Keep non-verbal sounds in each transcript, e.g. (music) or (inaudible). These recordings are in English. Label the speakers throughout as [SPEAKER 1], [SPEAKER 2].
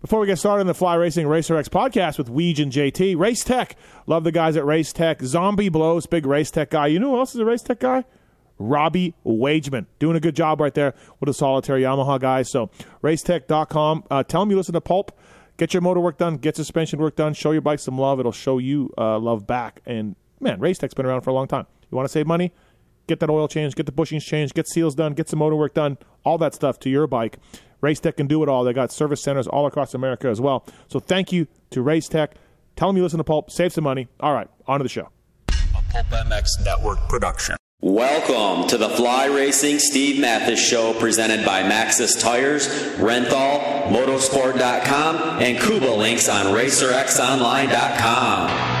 [SPEAKER 1] Before we get started on the Fly Racing Racer X podcast with Weege and JT, Race Tech. Love the guys at Race Tech. Zombie Blows, big Race Tech guy. You know who else is a Race Tech guy? Robbie Wageman. Doing a good job right there with a solitary Yamaha guy. So, racetech.com. Uh, tell them you listen to Pulp. Get your motor work done. Get suspension work done. Show your bike some love. It'll show you uh, love back. And, man, Race Tech's been around for a long time. You want to save money? Get that oil changed. Get the bushings changed. Get seals done. Get some motor work done. All that stuff to your bike. Race Tech can do it all. They got service centers all across America as well. So, thank you to Race Tech. Tell them you listen to Pulp. Save some money. All right, on to the show.
[SPEAKER 2] A Pulp MX Network production.
[SPEAKER 3] Welcome to the Fly Racing Steve Mathis Show presented by Maxis Tires, Renthal, Motorsport.com, and Kuba Links on RacerXOnline.com.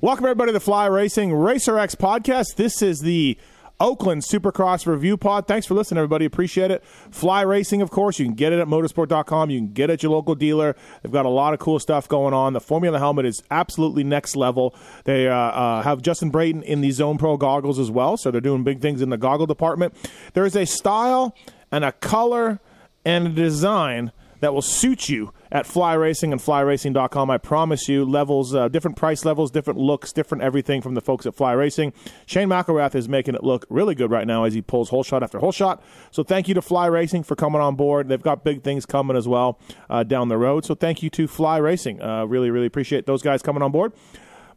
[SPEAKER 1] Welcome, everybody, to the Fly Racing Racer X podcast. This is the Oakland Supercross Review Pod. Thanks for listening, everybody. Appreciate it. Fly Racing, of course, you can get it at motorsport.com. You can get it at your local dealer. They've got a lot of cool stuff going on. The Formula helmet is absolutely next level. They uh, uh, have Justin Brayton in the Zone Pro goggles as well, so they're doing big things in the goggle department. There is a style and a color and a design that will suit you at Fly Racing and flyracing.com. I promise you, levels, uh, different price levels, different looks, different everything from the folks at Fly Racing. Shane McElrath is making it look really good right now as he pulls whole shot after whole shot. So thank you to Fly Racing for coming on board. They've got big things coming as well uh, down the road. So thank you to Fly Racing. Uh, really, really appreciate those guys coming on board.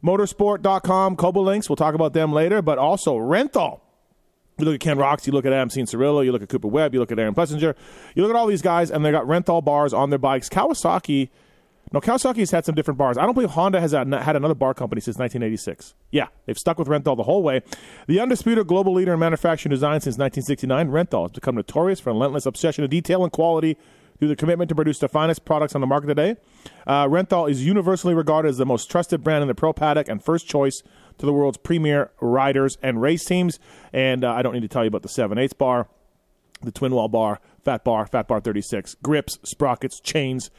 [SPEAKER 1] Motorsport.com, Cobolinks, we'll talk about them later, but also Rental. You look at Ken Rocks, you look at Adam Scene Cirillo, you look at Cooper Webb, you look at Aaron Plessinger, you look at all these guys, and they got Renthal bars on their bikes. Kawasaki, no, Kawasaki's had some different bars. I don't believe Honda has had had another bar company since 1986. Yeah, they've stuck with Renthal the whole way. The undisputed global leader in manufacturing design since 1969, Renthal has become notorious for relentless obsession of detail and quality through the commitment to produce the finest products on the market today. Uh, Renthal is universally regarded as the most trusted brand in the pro paddock and first choice to the world's premier riders and race teams. And uh, I don't need to tell you about the 7 8 bar, the twin wall bar, fat bar, fat bar 36, grips, sprockets, chains.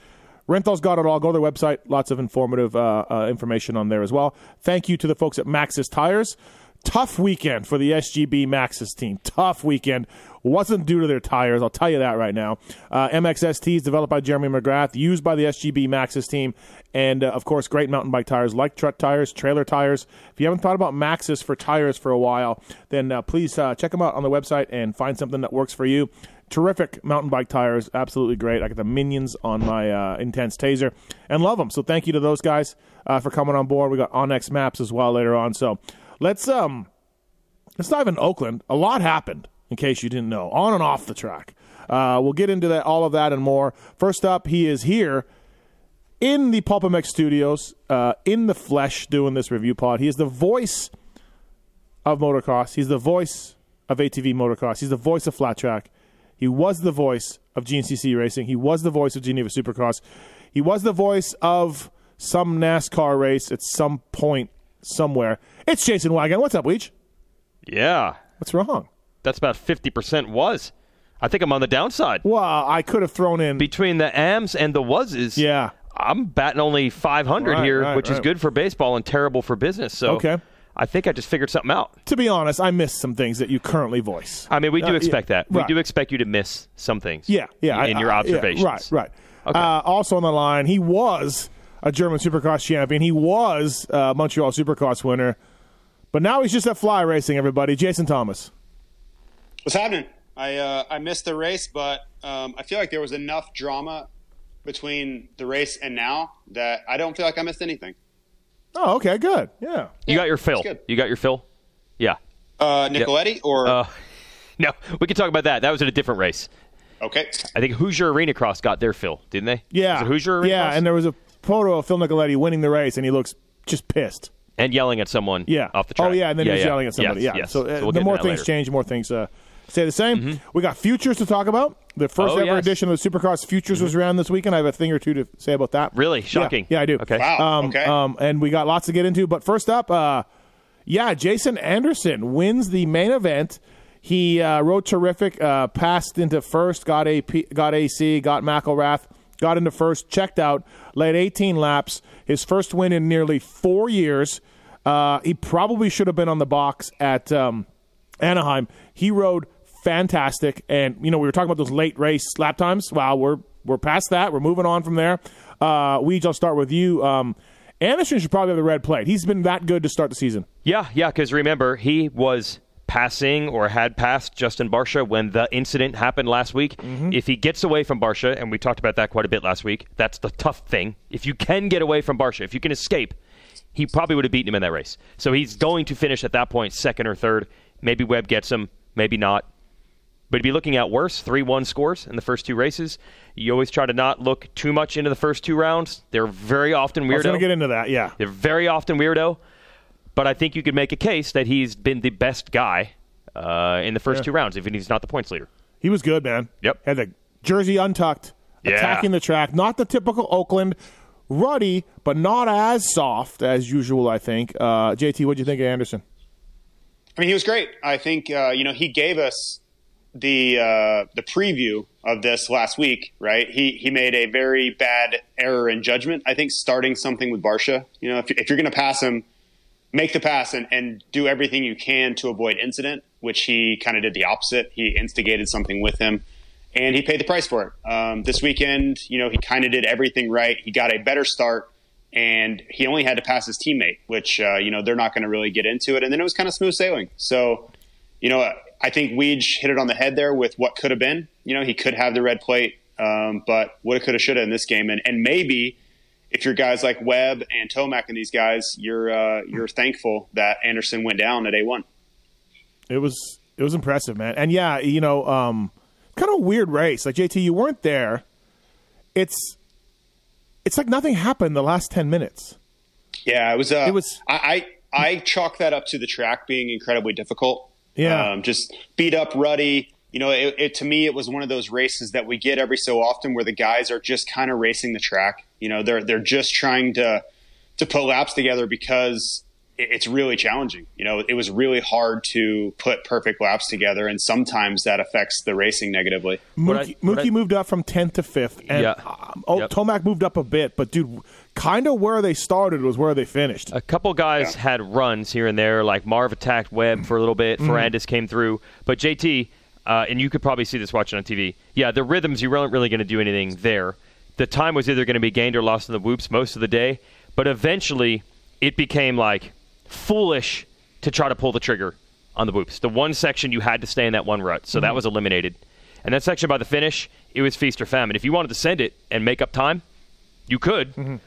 [SPEAKER 1] Renthal's got it all. Go to their website. Lots of informative uh, uh, information on there as well. Thank you to the folks at Maxis Tires. Tough weekend for the SGB Maxis team. Tough weekend. Wasn't due to their tires. I'll tell you that right now. Uh, MXST is developed by Jeremy McGrath, used by the SGB Maxis team, and uh, of course, great mountain bike tires like truck tires, trailer tires. If you haven't thought about Maxis for tires for a while, then uh, please uh, check them out on the website and find something that works for you. Terrific mountain bike tires, absolutely great. I got the minions on my uh, intense taser and love them. So thank you to those guys uh, for coming on board. We got Onyx Maps as well later on. So let's um let's dive in Oakland. A lot happened, in case you didn't know, on and off the track. Uh, we'll get into that, all of that and more. First up, he is here in the Pulp MX studios, uh, in the flesh, doing this review pod. He is the voice of motocross. He's the voice of ATV motocross. He's the voice of flat track. He was the voice of GNCC racing. He was the voice of Geneva Supercross. He was the voice of some NASCAR race at some point somewhere. It's Jason Wagon. What's up, Weech?
[SPEAKER 4] Yeah,
[SPEAKER 1] What's wrong?
[SPEAKER 4] that's about 50% was. I think I'm on the downside.
[SPEAKER 1] Well, I could have thrown in.
[SPEAKER 4] Between the ams and the wases,
[SPEAKER 1] yeah.
[SPEAKER 4] I'm batting only 500
[SPEAKER 1] Right,
[SPEAKER 4] here,
[SPEAKER 1] right,
[SPEAKER 4] which is
[SPEAKER 1] right.
[SPEAKER 4] good for baseball and terrible for business. So
[SPEAKER 1] Okay.
[SPEAKER 4] I think I just figured something out.
[SPEAKER 1] To be honest, I missed some things that you currently voice.
[SPEAKER 4] I mean, we
[SPEAKER 1] Uh,
[SPEAKER 4] do
[SPEAKER 1] yeah,
[SPEAKER 4] expect that.
[SPEAKER 1] right.
[SPEAKER 4] We do expect you to miss some things.
[SPEAKER 1] Yeah, yeah.
[SPEAKER 4] In
[SPEAKER 1] I-
[SPEAKER 4] your
[SPEAKER 1] I- yeah,
[SPEAKER 4] observations.
[SPEAKER 1] right, right. Uh, also on the line, he was a German Supercross champion. He was a Montreal Supercross winner, but now he's just at fly racing. Everybody, Jason Thomas.
[SPEAKER 5] What's happening? I uh, I missed the race, but um, I feel like there was enough drama between the race and now that I don't feel like I missed anything.
[SPEAKER 1] Oh, okay, good. Yeah.
[SPEAKER 4] You got your fill.
[SPEAKER 5] good.
[SPEAKER 4] You got your fill. Yeah. (laughs)
[SPEAKER 5] Uh, Nicoletti or
[SPEAKER 4] Uh, no, we can talk about that. That was in a different race.
[SPEAKER 5] okay,
[SPEAKER 4] I think Hoosier Arena Cross got their fill, didn't they?
[SPEAKER 1] Yeah.
[SPEAKER 4] Was it Hoosier Arena
[SPEAKER 1] Yeah,
[SPEAKER 4] Cross?
[SPEAKER 1] and there was a photo of Phil Nicoletti winning the race, and he looks just pissed.
[SPEAKER 4] And yelling at someone.
[SPEAKER 1] Yeah.
[SPEAKER 4] Off the track.
[SPEAKER 1] Oh, yeah, and then he's yelling at somebody.
[SPEAKER 4] Yes,
[SPEAKER 1] yeah.
[SPEAKER 4] yes.
[SPEAKER 1] So, uh,
[SPEAKER 4] we'll
[SPEAKER 1] the
[SPEAKER 4] get
[SPEAKER 1] more
[SPEAKER 4] into that
[SPEAKER 1] things
[SPEAKER 4] later. Mm-hmm.
[SPEAKER 1] change, more things uh, stay the same. We got futures to talk about. The first
[SPEAKER 4] Oh,
[SPEAKER 1] ever
[SPEAKER 4] yes. Mm-hmm.
[SPEAKER 1] edition of the Supercross Futures was around this weekend. I have a thing or two to say about that.
[SPEAKER 4] Really?
[SPEAKER 1] Yeah.
[SPEAKER 4] Shocking.
[SPEAKER 1] Yeah, I do.
[SPEAKER 4] Okay.
[SPEAKER 5] Wow,
[SPEAKER 1] Um,
[SPEAKER 5] okay.
[SPEAKER 1] um, and we got lots to get into. But first up, uh, yeah, Jason Anderson wins the main event. He uh, rode terrific, uh, passed into first, got AP, got AC, got McElrath, got into first, checked out, led 18 laps, his first win in nearly four years. Uh, he probably should have been on the box at um, Anaheim. He rode fantastic, and you know we were talking about those late race lap times. Wow, we're we're past that. We're moving on from there. Uh, we just start with you. Um, Anderson should probably have the red plate. He's been that good to start the season.
[SPEAKER 4] Yeah, yeah, because remember, he was passing or had passed Justin Barsha when the incident happened last week.
[SPEAKER 1] Mm-hmm.
[SPEAKER 4] If he gets away from Barsha, and we talked about that quite a bit last week, that's the tough thing. If you can get away from Barsha, if you can escape, he probably would have beaten him in that race. So he's going to finish at that point second or third. Maybe Webb gets him, maybe not. But he'd be looking at worse 3 1 scores in the first two races. You always try to not look too much into the first two rounds. They're very often
[SPEAKER 1] I was
[SPEAKER 4] weirdo.
[SPEAKER 1] going to get into that. Yeah,
[SPEAKER 4] They're very often weirdo, but I think you could make a case that he's been the best guy uh, in the first two rounds, even if he's not the points leader.
[SPEAKER 1] he was good, man.
[SPEAKER 4] Yep.
[SPEAKER 1] Had the jersey untucked,
[SPEAKER 4] Yeah.
[SPEAKER 1] attacking the track. Not the typical Oakland ruddy, but not as soft as usual. I think. Uh, JT, what do you think of Anderson?
[SPEAKER 5] I mean he was great. I think uh, you know he gave us the uh, the preview of this last week, right? He he made a very bad error in judgment. I think starting something with Barsha, you know, if, if you're going to pass him, make the pass and, and do everything you can to avoid incident, which he kind of did the opposite. He instigated something with him, and he paid the price for it. Um, this weekend, you know, he kind of did everything right. He got a better start, and he only had to pass his teammate, which uh, you know they're not going to really get into it. And then it was kind of smooth sailing. So, you know, I think Weege hit it on the head there with what could have been. You know, he could have the red plate, um, but woulda, coulda, shoulda in this game, and and maybe if you're guys like Webb and Tomac and these guys, you're uh, you're thankful that Anderson went down at A one.
[SPEAKER 1] It was it was impressive, man. And yeah, you know, um, kind of a weird race. Like JT, you weren't there. It's it's like nothing happened the last ten minutes.
[SPEAKER 5] Yeah, it was. Uh,
[SPEAKER 1] It was-
[SPEAKER 5] I, I I chalk that up to the track being incredibly difficult.
[SPEAKER 1] Yeah.
[SPEAKER 5] um, just beat up ruddy. You know, it, it to me it was one of those races that we get every so often where the guys are just kind of racing the track. You know, they're they're just trying to to put laps together because it, it's really challenging. You know, it was really hard to put perfect laps together, and sometimes that affects the racing negatively.
[SPEAKER 1] Mookie,
[SPEAKER 4] I- what
[SPEAKER 1] Mookie
[SPEAKER 4] I-
[SPEAKER 1] moved up from tenth to fifth, and
[SPEAKER 4] Yeah.
[SPEAKER 1] um, oh,
[SPEAKER 4] Yep.
[SPEAKER 1] Tomac moved up a bit. But dude, kind of where they started was where they finished.
[SPEAKER 4] A couple guys had runs here and there, like Marv attacked Webb for a little bit, Ferrandis came through, but JT, uh, and you could probably see this watching on TV. Yeah, the rhythms you weren't really going to do anything there. The time was either going to be gained or lost in the whoops most of the day, but eventually it became like foolish to try to pull the trigger on the whoops. The one section you had to stay in that one rut, so that was eliminated. And that section by the finish, it was feast or famine. If you wanted to send it and make up time, you could,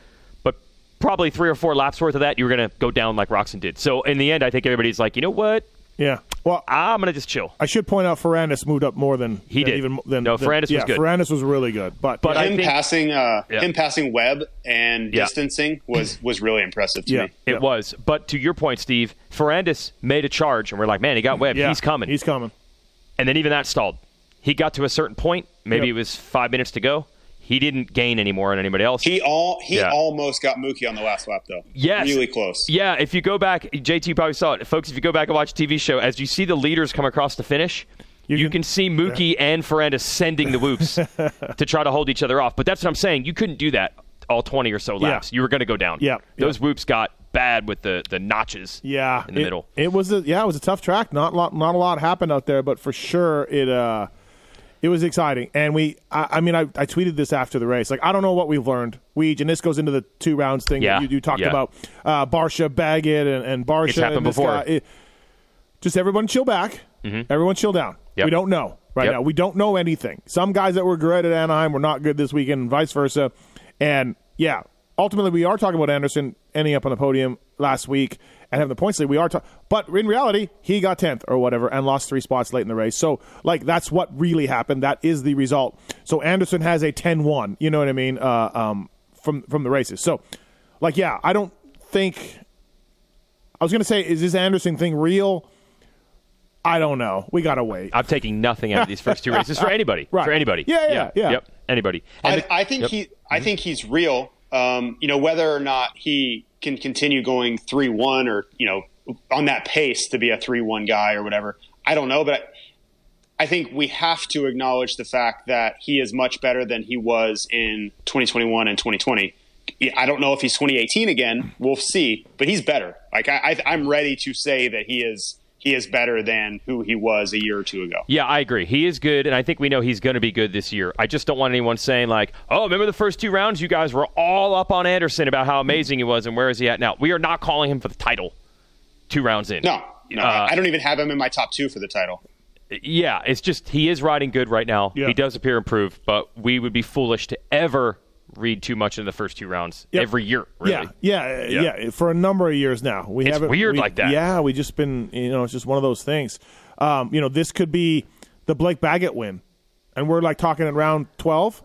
[SPEAKER 4] but probably three or four laps worth of that, you were going to go down like Roxon did. So in the end, I think everybody's like, you know what?
[SPEAKER 1] yeah. Well, I,
[SPEAKER 4] I'm going to just chill.
[SPEAKER 1] should point out Ferrandis moved up more than
[SPEAKER 4] He
[SPEAKER 1] than
[SPEAKER 4] did.
[SPEAKER 1] Even than,
[SPEAKER 4] No,
[SPEAKER 1] than-
[SPEAKER 4] Ferrandis was
[SPEAKER 1] yeah,
[SPEAKER 4] good.
[SPEAKER 1] Ferrandis was really good, but
[SPEAKER 4] But I
[SPEAKER 5] him
[SPEAKER 4] think-
[SPEAKER 5] passing uh,
[SPEAKER 4] Yeah.
[SPEAKER 5] him passing Webb and
[SPEAKER 4] Yeah.
[SPEAKER 5] distancing was was really impressive to
[SPEAKER 1] Yeah.
[SPEAKER 5] me.
[SPEAKER 4] It was. But to your point, Steve, Ferrandis made a charge, and we're like, man, he got Webb.
[SPEAKER 1] yeah,
[SPEAKER 4] He's coming.
[SPEAKER 1] He's coming.
[SPEAKER 4] and then even that stalled. He got to a certain point. Maybe
[SPEAKER 1] Yep.
[SPEAKER 4] it was five minutes to go. He didn't gain any more on anybody else.
[SPEAKER 5] He all he
[SPEAKER 4] Yeah.
[SPEAKER 5] almost got Mookie on the last lap though.
[SPEAKER 4] Yes.
[SPEAKER 5] really close.
[SPEAKER 4] Yeah, if you go back, JT, you probably saw it. Folks, if you go back and watch the TV show, as you see the leaders come across the finish, you,
[SPEAKER 1] can-
[SPEAKER 4] can, see Mookie and Ferrandis sending the
[SPEAKER 1] (laughs)
[SPEAKER 4] whoops to try to hold each other off. But that's what I'm saying. You couldn't do that all 20 or so laps. You were going to go down.
[SPEAKER 1] Yeah, yeah.
[SPEAKER 4] Those whoops got bad with the, the notches
[SPEAKER 1] Yeah,
[SPEAKER 4] in the
[SPEAKER 1] it,
[SPEAKER 4] middle.
[SPEAKER 1] It was a yeah, it was a tough track. Not lot, not a lot happened out there, but for sure it uh, it was exciting. And we, I, I mean, I, I tweeted this after the race. Like I don't know what we've learned. We and this goes into the two rounds thing
[SPEAKER 4] Yeah,
[SPEAKER 1] that you, you talked
[SPEAKER 4] yeah.
[SPEAKER 1] about. Uh, Barsha Baggett and, and Barsha
[SPEAKER 4] It's happened
[SPEAKER 1] and this
[SPEAKER 4] before. Mm-hmm.
[SPEAKER 1] guy. It- just everyone chill back. Everyone chill down.
[SPEAKER 4] Yep.
[SPEAKER 1] We don't know right
[SPEAKER 4] Yep.
[SPEAKER 1] now. We don't know anything. Some guys that were good at Anaheim were not good this weekend, and vice versa. And yeah, ultimately, we are talking about Anderson ending up on the podium last week and having the points lead. We are, ta- but in reality, he got tenth or whatever and lost three spots late in the race. So like that's what really happened. That is the result. So Anderson has a 10-1, You know what I mean? Uh, um, from from the races. So like yeah, I don't think I was gonna say, is this Anderson thing real? I don't know. We gotta wait.
[SPEAKER 4] I'm taking nothing out of
[SPEAKER 1] (laughs)
[SPEAKER 4] these first two races for anybody.
[SPEAKER 1] Right.
[SPEAKER 4] For anybody.
[SPEAKER 1] Yeah, yeah, yeah.
[SPEAKER 4] Yep. Anybody.
[SPEAKER 5] I,
[SPEAKER 4] And the-
[SPEAKER 5] I think
[SPEAKER 4] yep. Mm-hmm.
[SPEAKER 5] he, I think he's real. Um, you know, whether or not he can continue going three one or you know on that pace to be a three one guy or whatever, I don't know. But I, I think we have to acknowledge the fact that he is much better than he was in 2021 and 2020. Yeah, I don't know if he's 2018 again. We'll see, but he's better. Like I, I, I'm ready to say that he is he is better than who he was a year or two ago.
[SPEAKER 4] Yeah, I agree. He is good, and I think we know he's going to be good this year. I just don't want anyone saying like, "Oh, remember the first two rounds? You guys were all up on Anderson about how amazing he was, and where is he at now?" We are not calling him for the title. Two rounds in.
[SPEAKER 5] No, no, I I don't even have him in my top two for the title.
[SPEAKER 4] Yeah, it's just he is riding good right now.
[SPEAKER 1] Yeah.
[SPEAKER 4] He does appear improved, but we would be foolish to ever read too much in the first two rounds
[SPEAKER 1] Yep.
[SPEAKER 4] every year. Really.
[SPEAKER 1] Yeah, yeah,
[SPEAKER 4] Yeah.
[SPEAKER 1] yeah, For a number of years now, we
[SPEAKER 4] It's
[SPEAKER 1] haven't.
[SPEAKER 4] weird
[SPEAKER 1] we-
[SPEAKER 4] like that.
[SPEAKER 1] Yeah, we just been. You know, it's just one of those things. Um, you know, this could be the Blake Baggett win, and we're like talking in round twelve.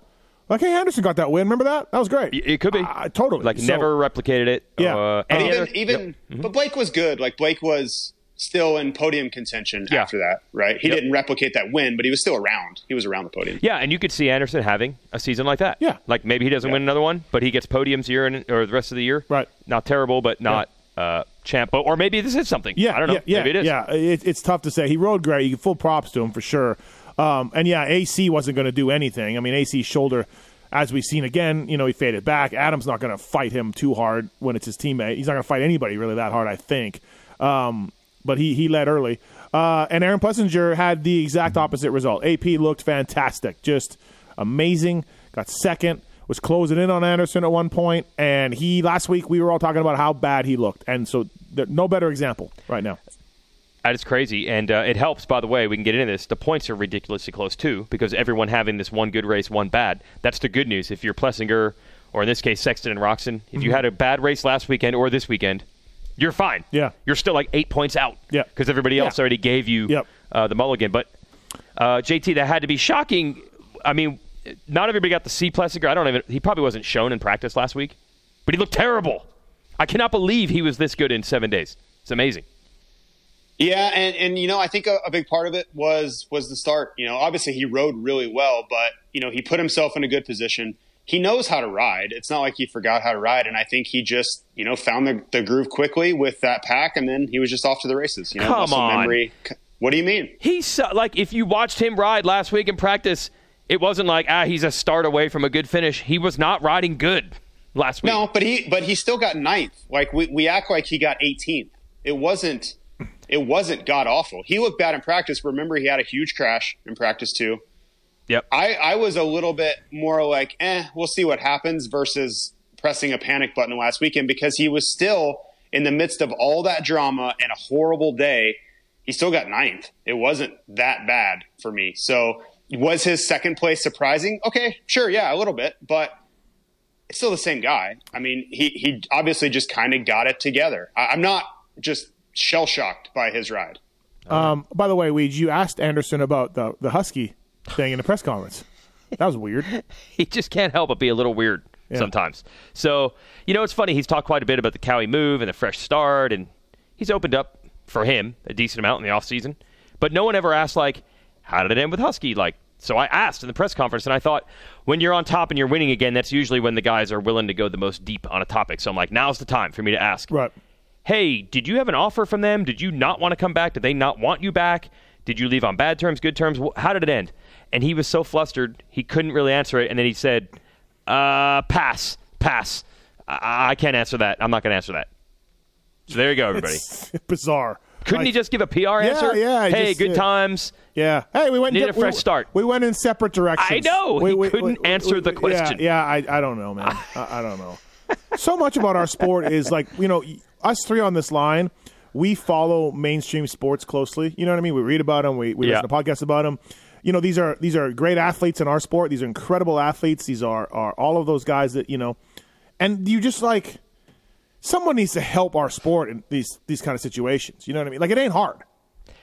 [SPEAKER 1] Like, hey, Anderson got that win. Remember that? That was great.
[SPEAKER 4] It could be
[SPEAKER 1] Uh, totally.
[SPEAKER 4] like
[SPEAKER 1] So-
[SPEAKER 4] never replicated it.
[SPEAKER 1] Yeah.
[SPEAKER 4] Uh,
[SPEAKER 1] And
[SPEAKER 4] any
[SPEAKER 5] even
[SPEAKER 4] other-
[SPEAKER 5] even
[SPEAKER 4] Yep.
[SPEAKER 5] but Blake was good. Like Blake was still in podium contention
[SPEAKER 4] Yeah.
[SPEAKER 5] after that, right? He didn't replicate that win, but he was still around. He was around the podium.
[SPEAKER 4] Yeah, and you could see Anderson having a season like that.
[SPEAKER 1] Yeah.
[SPEAKER 4] like maybe he doesn't win another one, but he gets podiums year and, or the rest of the year.
[SPEAKER 1] Right.
[SPEAKER 4] Not terrible, but not uh, champ. But, or maybe this is something.
[SPEAKER 1] Yeah,
[SPEAKER 4] I don't know.
[SPEAKER 1] Yeah, yeah,
[SPEAKER 4] maybe it is.
[SPEAKER 1] Yeah, it, it's tough to say. He rode great. You give full props to him for sure. Um, and yeah, AC wasn't going to do anything. I mean, AC's shoulder, as we've seen again, you know, he faded back. Adam's not going to fight him too hard when it's his teammate. He's not going to fight anybody really that hard, I think. Um, but he he led early. Uh, and Aaron Plessinger had the exact opposite result. AP looked fantastic, just amazing. Got second was closing in on Anderson at one point, and he last week we were all talking about how bad he looked, and so there, no better example right now.
[SPEAKER 4] That is crazy, and uh, it helps. By the way, we can get into this. The points are ridiculously close too, because everyone having this one good race, one bad. That's the good news. If you're Plessinger, or in this case Sexton and Roxon, if
[SPEAKER 1] Mm-hmm.
[SPEAKER 4] you had a bad race last weekend or this weekend, you're fine.
[SPEAKER 1] Yeah.
[SPEAKER 4] you're still like eight points out.
[SPEAKER 1] Yeah.
[SPEAKER 4] because everybody else
[SPEAKER 1] Yeah.
[SPEAKER 4] already gave you
[SPEAKER 1] Yep.
[SPEAKER 4] uh, the mulligan. But uh, JT, that had to be shocking. I mean, not everybody got to see Plessinger. I don't even. He probably wasn't shown in practice last week, but he looked terrible. I cannot believe he was this good in seven days. It's amazing.
[SPEAKER 5] Yeah, and, and you know, I think a, a big part of it was was the start. You know, obviously he rode really well, but you know, he put himself in a good position. He knows how to ride. It's not like he forgot how to ride, and I think he just you know found the, the groove quickly with that pack, and then he was just off to the races. You know,
[SPEAKER 4] Come
[SPEAKER 5] muscle
[SPEAKER 4] on.
[SPEAKER 5] memory. C- What do you mean?
[SPEAKER 4] He's so- like if you watched him ride last week in practice, it wasn't like ah he's a start away from a good finish. He was not riding good last week.
[SPEAKER 5] No, but he but he still got ninth. Like we, we act like he got 18th. It wasn't it wasn't god awful. He looked bad in practice. Remember, he had a huge crash in practice too.
[SPEAKER 4] Yep. (laughs)
[SPEAKER 5] I I was a little bit more like eh, we'll see what happens versus pressing a panic button last weekend because he was still in the midst of all that drama and a horrible day. He still got ninth. It wasn't that bad for me. So was his second place surprising? Okay, sure, yeah, a little bit, but it's still the same guy. I mean, he he obviously just kind of got it together. I, I'm not just shell shocked by his ride.
[SPEAKER 1] Um, by the way, Weege, you asked Anderson about the the Husky thing in the press conference. That was weird.
[SPEAKER 4] he just can't help but be a little weird sometimes. So, you know, it's funny. He's talked quite a bit about the Cowie move and the fresh start, and he's opened up for him a decent amount in the offseason. But no one ever asked, like, how did it end with Husky? Like, so I asked in the press conference, and I thought, when you're on top and you're winning again, that's usually when the guys are willing to go the most deep on a topic. So I'm like, now's the time for me to ask.
[SPEAKER 1] Right.
[SPEAKER 4] hey, did you have an offer from them? Did you not want to come back? Did they not want you back? Did you leave on bad terms, good terms? Wh- How did it end? And he was so flustered, he couldn't really answer it. And then he said, uh, pass, pass. I, I can't answer that. I'm not going to answer that. So there you go, everybody.
[SPEAKER 1] Bizarre.
[SPEAKER 4] Couldn't
[SPEAKER 1] Like,
[SPEAKER 4] he just give a PR answer?
[SPEAKER 1] yeah, he
[SPEAKER 4] Hey,
[SPEAKER 1] just-
[SPEAKER 4] good
[SPEAKER 1] yeah.
[SPEAKER 4] times.
[SPEAKER 1] Yeah. Hey, we went
[SPEAKER 4] Need
[SPEAKER 1] di-
[SPEAKER 4] a fresh
[SPEAKER 1] we-
[SPEAKER 4] start.
[SPEAKER 1] We went in separate directions.
[SPEAKER 4] I know. He couldn't answer the
[SPEAKER 1] yeah,
[SPEAKER 4] question.
[SPEAKER 1] Yeah, I, I don't know,
[SPEAKER 4] (laughs)
[SPEAKER 1] man. I, I don't know. So much about our sport is like you know us three on this line we follow mainstream sports closely. You know what I mean? We read about them. We, we
[SPEAKER 4] Yeah.
[SPEAKER 1] listen to podcasts about them. You know, these are these are great athletes in our sport. These are incredible athletes. These are are all of those guys that you know, and you just like someone needs to help our sport in these these kind of situations. You know what I mean? Like it ain't hard.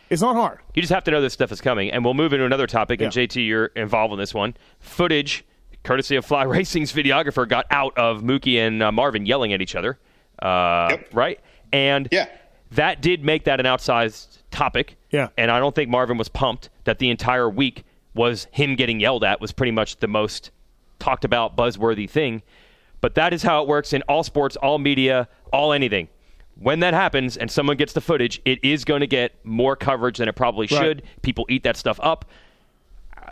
[SPEAKER 1] It's not hard.
[SPEAKER 4] You just have to know this stuff is coming. And we'll move into another topic. And
[SPEAKER 1] Yeah.
[SPEAKER 4] JT, you're involved in this one. Footage, courtesy of Fly (laughs) Racing's videographer, got out of Mookie and uh, Marvin yelling at each other. Uh,
[SPEAKER 5] Yep.
[SPEAKER 4] Right? And
[SPEAKER 5] Yeah.
[SPEAKER 4] that did make that an outsized topic.
[SPEAKER 1] Yeah.
[SPEAKER 4] And I don't think Marvin was pumped that the entire week was him getting yelled at, was pretty much the most talked about, buzzworthy thing. But that is how it works in all sports, all media, all anything. When that happens and someone gets the footage, it is going to get more coverage than it probably
[SPEAKER 1] Right.
[SPEAKER 4] should. People eat that stuff up.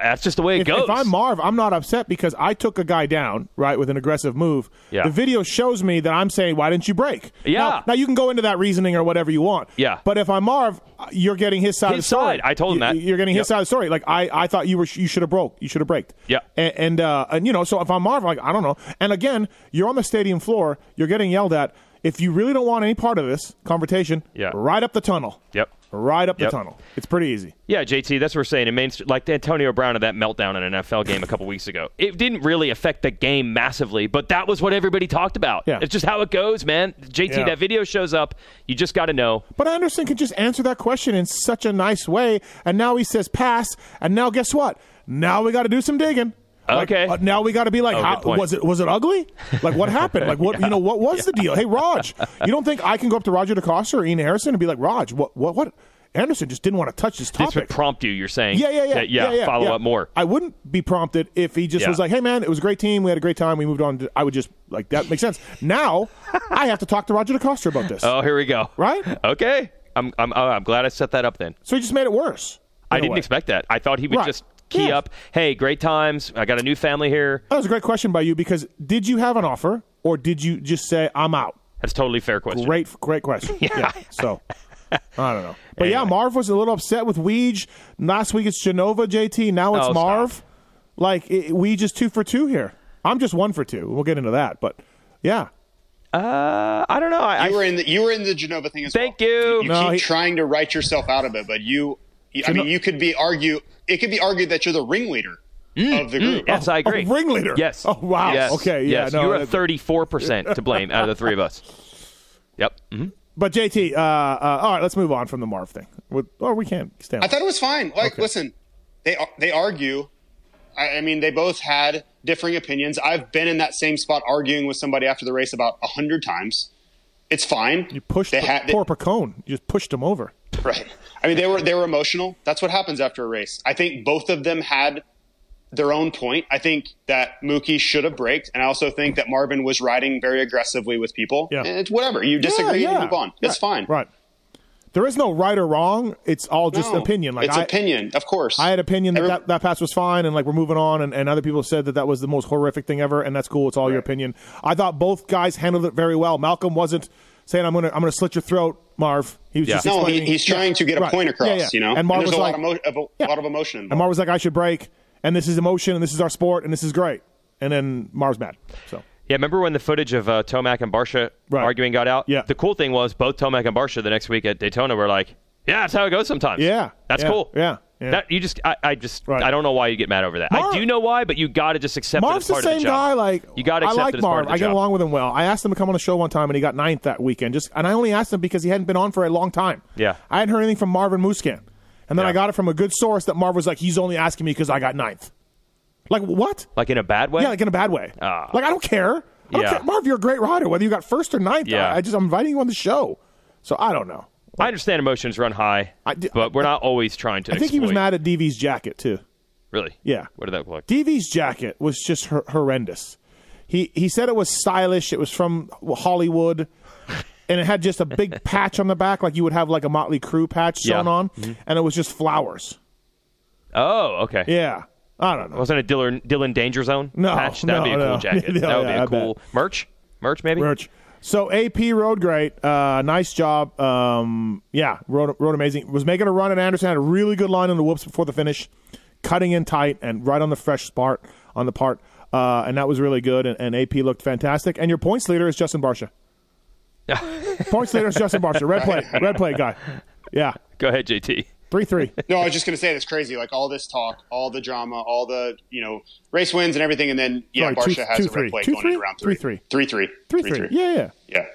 [SPEAKER 4] That's just the way it
[SPEAKER 1] if,
[SPEAKER 4] goes.
[SPEAKER 1] if I'm Marv, I'm not upset because I took a guy down, right, with an aggressive move.
[SPEAKER 4] Yeah.
[SPEAKER 1] The video shows me that I'm saying, why didn't you break?
[SPEAKER 4] Yeah.
[SPEAKER 1] Now, now you can go into that reasoning or whatever you want.
[SPEAKER 4] Yeah.
[SPEAKER 1] But if I'm Marv, you're getting his side of
[SPEAKER 4] His
[SPEAKER 1] the story.
[SPEAKER 4] side. I told him
[SPEAKER 1] You-
[SPEAKER 4] that.
[SPEAKER 1] You're getting his
[SPEAKER 4] Yep.
[SPEAKER 1] side of the story. Like, I, I thought you were, you should have broke. You should have braked.
[SPEAKER 4] Yeah.
[SPEAKER 1] And, and, uh, and, you know, so if I'm Marv, like, I don't know. And again, you're on the stadium floor, you're getting yelled at. If you really don't want any part of this conversation,
[SPEAKER 4] Yeah.
[SPEAKER 1] right up the tunnel.
[SPEAKER 4] Yep.
[SPEAKER 1] Right up
[SPEAKER 4] Yep.
[SPEAKER 1] the tunnel. It's pretty easy.
[SPEAKER 4] Yeah, JT, that's what we're saying. In Main Street, like Antonio Brown at that meltdown in an NFL game a couple weeks ago. It didn't really affect the game massively, but that was what everybody talked about.
[SPEAKER 1] Yeah.
[SPEAKER 4] It's just how it goes, man. JT,
[SPEAKER 1] Yeah.
[SPEAKER 4] that video shows up. You just got to know.
[SPEAKER 1] But Anderson could just answer that question in such a nice way, and now he says pass, and now guess what? Now we got to do some digging. Like,
[SPEAKER 4] Okay.
[SPEAKER 1] uh, now we got to be like,
[SPEAKER 4] Oh,
[SPEAKER 1] how,
[SPEAKER 4] good point.
[SPEAKER 1] was it was it ugly? Like what happened? Like
[SPEAKER 4] (laughs)
[SPEAKER 1] what you know what was the deal? Hey Raj, you don't think I can go up to Roger DeCosta or Ian Harrison and be like, Raj, what what what? Anderson just didn't want to touch this
[SPEAKER 4] This would
[SPEAKER 1] topic.
[SPEAKER 4] prompt you, you're saying.
[SPEAKER 1] yeah, yeah, yeah,
[SPEAKER 4] that, yeah, follow
[SPEAKER 1] yeah.
[SPEAKER 4] up more.
[SPEAKER 1] I wouldn't be prompted if he just
[SPEAKER 4] Yeah.
[SPEAKER 1] was like, "Hey, man, it was a great team. We had a great time. We moved on." To, I would just like that makes sense. Now I have to talk to Roger DeCosta about this,
[SPEAKER 4] oh, here we go.
[SPEAKER 1] right?
[SPEAKER 4] (laughs) Okay. I'm, I'm, oh, I'm glad I set that up then.
[SPEAKER 1] So he just made it worse.
[SPEAKER 4] I
[SPEAKER 1] in a
[SPEAKER 4] didn't
[SPEAKER 1] way.
[SPEAKER 4] expect that. I thought he would
[SPEAKER 1] Right.
[SPEAKER 4] just key
[SPEAKER 1] Yeah.
[SPEAKER 4] up, hey, great times. I got a new family here.
[SPEAKER 1] That was a great question by you because did you have an offer or did you just say I'm out?
[SPEAKER 4] That's a totally fair question.
[SPEAKER 1] Great, great
[SPEAKER 4] (laughs)
[SPEAKER 1] question. yeah. So I don't know, but yeah, Marv was a little upset with Weege last week. It's Genova JT. Now it's
[SPEAKER 4] Oh, stop.
[SPEAKER 1] Marv. Like it, Weege is two for two here. I'm just one for two. We'll get into that, but yeah,
[SPEAKER 4] Uh, I don't know. I,
[SPEAKER 5] You were
[SPEAKER 4] I,
[SPEAKER 5] in the you were in the Genova thing as
[SPEAKER 4] Thank
[SPEAKER 5] well.
[SPEAKER 4] you.
[SPEAKER 5] You
[SPEAKER 1] No,
[SPEAKER 5] keep
[SPEAKER 1] he-
[SPEAKER 5] trying to write yourself out of it, but you, you I mean, you could be argue it could be argued that you're the ringleader of the group.
[SPEAKER 4] Mm, yes, I
[SPEAKER 1] Oh,
[SPEAKER 4] agree.
[SPEAKER 1] ringleader.
[SPEAKER 4] Yes.
[SPEAKER 1] Oh wow.
[SPEAKER 4] Yes.
[SPEAKER 1] Okay. Yeah.
[SPEAKER 4] Yes.
[SPEAKER 1] No.
[SPEAKER 4] you are
[SPEAKER 1] that-
[SPEAKER 4] thirty-four percent to blame out of the three of us. Yep. Mhm.
[SPEAKER 1] But JT, uh, uh, all right, let's move on from the Marv thing. With, or we can stand.
[SPEAKER 5] I thought it was fine. Like, listen, they ar- they argue. I, I mean, they both had differing opinions. I've been in that same spot arguing with somebody after the race about a hundred times. It's fine.
[SPEAKER 1] you pushed
[SPEAKER 5] They
[SPEAKER 1] the,
[SPEAKER 5] had- they-
[SPEAKER 1] poor Pacone. You just pushed him over.
[SPEAKER 5] Right. I mean, they were they were emotional. That's what happens after a race. I think both of them had their own point. I think that Mookie should have braked, and I also think that Marvin was riding very aggressively with people.
[SPEAKER 1] Yeah.
[SPEAKER 5] And it's whatever. You disagree,
[SPEAKER 1] yeah,
[SPEAKER 5] and you move on. It's
[SPEAKER 1] Right,
[SPEAKER 5] fine.
[SPEAKER 1] Right. There is no right or wrong. It's all just
[SPEAKER 5] No.
[SPEAKER 1] opinion. Like
[SPEAKER 5] it's
[SPEAKER 1] I,
[SPEAKER 5] opinion, of course.
[SPEAKER 1] I had opinion that,
[SPEAKER 5] Every-
[SPEAKER 1] that that pass was fine, and like we're moving on. And, and other people said that that was the most horrific thing ever, and that's cool. It's all your opinion. I thought both guys handled it very well. Malcolm wasn't saying I'm gonna I'm gonna slit your throat, Marv. He was
[SPEAKER 4] Yeah.
[SPEAKER 1] just
[SPEAKER 5] no, he,
[SPEAKER 1] explaining-
[SPEAKER 5] he's trying to get a
[SPEAKER 1] Right.
[SPEAKER 5] point across.
[SPEAKER 1] Yeah, yeah.
[SPEAKER 5] You know,
[SPEAKER 1] and Marv
[SPEAKER 5] there's
[SPEAKER 1] was
[SPEAKER 5] a
[SPEAKER 1] like,
[SPEAKER 5] lot of, mo- of a
[SPEAKER 1] Yeah.
[SPEAKER 5] lot of emotion. Involved.
[SPEAKER 1] and Marv was like, I should break, and this is emotion, and this is our sport, and this is great. And then Marv's mad. So
[SPEAKER 4] Yeah. Remember when the footage of uh, Tomac and Barsha
[SPEAKER 1] Right.
[SPEAKER 4] arguing got out?
[SPEAKER 1] Yeah.
[SPEAKER 4] The cool thing was both Tomac and Barsha the next week at Daytona were like, "Yeah, that's how it goes sometimes."
[SPEAKER 1] Yeah.
[SPEAKER 4] That's
[SPEAKER 1] Yeah.
[SPEAKER 4] cool.
[SPEAKER 1] Yeah. Yeah.
[SPEAKER 4] That you just I, I just
[SPEAKER 1] Right.
[SPEAKER 4] I don't know why you get mad over that.
[SPEAKER 1] Marv-
[SPEAKER 4] I do know why, but you got to just accept
[SPEAKER 1] Marv's
[SPEAKER 4] that
[SPEAKER 1] the
[SPEAKER 4] it's part
[SPEAKER 1] same
[SPEAKER 4] of the job.
[SPEAKER 1] guy. Like
[SPEAKER 4] you got to
[SPEAKER 1] I
[SPEAKER 4] accept
[SPEAKER 1] like
[SPEAKER 4] that it's part
[SPEAKER 1] Marv.
[SPEAKER 4] of the
[SPEAKER 1] I get
[SPEAKER 4] job.
[SPEAKER 1] along with him well. I asked him to come on the show one time, and he got ninth that weekend. Just and I only asked him because he hadn't been on for a long time.
[SPEAKER 4] Yeah.
[SPEAKER 1] I hadn't heard anything from Marvin Muskan, and then
[SPEAKER 4] Yeah.
[SPEAKER 1] I got it from a good source that Marv was like, he's only asking me because I got ninth. Like what?
[SPEAKER 4] Like in a bad way.
[SPEAKER 1] Yeah, like in a bad way.
[SPEAKER 4] Ah.
[SPEAKER 1] like I don't care. I don't
[SPEAKER 4] Yeah.
[SPEAKER 1] care. Marv, you're a great rider, whether you got first or ninth.
[SPEAKER 4] Yeah.
[SPEAKER 1] I, I just I'm inviting you on the show, so I don't know.
[SPEAKER 4] I understand emotions run high,
[SPEAKER 1] I d-
[SPEAKER 4] but we're not always trying to.
[SPEAKER 1] I think he was
[SPEAKER 4] exploit-
[SPEAKER 1] mad at DV's jacket too.
[SPEAKER 4] Really?
[SPEAKER 1] Yeah.
[SPEAKER 4] What did that look? like?
[SPEAKER 1] DV's jacket was just hor- horrendous. He he said it was stylish. It was from Hollywood, and it had just a
[SPEAKER 4] (laughs)
[SPEAKER 1] big patch on the back, like you would have like a Motley Crue patch
[SPEAKER 4] Yeah. Mm-hmm.
[SPEAKER 1] sewn on, and it was just flowers.
[SPEAKER 4] Oh, okay.
[SPEAKER 1] Yeah, I don't know.
[SPEAKER 4] Wasn't it Dylan, Dylan Danger Zone
[SPEAKER 1] No,
[SPEAKER 4] patch? That'd be a
[SPEAKER 1] no,
[SPEAKER 4] cool
[SPEAKER 1] no.
[SPEAKER 4] jacket.
[SPEAKER 1] No,
[SPEAKER 4] that
[SPEAKER 1] (laughs)
[SPEAKER 4] would
[SPEAKER 1] yeah, I
[SPEAKER 4] be a cool merch. Merch maybe.
[SPEAKER 1] Merch. So AP rode great. Uh, nice job. Um, yeah, rode rode amazing. Was making a run at Anderson. Had a really good line on the whoops before the finish, cutting in tight and right on the fresh spot on the
[SPEAKER 4] (laughs)
[SPEAKER 1] part. Uh, and that was really good. And, and AP looked fantastic. And your points leader is Justin Barsha. Points leader is Justin Barcher. Red play, red play guy. Yeah,
[SPEAKER 4] Go ahead, JT.
[SPEAKER 1] three three.
[SPEAKER 5] No, I was just going to say that's crazy. Like all this talk, all the drama, all the you know race wins and everything, and then yeah,
[SPEAKER 1] Sorry,
[SPEAKER 5] Barsha
[SPEAKER 1] two-
[SPEAKER 5] has
[SPEAKER 1] two,
[SPEAKER 5] a
[SPEAKER 1] three.
[SPEAKER 5] red flag
[SPEAKER 1] Two,
[SPEAKER 5] going
[SPEAKER 1] three?
[SPEAKER 5] into round
[SPEAKER 1] Three,
[SPEAKER 5] three.
[SPEAKER 1] three.
[SPEAKER 5] Three, three.
[SPEAKER 1] Three
[SPEAKER 5] Three,
[SPEAKER 1] three.
[SPEAKER 5] three.
[SPEAKER 1] Yeah, yeah.
[SPEAKER 5] Yeah.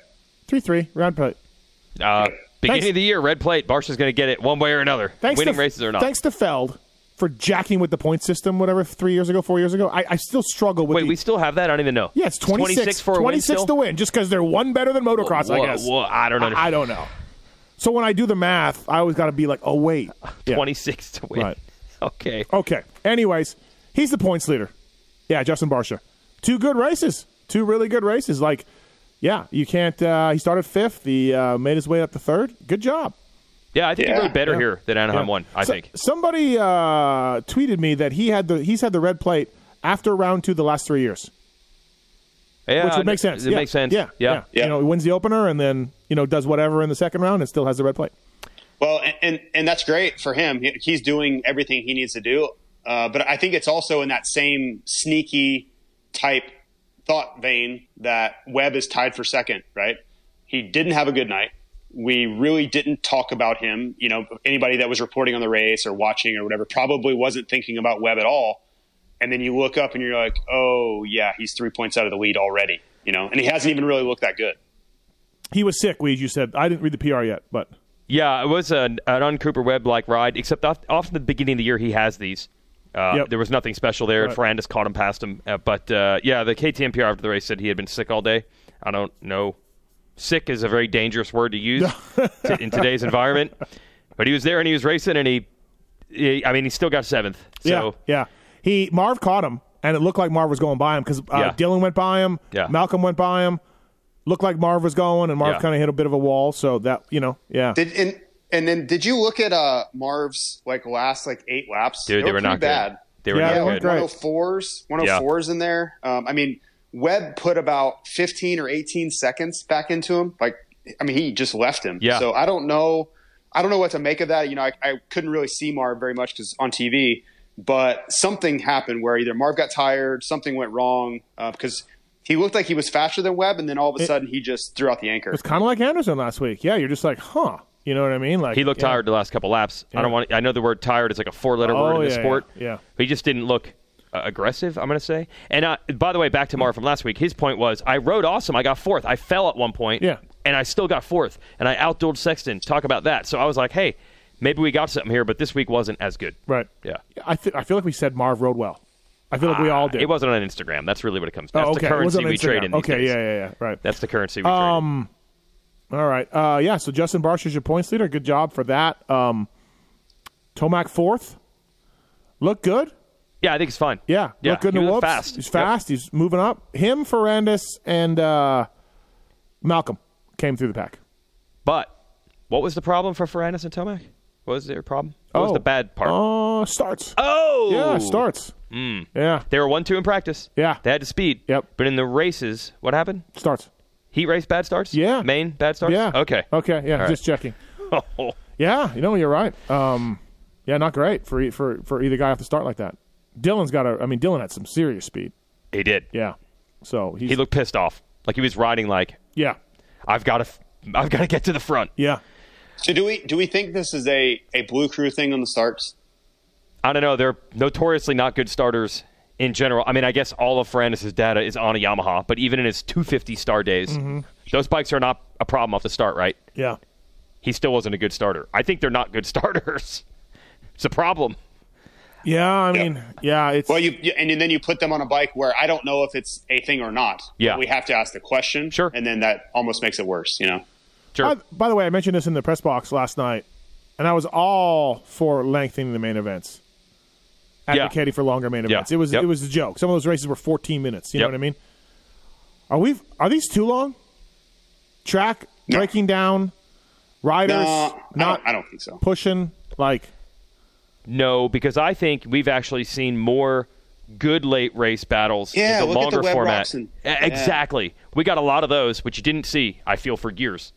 [SPEAKER 1] Three three. Round play.
[SPEAKER 4] Uh, beginning
[SPEAKER 1] Thanks.
[SPEAKER 4] of the year, red plate. Barsha's going to get it one way or another,
[SPEAKER 1] Thanks
[SPEAKER 4] winning
[SPEAKER 1] to,
[SPEAKER 4] races or not.
[SPEAKER 1] Thanks to Feld for jacking with the point system. Whatever, three years ago, four years ago. I, I still struggle with.
[SPEAKER 4] Wait,
[SPEAKER 1] the,
[SPEAKER 4] we still have that? I don't even know.
[SPEAKER 1] yeah, it's 26,
[SPEAKER 4] 26 for a win
[SPEAKER 1] 26
[SPEAKER 4] still?
[SPEAKER 1] to win, just because they're one better than motocross.
[SPEAKER 4] Whoa,
[SPEAKER 1] I guess.
[SPEAKER 4] whoa, I don't
[SPEAKER 1] I, I
[SPEAKER 4] know.
[SPEAKER 1] don't know. So when I do the math, I always got to be like, oh wait, Yeah.
[SPEAKER 4] 26 to win.
[SPEAKER 1] Right.
[SPEAKER 4] (laughs) Okay.
[SPEAKER 1] Okay. Anyways, he's the points leader. Yeah, Justin Barsha. Two good races. Two really good races. Like, yeah, you can't. Uh, he started fifth. He uh, made his way up to third. Good job.
[SPEAKER 4] Yeah, I think
[SPEAKER 5] Yeah.
[SPEAKER 4] he rode better here than Anaheim
[SPEAKER 1] Yeah.
[SPEAKER 4] won, I
[SPEAKER 1] So-
[SPEAKER 4] think.
[SPEAKER 1] somebody uh, tweeted me that he had the he's had the red plate after round two the last three years,
[SPEAKER 4] Yeah,
[SPEAKER 1] which would make
[SPEAKER 4] it-
[SPEAKER 1] sense.
[SPEAKER 4] It
[SPEAKER 1] yeah.
[SPEAKER 4] makes sense.
[SPEAKER 1] Yeah, yeah,
[SPEAKER 5] Yeah.
[SPEAKER 1] You know, he wins the opener and then you know does whatever in the second round and still has the red plate.
[SPEAKER 5] Well, and, and and that's great for him. He- He's doing everything he needs to do. Uh, but I think it's also in that same sneaky type thought vein that Webb is tied for second. Right? He didn't have a good night. We really didn't talk about him. You know, anybody that was reporting on the race or watching or whatever probably wasn't thinking about Webb at all. And then you look up and you're like, oh yeah, he's three points out of the lead already. You know, and he hasn't even really looked that good.
[SPEAKER 1] He was sick. Weed, you said I didn't read the PR yet, but
[SPEAKER 4] Yeah, it was an, an on Cooper Webb like ride, except off, off the beginning of the year, he has these. Uh,
[SPEAKER 1] Yep.
[SPEAKER 4] There was nothing special there.
[SPEAKER 1] Right.
[SPEAKER 4] Ferrandis caught him past him. Uh, but uh, yeah, the KTM PR after the race said he had been sick all day. I don't know. Sick is a very dangerous word
[SPEAKER 1] (laughs)
[SPEAKER 4] to use to, in today's environment. But he was there and he was racing and he, he I mean, he still got seventh. So
[SPEAKER 1] yeah, yeah. He Marv caught him, and it looked like Marv was going by him because uh,
[SPEAKER 4] Yeah.
[SPEAKER 1] Dylan went by him,
[SPEAKER 4] Yeah.
[SPEAKER 1] Malcolm went by him. Looked like Marv was going, and Marv
[SPEAKER 4] Yeah.
[SPEAKER 1] kind of hit a bit of a wall. So that you know, yeah,
[SPEAKER 5] Did and and then did you look at uh Marv's like last like eight laps?
[SPEAKER 4] dude, they, were
[SPEAKER 5] pretty
[SPEAKER 4] not
[SPEAKER 5] bad.
[SPEAKER 4] good. They were
[SPEAKER 1] Yeah, they
[SPEAKER 5] Yeah, oh
[SPEAKER 1] weren't
[SPEAKER 4] not
[SPEAKER 5] like
[SPEAKER 4] good.
[SPEAKER 1] great.
[SPEAKER 5] 104s, 104s in there. Um, I mean, Webb put about 15 or 18 seconds back into him. Like, I mean, he just left him.
[SPEAKER 4] Yeah.
[SPEAKER 5] So I don't know. I don't know what to make of that. You know, I, I couldn't really see Marv very much because on TV, but something happened where either Marv got tired, something went wrong because he looked like he was faster than Webb, and then all of a sudden he just threw out the anchor.
[SPEAKER 1] It's kind of like Anderson last week. Yeah, you're just like, huh? You know what I mean? Like
[SPEAKER 4] He looked
[SPEAKER 1] yeah.
[SPEAKER 4] tired the last couple laps. I don't want. I know the word tired is like a four-letter
[SPEAKER 1] Oh,
[SPEAKER 4] word in
[SPEAKER 1] yeah,
[SPEAKER 4] the sport.
[SPEAKER 1] yeah, yeah.
[SPEAKER 4] He just didn't look uh, aggressive. I'm going to say. And uh, by the way, back to Marv from last week. His point was, I rode awesome. I got fourth. I fell at one point.
[SPEAKER 1] Yeah.
[SPEAKER 4] And I still got fourth. And I outdueled Sexton. Talk about that. So I was like, hey, maybe we got something here, but this week wasn't as good.
[SPEAKER 1] Right.
[SPEAKER 4] Yeah. Ah,
[SPEAKER 1] I th- I feel like we said Marv rode well. I feel like we all did.
[SPEAKER 4] It wasn't on Instagram. That's really what it comes.
[SPEAKER 1] Oh,
[SPEAKER 4] That's
[SPEAKER 1] okay.
[SPEAKER 4] the
[SPEAKER 1] It was
[SPEAKER 4] currency
[SPEAKER 1] on
[SPEAKER 4] we trade
[SPEAKER 1] Instagram.
[SPEAKER 4] in. These
[SPEAKER 1] okay.
[SPEAKER 4] days.
[SPEAKER 1] Yeah, Um, yeah, yeah. Right.
[SPEAKER 4] That's the currency we trade.
[SPEAKER 1] all right. Uh, yeah. So Justin Barsha's your points leader. Good job for that. Um, Tomac fourth. Look good.
[SPEAKER 4] in. Yeah, I think it's fine.
[SPEAKER 1] Yeah,
[SPEAKER 4] Yeah.
[SPEAKER 1] look good
[SPEAKER 4] he
[SPEAKER 1] in the
[SPEAKER 4] was
[SPEAKER 1] whoops.
[SPEAKER 4] fast.
[SPEAKER 1] He's
[SPEAKER 4] Yep.
[SPEAKER 1] fast. He's moving up. Him, Ferrandis, and uh, Malcolm came through the pack.
[SPEAKER 4] But what was the problem for Ferranis and Tomac? What was their problem? What was
[SPEAKER 1] Oh.
[SPEAKER 4] the bad part?
[SPEAKER 1] Uh, starts.
[SPEAKER 4] Oh, Hmm.
[SPEAKER 1] Yeah, starts. Yeah,
[SPEAKER 4] They were one two in practice.
[SPEAKER 1] Yeah.
[SPEAKER 4] they had to speed.
[SPEAKER 1] Yep.
[SPEAKER 4] But in the races, what happened?
[SPEAKER 1] starts.
[SPEAKER 4] Heat race bad starts.
[SPEAKER 1] Yeah.
[SPEAKER 4] Maine bad starts.
[SPEAKER 1] Yeah.
[SPEAKER 4] Okay.
[SPEAKER 1] Okay. Yeah.
[SPEAKER 4] right. Oh.
[SPEAKER 1] Just
[SPEAKER 4] (laughs)
[SPEAKER 1] checking. Yeah. You know you're right. Um, yeah, not great for e- for for either guy off the start like that. Dylan's got a. I mean, Dylan had some serious speed.
[SPEAKER 4] he did.
[SPEAKER 1] Yeah. So he's,
[SPEAKER 4] He looked pissed off. Like he was riding. Like
[SPEAKER 1] Yeah.
[SPEAKER 4] I've got to. I've got to get to the front.
[SPEAKER 1] Yeah.
[SPEAKER 5] So do we do we think this is a a blue crew thing on the starts?
[SPEAKER 4] I don't know. They're notoriously not good starters in general. I mean, I guess all of Ferrandis' data is on a Yamaha, but even in his 250 star days,
[SPEAKER 1] Mm-hmm.
[SPEAKER 4] those bikes are not a problem off the start, right?
[SPEAKER 1] Yeah.
[SPEAKER 4] He still wasn't a good starter. I think they're not good (laughs) starters. It's a problem.
[SPEAKER 1] Yeah. I mean, yeah. It's
[SPEAKER 5] Well, you, you and then you put them on a bike where I don't know if it's a thing or not.
[SPEAKER 4] Yeah.
[SPEAKER 5] But we have to ask the question.
[SPEAKER 4] Sure.
[SPEAKER 5] and then that almost makes it worse. You know,
[SPEAKER 4] Sure.
[SPEAKER 1] By, by the way, I mentioned this in the press box last night, and I was all for lengthening the main events, advocating for longer main events. It was
[SPEAKER 4] Yep.
[SPEAKER 1] it was a joke. Some of those races were 14 minutes. You know
[SPEAKER 4] Yep.
[SPEAKER 1] what I mean? Are we? Are these too long? Track breaking down, riders
[SPEAKER 5] no, I,
[SPEAKER 1] not
[SPEAKER 5] don't, I don't think so.
[SPEAKER 1] pushing. Like
[SPEAKER 4] No, because I think we've actually seen more good late race battles
[SPEAKER 5] Yeah,
[SPEAKER 4] in the
[SPEAKER 5] look at the
[SPEAKER 4] longer
[SPEAKER 5] Webb
[SPEAKER 4] format.
[SPEAKER 5] Roxon.
[SPEAKER 4] E- Exactly. We got a lot of those, which you didn't see, I feel, for years.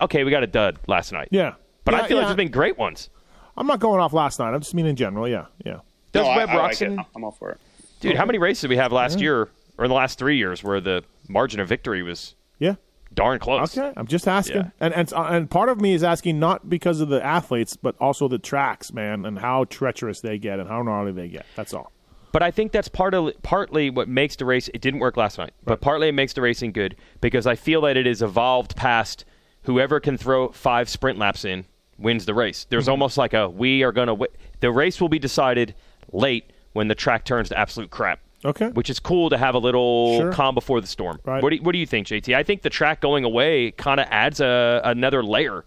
[SPEAKER 4] Okay, we got a dud last night.
[SPEAKER 1] yeah,
[SPEAKER 4] But
[SPEAKER 1] Yeah,
[SPEAKER 4] I feel
[SPEAKER 1] yeah.
[SPEAKER 4] like there's been great ones.
[SPEAKER 1] I'm not going off last night. I'm just mean in general. Yeah, yeah.
[SPEAKER 4] Does
[SPEAKER 5] No, I,
[SPEAKER 4] Webb
[SPEAKER 5] I like
[SPEAKER 4] Roxon
[SPEAKER 5] it. I'm all for it.
[SPEAKER 4] dude, how many races did we have last year or in the last three years where the margin of victory was
[SPEAKER 1] Yeah.
[SPEAKER 4] darn close.
[SPEAKER 1] Okay, I'm just asking,
[SPEAKER 4] Yeah.
[SPEAKER 1] and and and part of me is asking not because of the athletes, but also the tracks, man, and how treacherous they get and how gnarly they get. That's all.
[SPEAKER 4] But I think that's part of, partly what makes the race. It didn't work last night, but partly it makes the racing good because I feel that it has evolved past whoever can throw five sprint laps in wins the race. There's
[SPEAKER 1] Mm-hmm.
[SPEAKER 4] almost like a we are going to w- the race will be decided late when the track turns to absolute crap.
[SPEAKER 1] Okay.
[SPEAKER 4] which is cool to have a little
[SPEAKER 1] Sure.
[SPEAKER 4] calm before the storm.
[SPEAKER 1] Right.
[SPEAKER 4] What do you, what do you think, JT? I think the track going away kind of adds a, another layer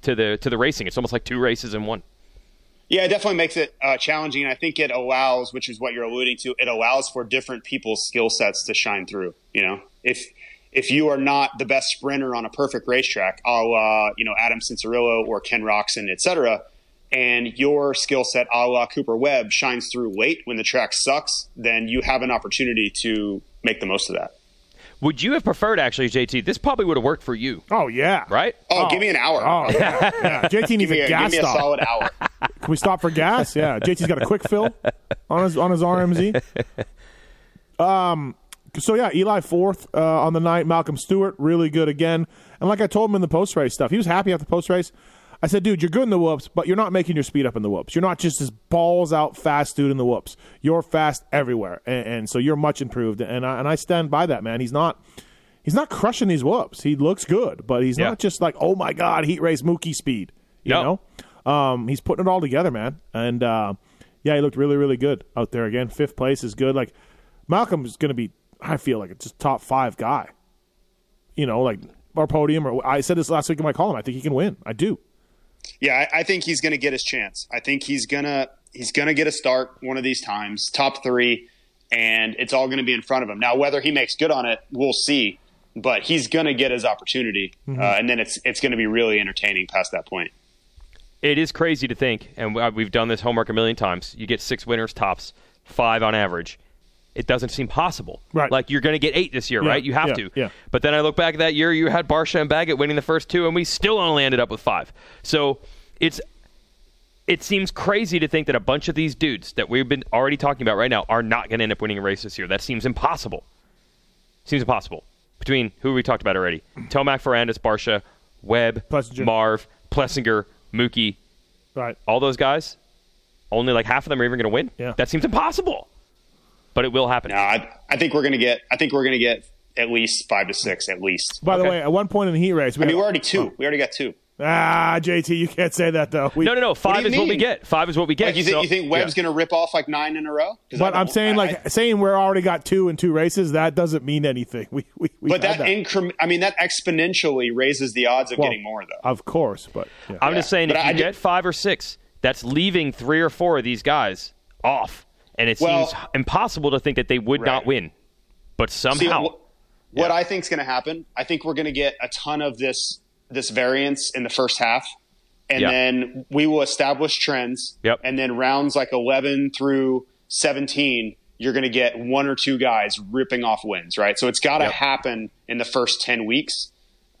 [SPEAKER 4] to the to the racing. It's almost like two races in one.
[SPEAKER 5] Yeah, it definitely makes it uh, challenging. And I think it allows, which is what you're alluding to, it allows for different people's skill sets to shine through. You know, if if you are not the best sprinter on a perfect racetrack, a la you know Adam Cincerillo or Ken Roxon, et cetera, and your skill set, a la Cooper Webb, shines through late when the track sucks, then you have an opportunity to make the most of that.
[SPEAKER 4] Would you have preferred actually, JT? This probably would have worked for you,
[SPEAKER 1] Oh yeah,
[SPEAKER 4] right?
[SPEAKER 5] Oh, give me an hour.
[SPEAKER 1] Oh
[SPEAKER 4] (laughs)
[SPEAKER 1] yeah, yeah. JT needs
[SPEAKER 5] give, me
[SPEAKER 1] a
[SPEAKER 5] a,
[SPEAKER 1] gas
[SPEAKER 5] give me a
[SPEAKER 1] stop.
[SPEAKER 5] solid hour.
[SPEAKER 1] (laughs) Can we stop for gas? Yeah, JT's got a quick fill on his on his RMZ. Um. So yeah, Eli fourth uh, on the night. Malcolm Stewart really good again. And like I told him in the post race stuff, he was happy after post race. I said, dude, you're good in the whoops, but you're not making your speed up in the whoops. You're not just this balls out fast dude in the whoops. You're fast everywhere, and, and so you're much improved. And I, and I stand by that, man. He's not he's not crushing these whoops. He looks good, but he's
[SPEAKER 4] Yeah.
[SPEAKER 1] not just like, oh my god, heat race Mookie speed. You
[SPEAKER 4] Yep.
[SPEAKER 1] know, um, he's putting it all together, man. And uh, yeah, he looked really, really good out there again. Fifth place is good. Like Malcolm is going to be, I feel like, just top five guy. You know, like our podium. Or I said this last week in my column. I think he can win. I do.
[SPEAKER 5] Yeah, I, I think he's going to get his chance. I think he's gonna he's gonna get a start one of these times, top three, and it's all going to be in front of him. Now, whether he makes good on it, we'll see. But he's going to get his opportunity,
[SPEAKER 1] Mm-hmm.
[SPEAKER 5] uh, and then it's it's going to be really entertaining past that point.
[SPEAKER 4] It is crazy to think, and we- uh, we've done this homework a million times. You get six winners tops, five on average. It doesn't seem possible.
[SPEAKER 1] Right.
[SPEAKER 4] Like you're going to get eight this year,
[SPEAKER 1] Yeah,
[SPEAKER 4] right? You have
[SPEAKER 1] yeah,
[SPEAKER 4] to.
[SPEAKER 1] yeah.
[SPEAKER 4] But then I look back that year, you had Barsha and Baggett winning the first two, and we still only ended up with five. So it's it seems crazy to think that a bunch of these dudes that we've been already talking about right now are not going to end up winning a race this year. That seems impossible. Seems impossible. Between who we talked about already, Tomac, Ferrandis, Barsha, Webb,
[SPEAKER 1] Plessinger.
[SPEAKER 4] Marv, Plessinger, Mookie,
[SPEAKER 1] Right.
[SPEAKER 4] all those guys, only like half of them are even going to win.
[SPEAKER 1] Yeah.
[SPEAKER 4] That seems impossible, but it will happen.
[SPEAKER 5] Uh, I, I think we're going to get I think we're going to get at least five to six at least.
[SPEAKER 1] By the
[SPEAKER 4] Okay.
[SPEAKER 1] way, at one point in the heat race, we
[SPEAKER 5] I mean, we're already two. We already got two.
[SPEAKER 1] ah JT, you can't say that though. We,
[SPEAKER 4] No, no, no. Five
[SPEAKER 5] you
[SPEAKER 4] is what we
[SPEAKER 5] mean?
[SPEAKER 4] get. Five is what we get.
[SPEAKER 5] Like you think
[SPEAKER 4] So-
[SPEAKER 5] you think Webb's going to rip off like nine in a row? 'Cause I
[SPEAKER 1] But
[SPEAKER 5] don't-
[SPEAKER 1] I'm saying,
[SPEAKER 5] I-
[SPEAKER 1] like,
[SPEAKER 5] I-
[SPEAKER 1] saying we're already got two in two races, that doesn't mean anything. (laughs) We, we, we
[SPEAKER 5] but
[SPEAKER 1] had
[SPEAKER 5] that, increment, I mean, that exponentially raises the odds of
[SPEAKER 1] Well,
[SPEAKER 5] getting more though.
[SPEAKER 1] Of course, but yeah.
[SPEAKER 4] I'm just saying, if
[SPEAKER 5] But
[SPEAKER 4] you
[SPEAKER 5] I- I
[SPEAKER 4] get
[SPEAKER 5] ju-
[SPEAKER 4] five or six, that's leaving three or four of these guys off, and it
[SPEAKER 5] Well-
[SPEAKER 4] seems impossible to think that they would not
[SPEAKER 5] Right.
[SPEAKER 4] win. But
[SPEAKER 5] See,
[SPEAKER 4] somehow,
[SPEAKER 5] wh- what I think's going to happen, I think we're going to get a ton of this this variance in the first half, and
[SPEAKER 4] Yeah.
[SPEAKER 5] then we will establish trends.
[SPEAKER 4] Yep.
[SPEAKER 5] And then rounds like eleven through seventeen, you're going to get one or two guys ripping off wins, right? So it's got to happen in the first ten weeks.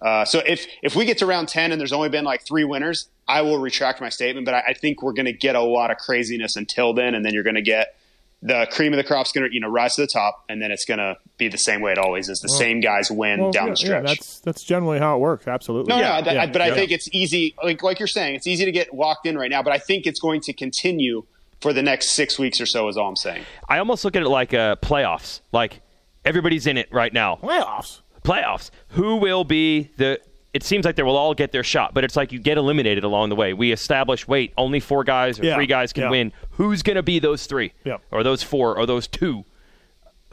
[SPEAKER 5] Uh, so if if we get to round ten and there's only been like three winners, I will retract my statement. But I, I think we're going to get a lot of craziness until then, and then you're going to get the cream of the crop's going to you know rise to the top, and then it's going to be the same way it always is. The same guys win
[SPEAKER 1] Well,
[SPEAKER 5] down
[SPEAKER 1] yeah,
[SPEAKER 5] the stretch.
[SPEAKER 1] Yeah, that's that's generally how it works. Absolutely.
[SPEAKER 5] no,
[SPEAKER 1] yeah,
[SPEAKER 5] no, that,
[SPEAKER 1] yeah,
[SPEAKER 5] but I
[SPEAKER 1] yeah.
[SPEAKER 5] think it's easy, like like you're saying, it's easy to get locked in right now. But I think it's going to continue for the next six weeks or so. Is all I'm saying.
[SPEAKER 4] I almost look at it like uh, playoffs. Like everybody's in it right now.
[SPEAKER 1] playoffs.
[SPEAKER 4] playoffs. Who will be the? It seems like they will all get their shot, but it's like you get eliminated along the way. We establish wait, only four guys or
[SPEAKER 1] Yeah,
[SPEAKER 4] three guys can
[SPEAKER 1] yeah.
[SPEAKER 4] win. Who's going to be those three?
[SPEAKER 1] Yeah.
[SPEAKER 4] Or those four? Or those two?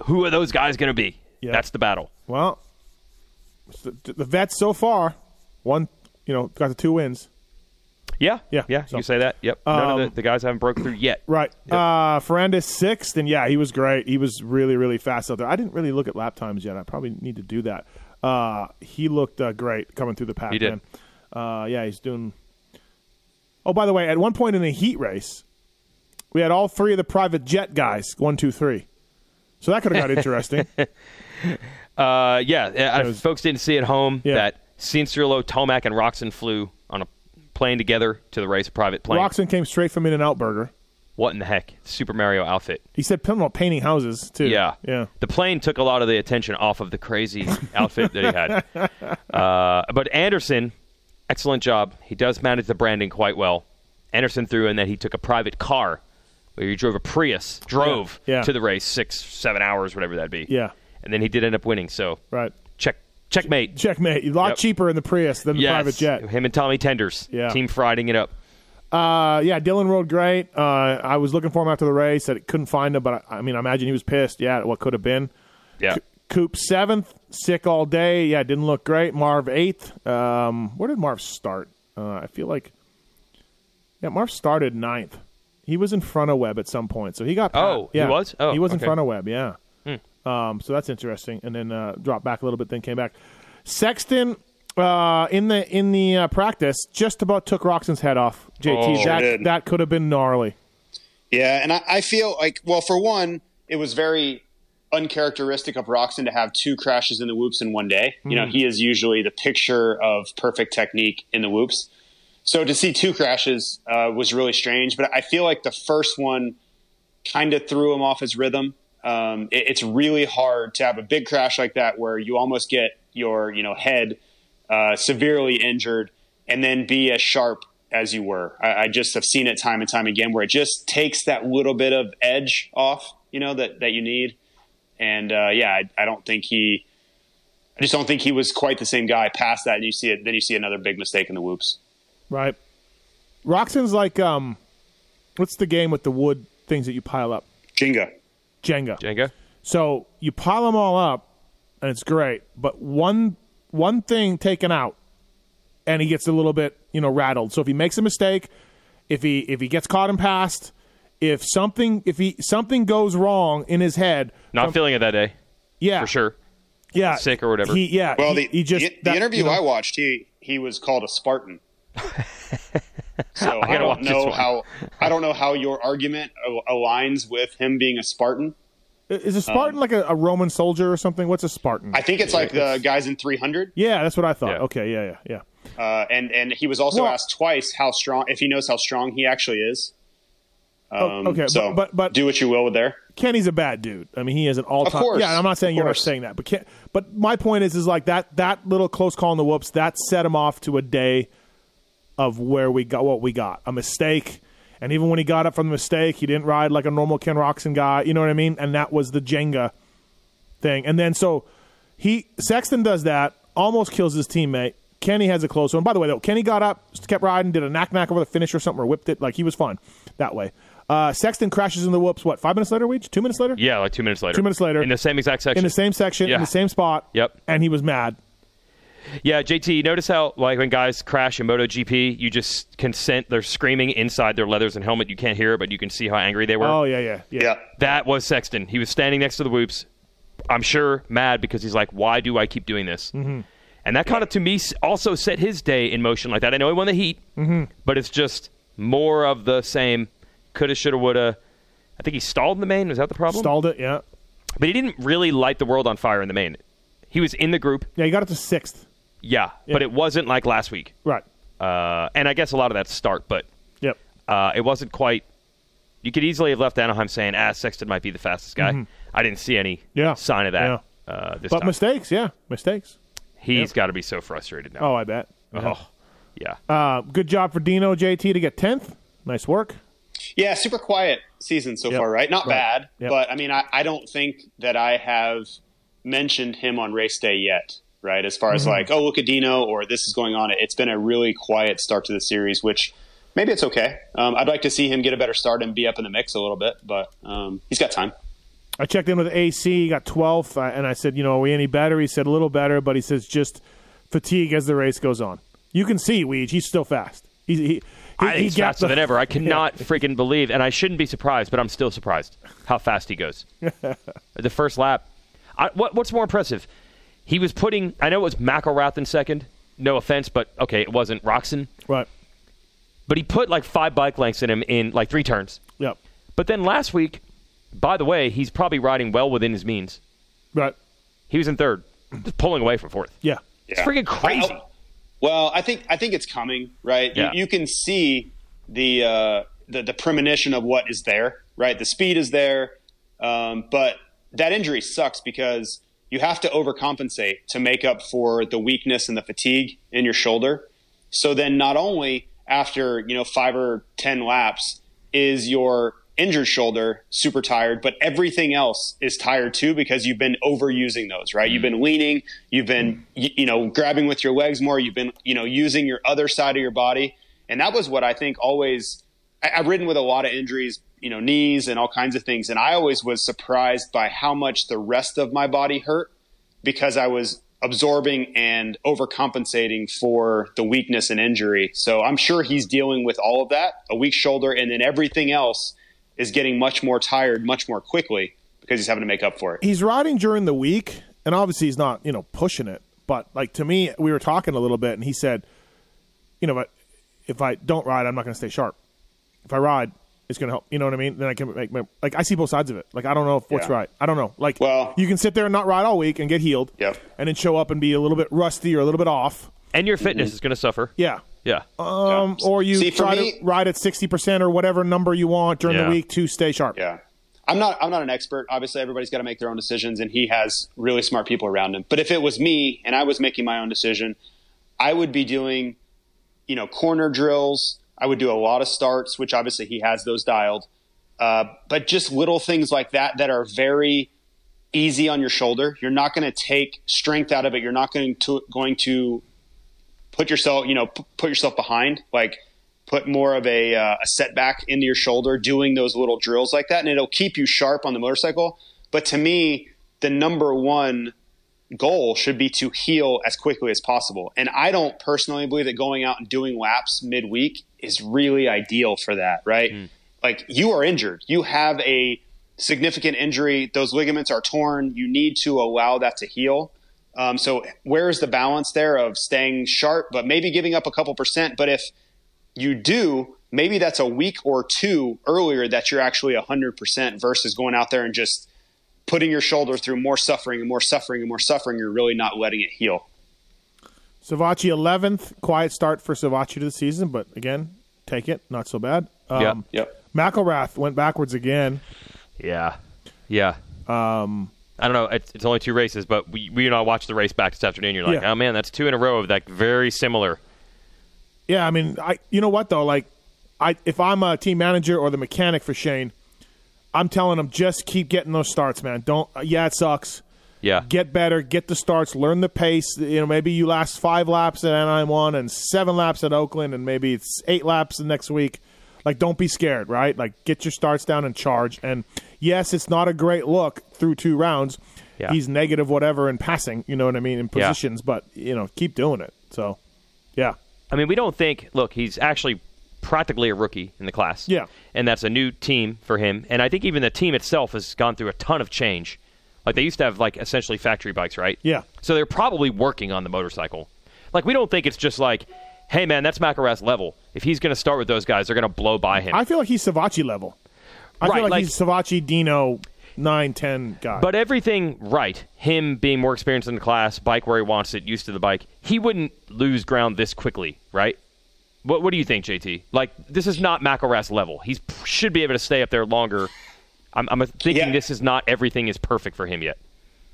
[SPEAKER 4] Who are those guys going to be?
[SPEAKER 1] Yeah.
[SPEAKER 4] That's the battle.
[SPEAKER 1] Well, the, the vets so far, one you know got the two wins.
[SPEAKER 4] Yeah.
[SPEAKER 1] Yeah,
[SPEAKER 4] Yeah.
[SPEAKER 1] so- um,
[SPEAKER 4] You say that. Yep. None of the, the guys haven't broke through yet.
[SPEAKER 1] Right. Uh Ferrandis sixth, and yeah, he was great. He was really, really fast out there. I didn't really look at lap times yet. I probably need to do that. Uh he looked uh, great coming through the pack.
[SPEAKER 4] He did.
[SPEAKER 1] man. Uh yeah, he's doing Oh, by the way, at one point in the heat race, we had all three of the private jet guys, one, two, three. So that could
[SPEAKER 4] (laughs)
[SPEAKER 1] have got interesting.
[SPEAKER 4] Uh, yeah. uh, folks didn't see at home
[SPEAKER 1] Yeah.
[SPEAKER 4] that Cincerillo, Tomac, and Roxon flew on a plane together to the race, a private plane.
[SPEAKER 1] Roxon came straight from In and Out Burger.
[SPEAKER 4] what in the heck? Super Mario outfit.
[SPEAKER 1] He said "Pim- well, painting houses too.
[SPEAKER 4] Yeah.
[SPEAKER 1] yeah.
[SPEAKER 4] The plane took a lot of the attention off of
[SPEAKER 1] (laughs)
[SPEAKER 4] the crazy outfit that he had. Uh, but Anderson, excellent job. He does manage the branding quite well. Anderson threw in that he took a private car where he drove a Prius, drove
[SPEAKER 1] Yeah. Yeah.
[SPEAKER 4] to the race six, seven hours, whatever that'd be.
[SPEAKER 1] Yeah.
[SPEAKER 4] And then he did end up winning. So
[SPEAKER 1] Right.
[SPEAKER 4] check checkmate.
[SPEAKER 1] Checkmate. A lot
[SPEAKER 4] Yep.
[SPEAKER 1] cheaper in the Prius than the
[SPEAKER 4] Yes.
[SPEAKER 1] private jet.
[SPEAKER 4] Him and Tommy Tenders.
[SPEAKER 1] Yeah.
[SPEAKER 4] Team Friday it up.
[SPEAKER 1] Uh, yeah, Dylan rode great. Uh, I was looking for him after the race. I couldn't find him, but I, I mean, I imagine he was pissed. Yeah, at what could have been.
[SPEAKER 4] Yeah.
[SPEAKER 1] Coop seventh, sick all day. Yeah, didn't look great. Marv eighth. Um, where did Marv start? Uh, I feel like yeah, Marv started ninth. He was in front of Webb at some point, so he got. pa-
[SPEAKER 4] Oh, he
[SPEAKER 1] yeah.
[SPEAKER 4] was? Oh,
[SPEAKER 1] he was in
[SPEAKER 4] okay. Hmm.
[SPEAKER 1] front of Webb. Yeah. Um, so that's interesting. And then uh, dropped back a little bit, then came back. Sexton uh, in the in the uh, practice just about took Roxon's head off. JT,
[SPEAKER 4] Oh,
[SPEAKER 1] that
[SPEAKER 5] did.
[SPEAKER 1] that could have been gnarly.
[SPEAKER 5] Yeah, and I, I feel like, well, for one, it was very uncharacteristic of Roxon to have two crashes in the whoops in one day. You know, he is usually the picture of perfect technique in the whoops. So to see two crashes uh, was really strange, but I feel like the first one kind of threw him off his rhythm. Um, it- it's really hard to have a big crash like that where you almost get your you know head uh, severely injured and then be as sharp as you were. I, I just have seen it time and time again where it just takes that little bit of edge off, you know, that, that you need. And uh, yeah, I, I don't think he, I just don't think he was quite the same guy past that. And you see it, then you see another big mistake in the whoops.
[SPEAKER 1] Right. Roxon's like um, what's the game with the wood things that you pile up?
[SPEAKER 5] Jenga.
[SPEAKER 1] Jenga.
[SPEAKER 4] Jenga.
[SPEAKER 1] So you pile them all up, and it's great. But one one thing taken out, and he gets a little bit you know rattled. So if he makes a mistake, if he if he gets caught and passed, if something if he something goes wrong in his head,
[SPEAKER 4] Not
[SPEAKER 1] from-
[SPEAKER 4] feeling it that day,
[SPEAKER 1] yeah
[SPEAKER 4] for sure.
[SPEAKER 1] yeah
[SPEAKER 4] sick or whatever.
[SPEAKER 1] He, yeah,
[SPEAKER 5] Well,
[SPEAKER 1] he,
[SPEAKER 5] the,
[SPEAKER 1] he just
[SPEAKER 5] the, the
[SPEAKER 1] that-
[SPEAKER 5] interview
[SPEAKER 1] you know,
[SPEAKER 5] I watched, he he was called a Spartan.
[SPEAKER 1] (laughs)
[SPEAKER 5] so I,
[SPEAKER 4] gotta watch
[SPEAKER 5] don't
[SPEAKER 4] this
[SPEAKER 5] know
[SPEAKER 4] one.
[SPEAKER 5] how I don't know how your argument al- aligns with him being a Spartan.
[SPEAKER 1] is a Spartan like a, a Roman soldier or something? What's a Spartan?
[SPEAKER 5] Um, I think it's like the guys in 300,
[SPEAKER 1] yeah, that's what I thought.
[SPEAKER 4] Yeah.
[SPEAKER 1] Okay, yeah, yeah, yeah.
[SPEAKER 5] uh, and and he was also
[SPEAKER 1] Well-
[SPEAKER 5] asked twice how strong if he knows how strong he actually is. Um,
[SPEAKER 1] Oh, okay,
[SPEAKER 5] so
[SPEAKER 1] but- but- but-
[SPEAKER 5] do what you will with there.
[SPEAKER 1] Kenny's a bad dude. I mean, he is an all-time.
[SPEAKER 5] course,
[SPEAKER 1] yeah, and I'm not saying
[SPEAKER 5] of
[SPEAKER 1] you're not
[SPEAKER 5] course.
[SPEAKER 1] saying that, but Ken, but my point is, is like that that little close call in the whoops that set him off to a day of where we got what we got a mistake, and even when he got up from the mistake, he didn't ride like a normal Ken Roxon guy. You know what I mean? And that was the Jenga thing. And then so he Sexton does that, almost kills his teammate. Kenny has a close one. By the way, though, Kenny got up, kept riding, did a knack knack over the finish or something, or whipped it. Like he was fine that way. Uh, Sexton crashes in the whoops. What? Five minutes later, Weech? Two minutes later?
[SPEAKER 4] Yeah, like two minutes later.
[SPEAKER 1] Two minutes later.
[SPEAKER 4] In the same exact section.
[SPEAKER 1] In the same section,
[SPEAKER 4] Yeah.
[SPEAKER 1] in the same spot.
[SPEAKER 4] Yep.
[SPEAKER 1] And he was mad.
[SPEAKER 4] Yeah, JT, you notice how like when guys crash in MotoGP, you just consent. They're screaming inside their leathers and helmet. You can't hear it, but you can see how angry they were.
[SPEAKER 1] Oh yeah, yeah, yeah.
[SPEAKER 5] Yeah,
[SPEAKER 4] That was Sexton. He was standing next to the whoops. I'm sure mad because he's like, why do I keep doing this? Mm-hmm. And that kind of to me s- also set his day in motion like that. I know he won the heat, but it's just more of the same. Coulda, shoulda, woulda. I think he stalled in the main. Was that the problem?
[SPEAKER 1] Stalled it. Yeah.
[SPEAKER 4] But he didn't really light the world on fire in the main. He was in the group,
[SPEAKER 1] Yeah. He got up to sixth.
[SPEAKER 4] yeah, but it wasn't like last week.
[SPEAKER 1] Right.
[SPEAKER 4] Uh, and I guess a lot of that's start, but
[SPEAKER 1] Yep.
[SPEAKER 4] uh, it wasn't quite. You could easily have left Anaheim saying, "Ah, Sexton might be the fastest guy." I didn't see any
[SPEAKER 1] Mm-hmm. Yeah.
[SPEAKER 4] sign of that. Uh, this
[SPEAKER 1] But
[SPEAKER 4] time.
[SPEAKER 1] mistakes. Yeah. Mistakes.
[SPEAKER 4] He's got to be so frustrated now.
[SPEAKER 1] Oh, I bet.
[SPEAKER 4] Oh, yeah.
[SPEAKER 1] Uh, good job for Dino JT to get tenth. Nice work.
[SPEAKER 5] yeah, super quiet season so
[SPEAKER 1] Yep.
[SPEAKER 5] far, right? Not
[SPEAKER 1] Right.
[SPEAKER 5] bad,
[SPEAKER 1] Yep.
[SPEAKER 5] but I mean, I, I don't think that I have mentioned him on race day yet, right? As far as
[SPEAKER 1] Mm-hmm.
[SPEAKER 5] like, oh, look at Dino, or this is going on. It's been a really quiet start to the series, which maybe it's okay. Um, I'd like to see him get a better start and be up in the mix a little bit, but um, he's got time.
[SPEAKER 1] I checked in with AC. He got 12th, uh, and I said, "You know, are we any better?" He said, "A little better," but he says, "Just fatigue as the race goes on." You can see Weege; he's still fast. He, he, he,
[SPEAKER 4] I,
[SPEAKER 1] he
[SPEAKER 4] he's
[SPEAKER 1] got
[SPEAKER 4] faster
[SPEAKER 1] the-
[SPEAKER 4] than
[SPEAKER 1] (laughs)
[SPEAKER 4] ever. I cannot freaking believe, and I shouldn't be surprised, but I'm still surprised how fast
[SPEAKER 1] (laughs)
[SPEAKER 4] he goes. the first lap. I, what, what's more impressive? He was putting. I know it was McElrath in second. No offense, but okay, it wasn't Roxon.
[SPEAKER 1] Right.
[SPEAKER 4] But he put like five bike lengths in him in like three turns.
[SPEAKER 1] Yep.
[SPEAKER 4] But then last week, by the way, he's probably riding well within his means.
[SPEAKER 1] Right.
[SPEAKER 4] He was in third, just pulling away from fourth.
[SPEAKER 1] Yeah.
[SPEAKER 4] It's freaking crazy.
[SPEAKER 5] Well, I think I think it's coming, right?
[SPEAKER 4] Yeah.
[SPEAKER 5] You, you can see the uh, the, the premonition of what is there, right? The speed is there, um, but that injury sucks because you have to overcompensate to make up for the weakness and the fatigue in your shoulder. So then, not only after you know five or ten laps is your injured shoulder super tired, but everything else is tired too because you've been overusing those, right? You've been leaning, you've been y- you know grabbing with your legs more, you've been you know using your other side of your body, and that was what I think always. I, I've ridden with a lot of injuries, you know, knees and all kinds of things, and I always was surprised by how much the rest of my body hurt because I was absorbing and overcompensating for the weakness and injury. So I'm sure he's dealing with all of that, a weak shoulder, and then everything else is getting much more tired much more quickly because he's having to make up for it.
[SPEAKER 1] he's riding during the week, and obviously he's not, you know, pushing it. But like to me, we were talking a little bit, and he said, you know, if I, if I don't ride, I'm not going to stay sharp. If I ride, it's going to help. You know what I mean? Then I can make my, like I see both sides of it. Like I don't know if what's
[SPEAKER 5] Yeah.
[SPEAKER 1] right. I don't know. Like
[SPEAKER 5] Well-
[SPEAKER 1] you can sit there and not ride all week and get healed,
[SPEAKER 5] Yep.
[SPEAKER 1] and then show up and be a little bit rusty or a little bit off.
[SPEAKER 4] And your fitness is going to suffer.
[SPEAKER 1] mm-hmm. Yeah.
[SPEAKER 4] Yeah.
[SPEAKER 1] Um, or you
[SPEAKER 5] See, for
[SPEAKER 1] try
[SPEAKER 5] me-
[SPEAKER 1] to ride at sixty percent or whatever number you want during
[SPEAKER 4] Yeah.
[SPEAKER 1] the week to stay sharp.
[SPEAKER 5] Yeah. I'm not I'm not an expert. Obviously everybody's got to make their own decisions and he has really smart people around him. But if it was me and I was making my own decision, I would be doing you know corner drills. I would do a lot of starts, which obviously he has those dialed. Uh, but just little things like that that are very easy on your shoulder. You're not going to take strength out of it. You're not going to going to put yourself, you know, p- put yourself behind, like put more of a, uh, a setback into your shoulder doing those little drills like that. And it'll keep you sharp on the motorcycle. But to me, the number one goal should be to heal as quickly as possible. And I don't personally believe that going out and doing laps midweek is really ideal for that, right? Like you are injured, you have a significant injury, those ligaments are torn, you need to allow that to heal. Um, so where is the balance there of staying sharp, but maybe giving up a couple percent? But if you do, maybe that's a week or two earlier that you're actually 100% versus going out there and just putting your shoulder through more suffering and more suffering and more suffering. You're really not letting it heal.
[SPEAKER 1] Savachi eleventh, quiet start for Savachi to the season, but again, take it, not so bad. Um,
[SPEAKER 4] Yeah.
[SPEAKER 5] Yep.
[SPEAKER 1] McElrath went backwards again.
[SPEAKER 4] Yeah. Yeah. Um, I don't know. It's, it's only two races, but we, we and I watched the race back this afternoon. You're like,
[SPEAKER 1] Yeah.
[SPEAKER 4] oh man, that's two in a row of that very similar.
[SPEAKER 1] Yeah, I mean, I you know what though, like, I if I'm a team manager or the mechanic for Shane, I'm telling him just keep getting those starts, man. Don't yeah, it sucks.
[SPEAKER 4] Yeah.
[SPEAKER 1] Get better, get the starts, learn the pace. You know, maybe you last five laps at NI one and seven laps at Oakland, and maybe it's eight laps the next week. Like, don't be scared, right? Like, get your starts down and charge. And yes, it's not a great look through two rounds.
[SPEAKER 4] Yeah.
[SPEAKER 1] He's negative whatever in passing. You know what I mean in
[SPEAKER 4] Yeah.
[SPEAKER 1] positions, but you know, keep doing it. So, yeah.
[SPEAKER 4] I mean, we don't think. Look, he's actually practically a rookie in the class.
[SPEAKER 1] Yeah.
[SPEAKER 4] and that's a new team for him. And I think even the team itself has gone through a ton of change. Like they used to have like essentially factory bikes, right?
[SPEAKER 1] Yeah.
[SPEAKER 4] So they're probably working on the motorcycle. Like we don't think it's just like, hey man, that's Macaras level. If he's going to start with those guys, they're going to blow by him.
[SPEAKER 1] I feel like he's Savachi level. I
[SPEAKER 4] Right,
[SPEAKER 1] feel like,
[SPEAKER 4] like-
[SPEAKER 1] he's Savachi Dino nine ten guy.
[SPEAKER 4] But everything right, him being more experienced in the class, bike where he wants it, used to the bike, he wouldn't lose ground this quickly, right? What What do you think, JT? Like this is not McElrath's level. He should be able to stay up there longer. I'm, I'm thinking
[SPEAKER 5] Yeah.
[SPEAKER 4] this is not everything is perfect for him yet.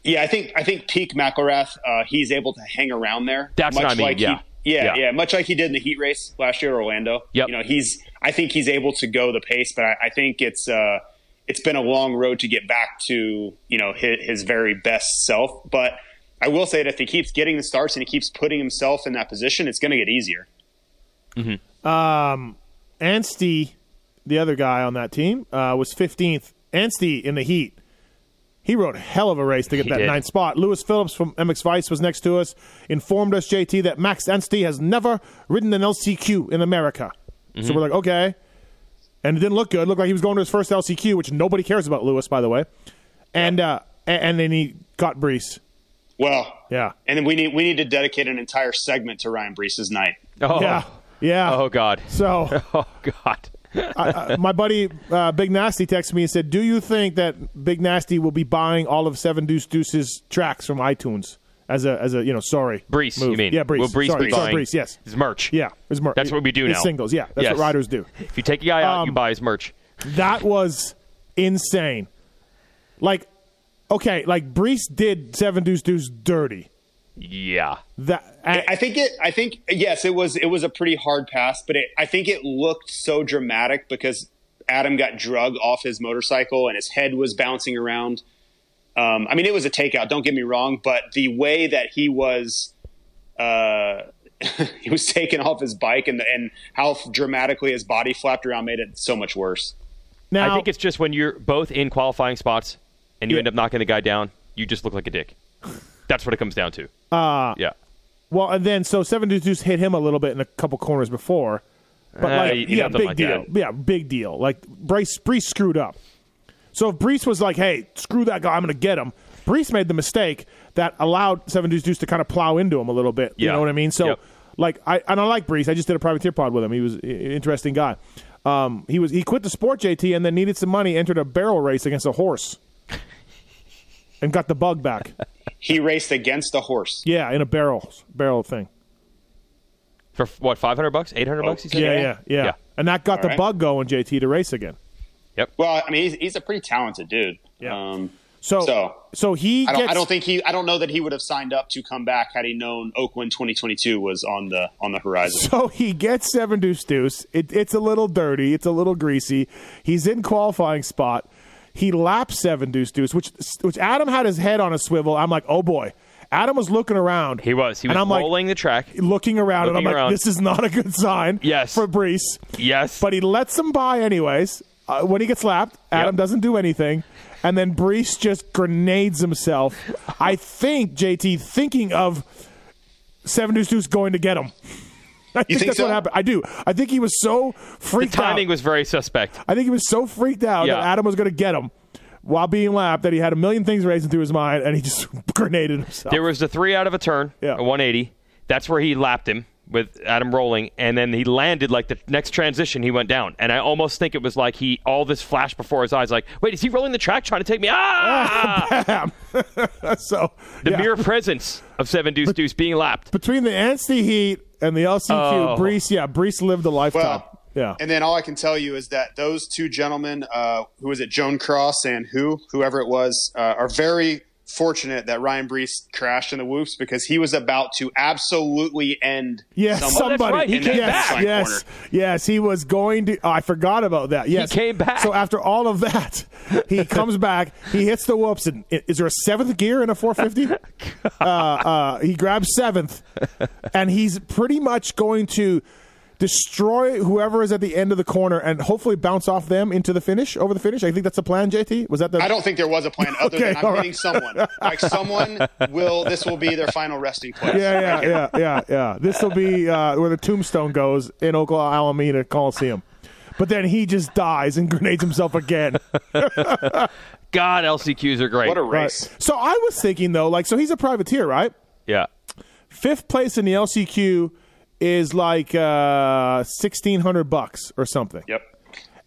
[SPEAKER 5] Yeah, I think I think peak McElrath, uh, he's able to hang around there.
[SPEAKER 4] That's what I mean,
[SPEAKER 5] Like
[SPEAKER 4] yeah.
[SPEAKER 5] He, yeah,
[SPEAKER 4] Yeah.
[SPEAKER 5] yeah, Much like he did in the heat race last year, at Orlando.
[SPEAKER 4] Yep.
[SPEAKER 5] You know, he's. I think he's able to go the pace, but I, I think it's uh, it's been a long road to get back to you know his, his very best self. But I will say that if he keeps getting the starts and he keeps putting himself in that position, it's going to get easier.
[SPEAKER 1] Anstey, the other guy on that team, uh, was fifteenth. Anstey in the heat. He rode a hell of a race to get
[SPEAKER 4] He
[SPEAKER 1] that
[SPEAKER 4] did.
[SPEAKER 1] ninth spot. Lewis Phillips from MX Vice was next to us, informed us, JT, that Max Anstey has never ridden an LCQ in America.
[SPEAKER 4] Mm-hmm.
[SPEAKER 1] So we're like, okay. And it didn't look good. It looked like he was going to his first LCQ, which nobody cares about Lewis, by the way. And uh, a- and then he got Brees.
[SPEAKER 5] Well,
[SPEAKER 1] Yeah.
[SPEAKER 5] and then we need we need to dedicate an entire segment to Ryan Brees's night.
[SPEAKER 4] Oh,
[SPEAKER 1] Yeah. Yeah.
[SPEAKER 4] oh God, (laughs)
[SPEAKER 1] So
[SPEAKER 4] oh God.
[SPEAKER 1] uh, my buddy uh, Big Nasty texted me and said, "Do you think that Big Nasty will be buying all of Seven Deuce Deuce's tracks from iTunes as a as a you know sorry
[SPEAKER 4] Brees,
[SPEAKER 1] move.
[SPEAKER 4] you mean?
[SPEAKER 1] Yeah, Brees.
[SPEAKER 4] Will Brees
[SPEAKER 1] sorry,
[SPEAKER 4] be
[SPEAKER 1] sorry,
[SPEAKER 4] buying
[SPEAKER 1] Brees, yes.
[SPEAKER 4] his merch?
[SPEAKER 1] Yeah, it's mer-
[SPEAKER 4] That's what we do
[SPEAKER 1] it's
[SPEAKER 4] now.
[SPEAKER 1] Singles, yeah, that's
[SPEAKER 4] Yes.
[SPEAKER 1] what riders do.
[SPEAKER 4] If you take a guy out, you
[SPEAKER 1] Um,
[SPEAKER 4] buy his merch.
[SPEAKER 1] That was insane. Like, okay, like Brees did seven deuce deuce dirty.
[SPEAKER 4] Yeah.
[SPEAKER 1] That and,
[SPEAKER 5] I think it. I think yes, it was. It was a pretty hard pass, but it, I think it looked so dramatic because Adam got drug off his motorcycle and his head was bouncing around. Um, I mean, it was a takeout. Don't get me wrong, but the way that he was, uh, (laughs) he was taken off his bike and and how dramatically his body flapped around made it so much worse.
[SPEAKER 1] now
[SPEAKER 4] I think it's just when you're both in qualifying spots and you
[SPEAKER 1] Yeah.
[SPEAKER 4] end up knocking the guy down, you just look like a dick. That's what it comes down to.
[SPEAKER 1] uh,
[SPEAKER 4] Yeah.
[SPEAKER 1] well, and then so seven deuce deuce hit him a little bit in a couple corners before, but
[SPEAKER 4] Uh,
[SPEAKER 1] like
[SPEAKER 4] you- you
[SPEAKER 1] yeah,
[SPEAKER 4] nothing
[SPEAKER 1] big
[SPEAKER 4] like
[SPEAKER 1] deal.
[SPEAKER 4] that.
[SPEAKER 1] Yeah, big deal. Like Brees Brees screwed up. So if Brees was like, "Hey, screw that guy, I'm going to get him," Brees made the mistake that allowed Seven Deuce Deuce to kind of plow into him a little bit. You
[SPEAKER 4] Yeah.
[SPEAKER 1] know what I mean? So,
[SPEAKER 4] Yep.
[SPEAKER 1] like, I and I like Brees. I just did a privateer pod with him. He was an interesting guy. Um, he was he quit the sport JT and then needed some money. Entered a barrel race against a horse, and got the bug
[SPEAKER 4] (laughs)
[SPEAKER 1] back.
[SPEAKER 5] He raced against a horse.
[SPEAKER 1] yeah, in a barrel barrel thing.
[SPEAKER 4] For f- what, 500 bucks? 800 bucks, he said?
[SPEAKER 1] Yeah, yeah, yeah.
[SPEAKER 4] Yeah.
[SPEAKER 1] And that got the
[SPEAKER 5] right.
[SPEAKER 1] bug going, JT, to race again.
[SPEAKER 5] Well, I mean, he's, he's a pretty talented dude.
[SPEAKER 1] Yeah.
[SPEAKER 5] Um,
[SPEAKER 1] So, so,
[SPEAKER 5] So,
[SPEAKER 1] he
[SPEAKER 5] I don't,
[SPEAKER 1] gets
[SPEAKER 5] I don't think he. I don't know that he would have signed up to come back had he known Oakland 2022 was on the on the horizon.
[SPEAKER 1] (laughs) So he gets seven deuce deuce. It, it's a little dirty. It's a little greasy. He's in qualifying spot. He laps seven deuce deuce, which which Adam had his head on a swivel. I'm like, oh boy. Adam was looking around.
[SPEAKER 4] He was. He was
[SPEAKER 1] and I'm
[SPEAKER 4] rolling the track.
[SPEAKER 1] like looking around, and I'm like,
[SPEAKER 4] Looking around.
[SPEAKER 1] this is not a good sign.
[SPEAKER 4] Yes.
[SPEAKER 1] for Brees.
[SPEAKER 4] Yes.
[SPEAKER 1] But he lets him by anyways. Uh, when he gets lapped, Adam
[SPEAKER 4] Yep.
[SPEAKER 1] doesn't do anything, and then Brees just grenades
[SPEAKER 4] (laughs)
[SPEAKER 1] himself. I think JT thinking of seven deuce deuce going to get him. (laughs) I think,
[SPEAKER 5] think
[SPEAKER 1] that's what
[SPEAKER 5] so?
[SPEAKER 1] happened. I do. I think he was so
[SPEAKER 4] the
[SPEAKER 1] freaked
[SPEAKER 4] timing
[SPEAKER 1] out.
[SPEAKER 4] was very suspect.
[SPEAKER 1] I think he was so freaked out that
[SPEAKER 4] Yeah.
[SPEAKER 1] Adam was going to get him while being lapped that he had a million things racing through his mind and he just (laughs) grenaded himself.
[SPEAKER 4] There was the three out of a turn,
[SPEAKER 1] Yeah.
[SPEAKER 4] a 180. That's where he lapped him with Adam rolling, and then he landed like the next transition. He went down, and I almost think it was like he all this flash before his eyes. Like, wait, is he rolling the track trying to take me?
[SPEAKER 1] (laughs)
[SPEAKER 4] Ah!
[SPEAKER 1] so
[SPEAKER 4] the
[SPEAKER 1] yeah.
[SPEAKER 4] mere presence of Seven Deuce Deuce being lapped.
[SPEAKER 1] between the Anstey Heat and the LCQ,
[SPEAKER 4] Oh.
[SPEAKER 1] Brees, yeah, Brees lived a lifetime.
[SPEAKER 5] Well,
[SPEAKER 1] yeah,
[SPEAKER 5] And then all I can tell you is that those two gentlemen, uh, who was it, Joan Cross and who, whoever it was, uh, are very fortunate that Ryan Brees crashed in the whoops because he was about to absolutely end.
[SPEAKER 1] Yes,
[SPEAKER 5] someone.
[SPEAKER 1] somebody.
[SPEAKER 4] Oh, right, he
[SPEAKER 5] In that came back. side
[SPEAKER 1] Yes, yes, he was going to. oh, I forgot about that. Yes,
[SPEAKER 4] came back.
[SPEAKER 1] So after all of that,
[SPEAKER 4] (laughs)
[SPEAKER 1] he comes back. He hits the whoops. And i- is there a seventh gear in a
[SPEAKER 4] (laughs)
[SPEAKER 1] 450? uh, uh, he grabs seventh, and he's pretty much going to destroy whoever is at the end of the corner and hopefully bounce off them into the finish over the finish. I think that's the plan. JT was that the
[SPEAKER 5] I don't think there was a plan other
[SPEAKER 1] Okay,
[SPEAKER 5] than I'm
[SPEAKER 1] all right.
[SPEAKER 5] hitting someone. Like someone will. This will be their final resting place.
[SPEAKER 1] yeah, yeah, yeah, yeah, yeah. This will be uh, where the tombstone goes in Oklahoma Alameda Coliseum. But then he just dies and (laughs) grenades himself again.
[SPEAKER 4] God, LCQs are great.
[SPEAKER 5] What a
[SPEAKER 1] Right.
[SPEAKER 5] race.
[SPEAKER 1] So I was thinking though, like, so he's a privateer, right?
[SPEAKER 4] yeah,
[SPEAKER 1] Fifth place in the LCQ is like uh, sixteen hundred bucks or something,
[SPEAKER 5] Yep.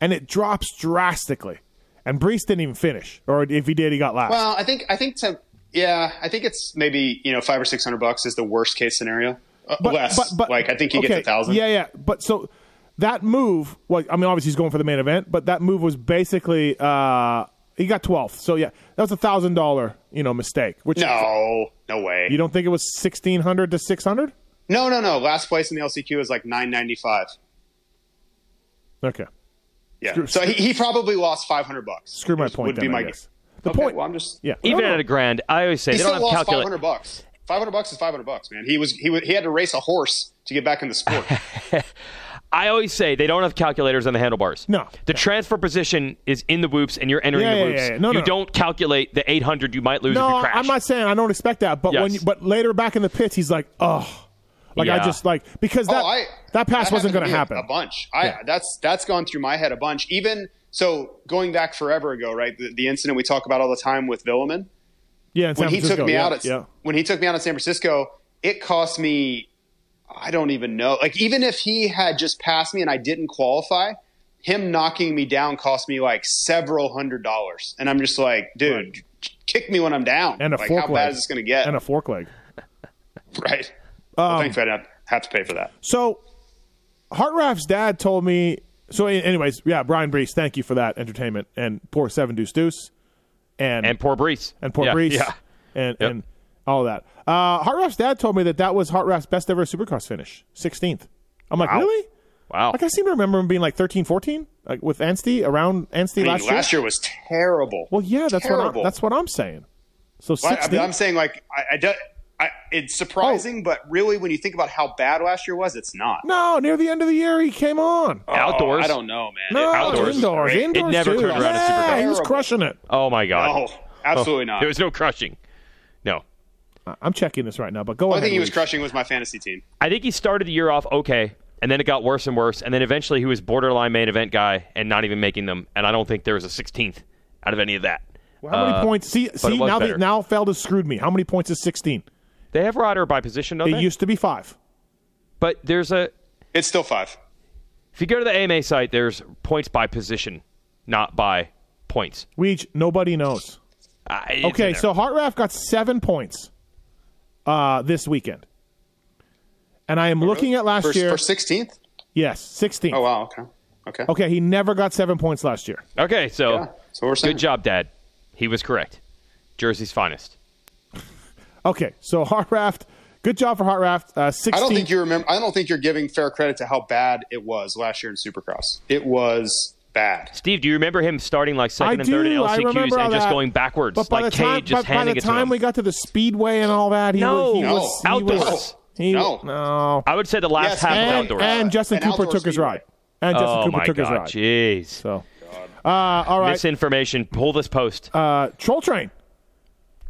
[SPEAKER 1] and it drops drastically. And Brees didn't even finish, or if he did, he got last.
[SPEAKER 5] Well, I think I think to yeah, I think it's maybe you know five or six hundred bucks is the worst case scenario. Uh, less, like I think he
[SPEAKER 1] okay,
[SPEAKER 5] gets a thousand.
[SPEAKER 1] Yeah, yeah. But so that move, well, I mean, obviously he's going for the main event, but that move was basically uh, he got twelfth. So yeah, that was a thousand dollar you know mistake. Which
[SPEAKER 5] No, no way.
[SPEAKER 1] you don't think it was sixteen hundred to six hundred?
[SPEAKER 5] no, no, no. Last place in the LCQ is like nine ninety five.
[SPEAKER 1] Okay,
[SPEAKER 5] Yeah.
[SPEAKER 1] Screw-
[SPEAKER 5] so he, he probably lost five hundred bucks.
[SPEAKER 1] screw my
[SPEAKER 5] Would-
[SPEAKER 1] point.
[SPEAKER 5] Would
[SPEAKER 1] then,
[SPEAKER 5] be
[SPEAKER 1] I
[SPEAKER 5] my
[SPEAKER 1] guess.
[SPEAKER 5] guess.
[SPEAKER 1] The
[SPEAKER 5] Okay,
[SPEAKER 1] point.
[SPEAKER 5] well, I'm just
[SPEAKER 1] yeah.
[SPEAKER 4] even
[SPEAKER 1] No, no.
[SPEAKER 4] at a grand, I always say
[SPEAKER 5] He
[SPEAKER 4] they
[SPEAKER 5] still
[SPEAKER 4] don't have
[SPEAKER 5] lost five
[SPEAKER 4] calculator.
[SPEAKER 5] hundred bucks. Five hundred bucks is five hundred bucks, man. He was he wa- he had to race a horse to get back in
[SPEAKER 4] (laughs)
[SPEAKER 5] the sport.
[SPEAKER 4] I always say they don't have calculators on the handlebars.
[SPEAKER 1] No.
[SPEAKER 4] the transfer position is in the whoops, and you're entering
[SPEAKER 1] Yeah, yeah,
[SPEAKER 4] the whoops.
[SPEAKER 1] yeah, yeah. No,
[SPEAKER 4] you
[SPEAKER 1] no.
[SPEAKER 4] don't calculate the 800 you might lose
[SPEAKER 1] No,
[SPEAKER 4] if you
[SPEAKER 1] I-
[SPEAKER 4] crash.
[SPEAKER 1] I'm not saying I don't expect that, but when
[SPEAKER 4] Yes.
[SPEAKER 1] you, but later back in the pits, he's like, oh, like I
[SPEAKER 4] Yeah.
[SPEAKER 1] just like because that
[SPEAKER 5] oh, I,
[SPEAKER 1] that pass wasn't
[SPEAKER 5] happened
[SPEAKER 1] going to
[SPEAKER 5] me a-
[SPEAKER 1] happen.
[SPEAKER 5] A bunch. I
[SPEAKER 1] Yeah.
[SPEAKER 5] that's that's gone through my head a bunch. Even so, going back forever ago, right? The, the incident we talk about all the time with Villeman
[SPEAKER 1] Yeah, in San
[SPEAKER 5] when he
[SPEAKER 1] Francisco,
[SPEAKER 5] took me
[SPEAKER 1] yeah,
[SPEAKER 5] out at
[SPEAKER 1] yeah.
[SPEAKER 5] when he took me out in San Francisco, it cost me. I don't even know. Like even if he had just passed me and I didn't qualify, him knocking me down cost me like several hundred dollars, and I'm just like, dude, kick me when I'm down.
[SPEAKER 1] and a
[SPEAKER 5] like,
[SPEAKER 1] fork
[SPEAKER 5] how
[SPEAKER 1] leg.
[SPEAKER 5] (laughs) bad is this going to get?
[SPEAKER 1] And a Um, fork leg.
[SPEAKER 5] Right. well, thanks, I didn't have to pay for that.
[SPEAKER 1] So, Hartraff's dad told me. So, a- anyways, yeah, Brian Brees, thank you for that entertainment. And poor Seven Deuce Deuce, and
[SPEAKER 4] And poor Brees.
[SPEAKER 1] and poor
[SPEAKER 4] yeah,
[SPEAKER 1] Brees,
[SPEAKER 4] Yeah.
[SPEAKER 1] and and all that. Uh, Hartraff's dad told me that that was Hartraff's best ever Supercross finish, sixteenth. I'm like, really?
[SPEAKER 4] Wow.
[SPEAKER 1] Like I seem to remember him being like 13, 14, like with Anstey around Anstey
[SPEAKER 5] I mean,
[SPEAKER 1] last year.
[SPEAKER 5] was terrible.
[SPEAKER 1] Well, yeah, that's what I,
[SPEAKER 5] Terrible.
[SPEAKER 1] that's what I'm saying. So
[SPEAKER 5] Well, I,
[SPEAKER 1] 16th,
[SPEAKER 5] am saying like I, I, do, I it's surprising, but really when you think about how bad last year was, it's not.
[SPEAKER 1] no, near the end of the year he came on.
[SPEAKER 5] Oh,
[SPEAKER 4] Outdoors.
[SPEAKER 5] I don't know, man.
[SPEAKER 1] No,
[SPEAKER 4] outdoors.
[SPEAKER 1] indoors,
[SPEAKER 5] Great.
[SPEAKER 1] indoors.
[SPEAKER 4] never
[SPEAKER 1] too.
[SPEAKER 4] turned around in
[SPEAKER 1] yeah,
[SPEAKER 4] Supercross.
[SPEAKER 1] he was
[SPEAKER 5] Terrible.
[SPEAKER 1] crushing it.
[SPEAKER 4] Oh my
[SPEAKER 5] No,
[SPEAKER 4] God.
[SPEAKER 5] absolutely not.
[SPEAKER 4] There was no crushing. No.
[SPEAKER 1] I'm checking this right now, but go
[SPEAKER 5] the only
[SPEAKER 1] ahead.
[SPEAKER 5] thing he was
[SPEAKER 1] Luis.
[SPEAKER 5] crushing was my fantasy team.
[SPEAKER 4] I think he started the year off okay, and then it got worse and worse, and then eventually he was borderline main event guy and not even making them. And I don't think there was a 16th out of any of that.
[SPEAKER 1] Well, How many
[SPEAKER 4] Uh,
[SPEAKER 1] points? See, see
[SPEAKER 4] it was
[SPEAKER 1] now
[SPEAKER 4] better.
[SPEAKER 1] that now Feld has screwed me. How many points is 16?
[SPEAKER 4] They have Ryder by position, don't
[SPEAKER 1] It
[SPEAKER 4] they?
[SPEAKER 1] used to be five.
[SPEAKER 4] but there's a
[SPEAKER 5] It's still five.
[SPEAKER 4] if you go to the AMA site, there's points by position, not by points.
[SPEAKER 1] Weege, nobody knows.
[SPEAKER 4] I- it's in
[SPEAKER 1] Okay,
[SPEAKER 4] there.
[SPEAKER 1] so Hartraff got seven points uh, this weekend, and I am looking at last
[SPEAKER 5] First,
[SPEAKER 1] year.
[SPEAKER 5] first 16th.
[SPEAKER 1] yes, 16.
[SPEAKER 5] Oh wow. Okay. Okay.
[SPEAKER 1] Okay, he never got seven points last year.
[SPEAKER 4] okay, so
[SPEAKER 5] Yeah, that's what we're saying.
[SPEAKER 4] good job, Dad. He was correct. Jersey's finest.
[SPEAKER 1] Okay, so Hartraft, good job for Hartraft. Uh, 16.
[SPEAKER 5] I don't think you remember. I don't think you're giving fair credit to how bad it was last year in Supercross. It was bad.
[SPEAKER 4] Steve, do you remember him starting like second
[SPEAKER 1] I
[SPEAKER 4] and third in
[SPEAKER 1] do, I remember
[SPEAKER 4] LCQs
[SPEAKER 1] all
[SPEAKER 4] and just
[SPEAKER 1] that.
[SPEAKER 4] going backwards,
[SPEAKER 1] But by
[SPEAKER 4] like
[SPEAKER 1] the
[SPEAKER 4] Cade
[SPEAKER 1] time,
[SPEAKER 4] just
[SPEAKER 1] but by
[SPEAKER 4] handing
[SPEAKER 1] the
[SPEAKER 4] it to
[SPEAKER 1] time
[SPEAKER 4] him?
[SPEAKER 1] we got to the speedway and all that, he
[SPEAKER 4] No.
[SPEAKER 1] was, he
[SPEAKER 4] No.
[SPEAKER 1] was he was-
[SPEAKER 4] Outdoors.
[SPEAKER 1] he-
[SPEAKER 5] No.
[SPEAKER 1] no.
[SPEAKER 4] I would say the last
[SPEAKER 5] Yes,
[SPEAKER 4] half
[SPEAKER 5] and-
[SPEAKER 4] was
[SPEAKER 1] And,
[SPEAKER 4] outdoors.
[SPEAKER 1] and Justin
[SPEAKER 5] An
[SPEAKER 1] Cooper
[SPEAKER 5] outdoor
[SPEAKER 1] took his
[SPEAKER 5] speedway.
[SPEAKER 1] ride. And Justin
[SPEAKER 4] oh
[SPEAKER 1] Cooper
[SPEAKER 4] my
[SPEAKER 1] took his
[SPEAKER 4] God,
[SPEAKER 1] ride.
[SPEAKER 4] jeez.
[SPEAKER 1] So, uh, all right,
[SPEAKER 4] Misinformation. Pull this post.
[SPEAKER 1] uh, Troll Train.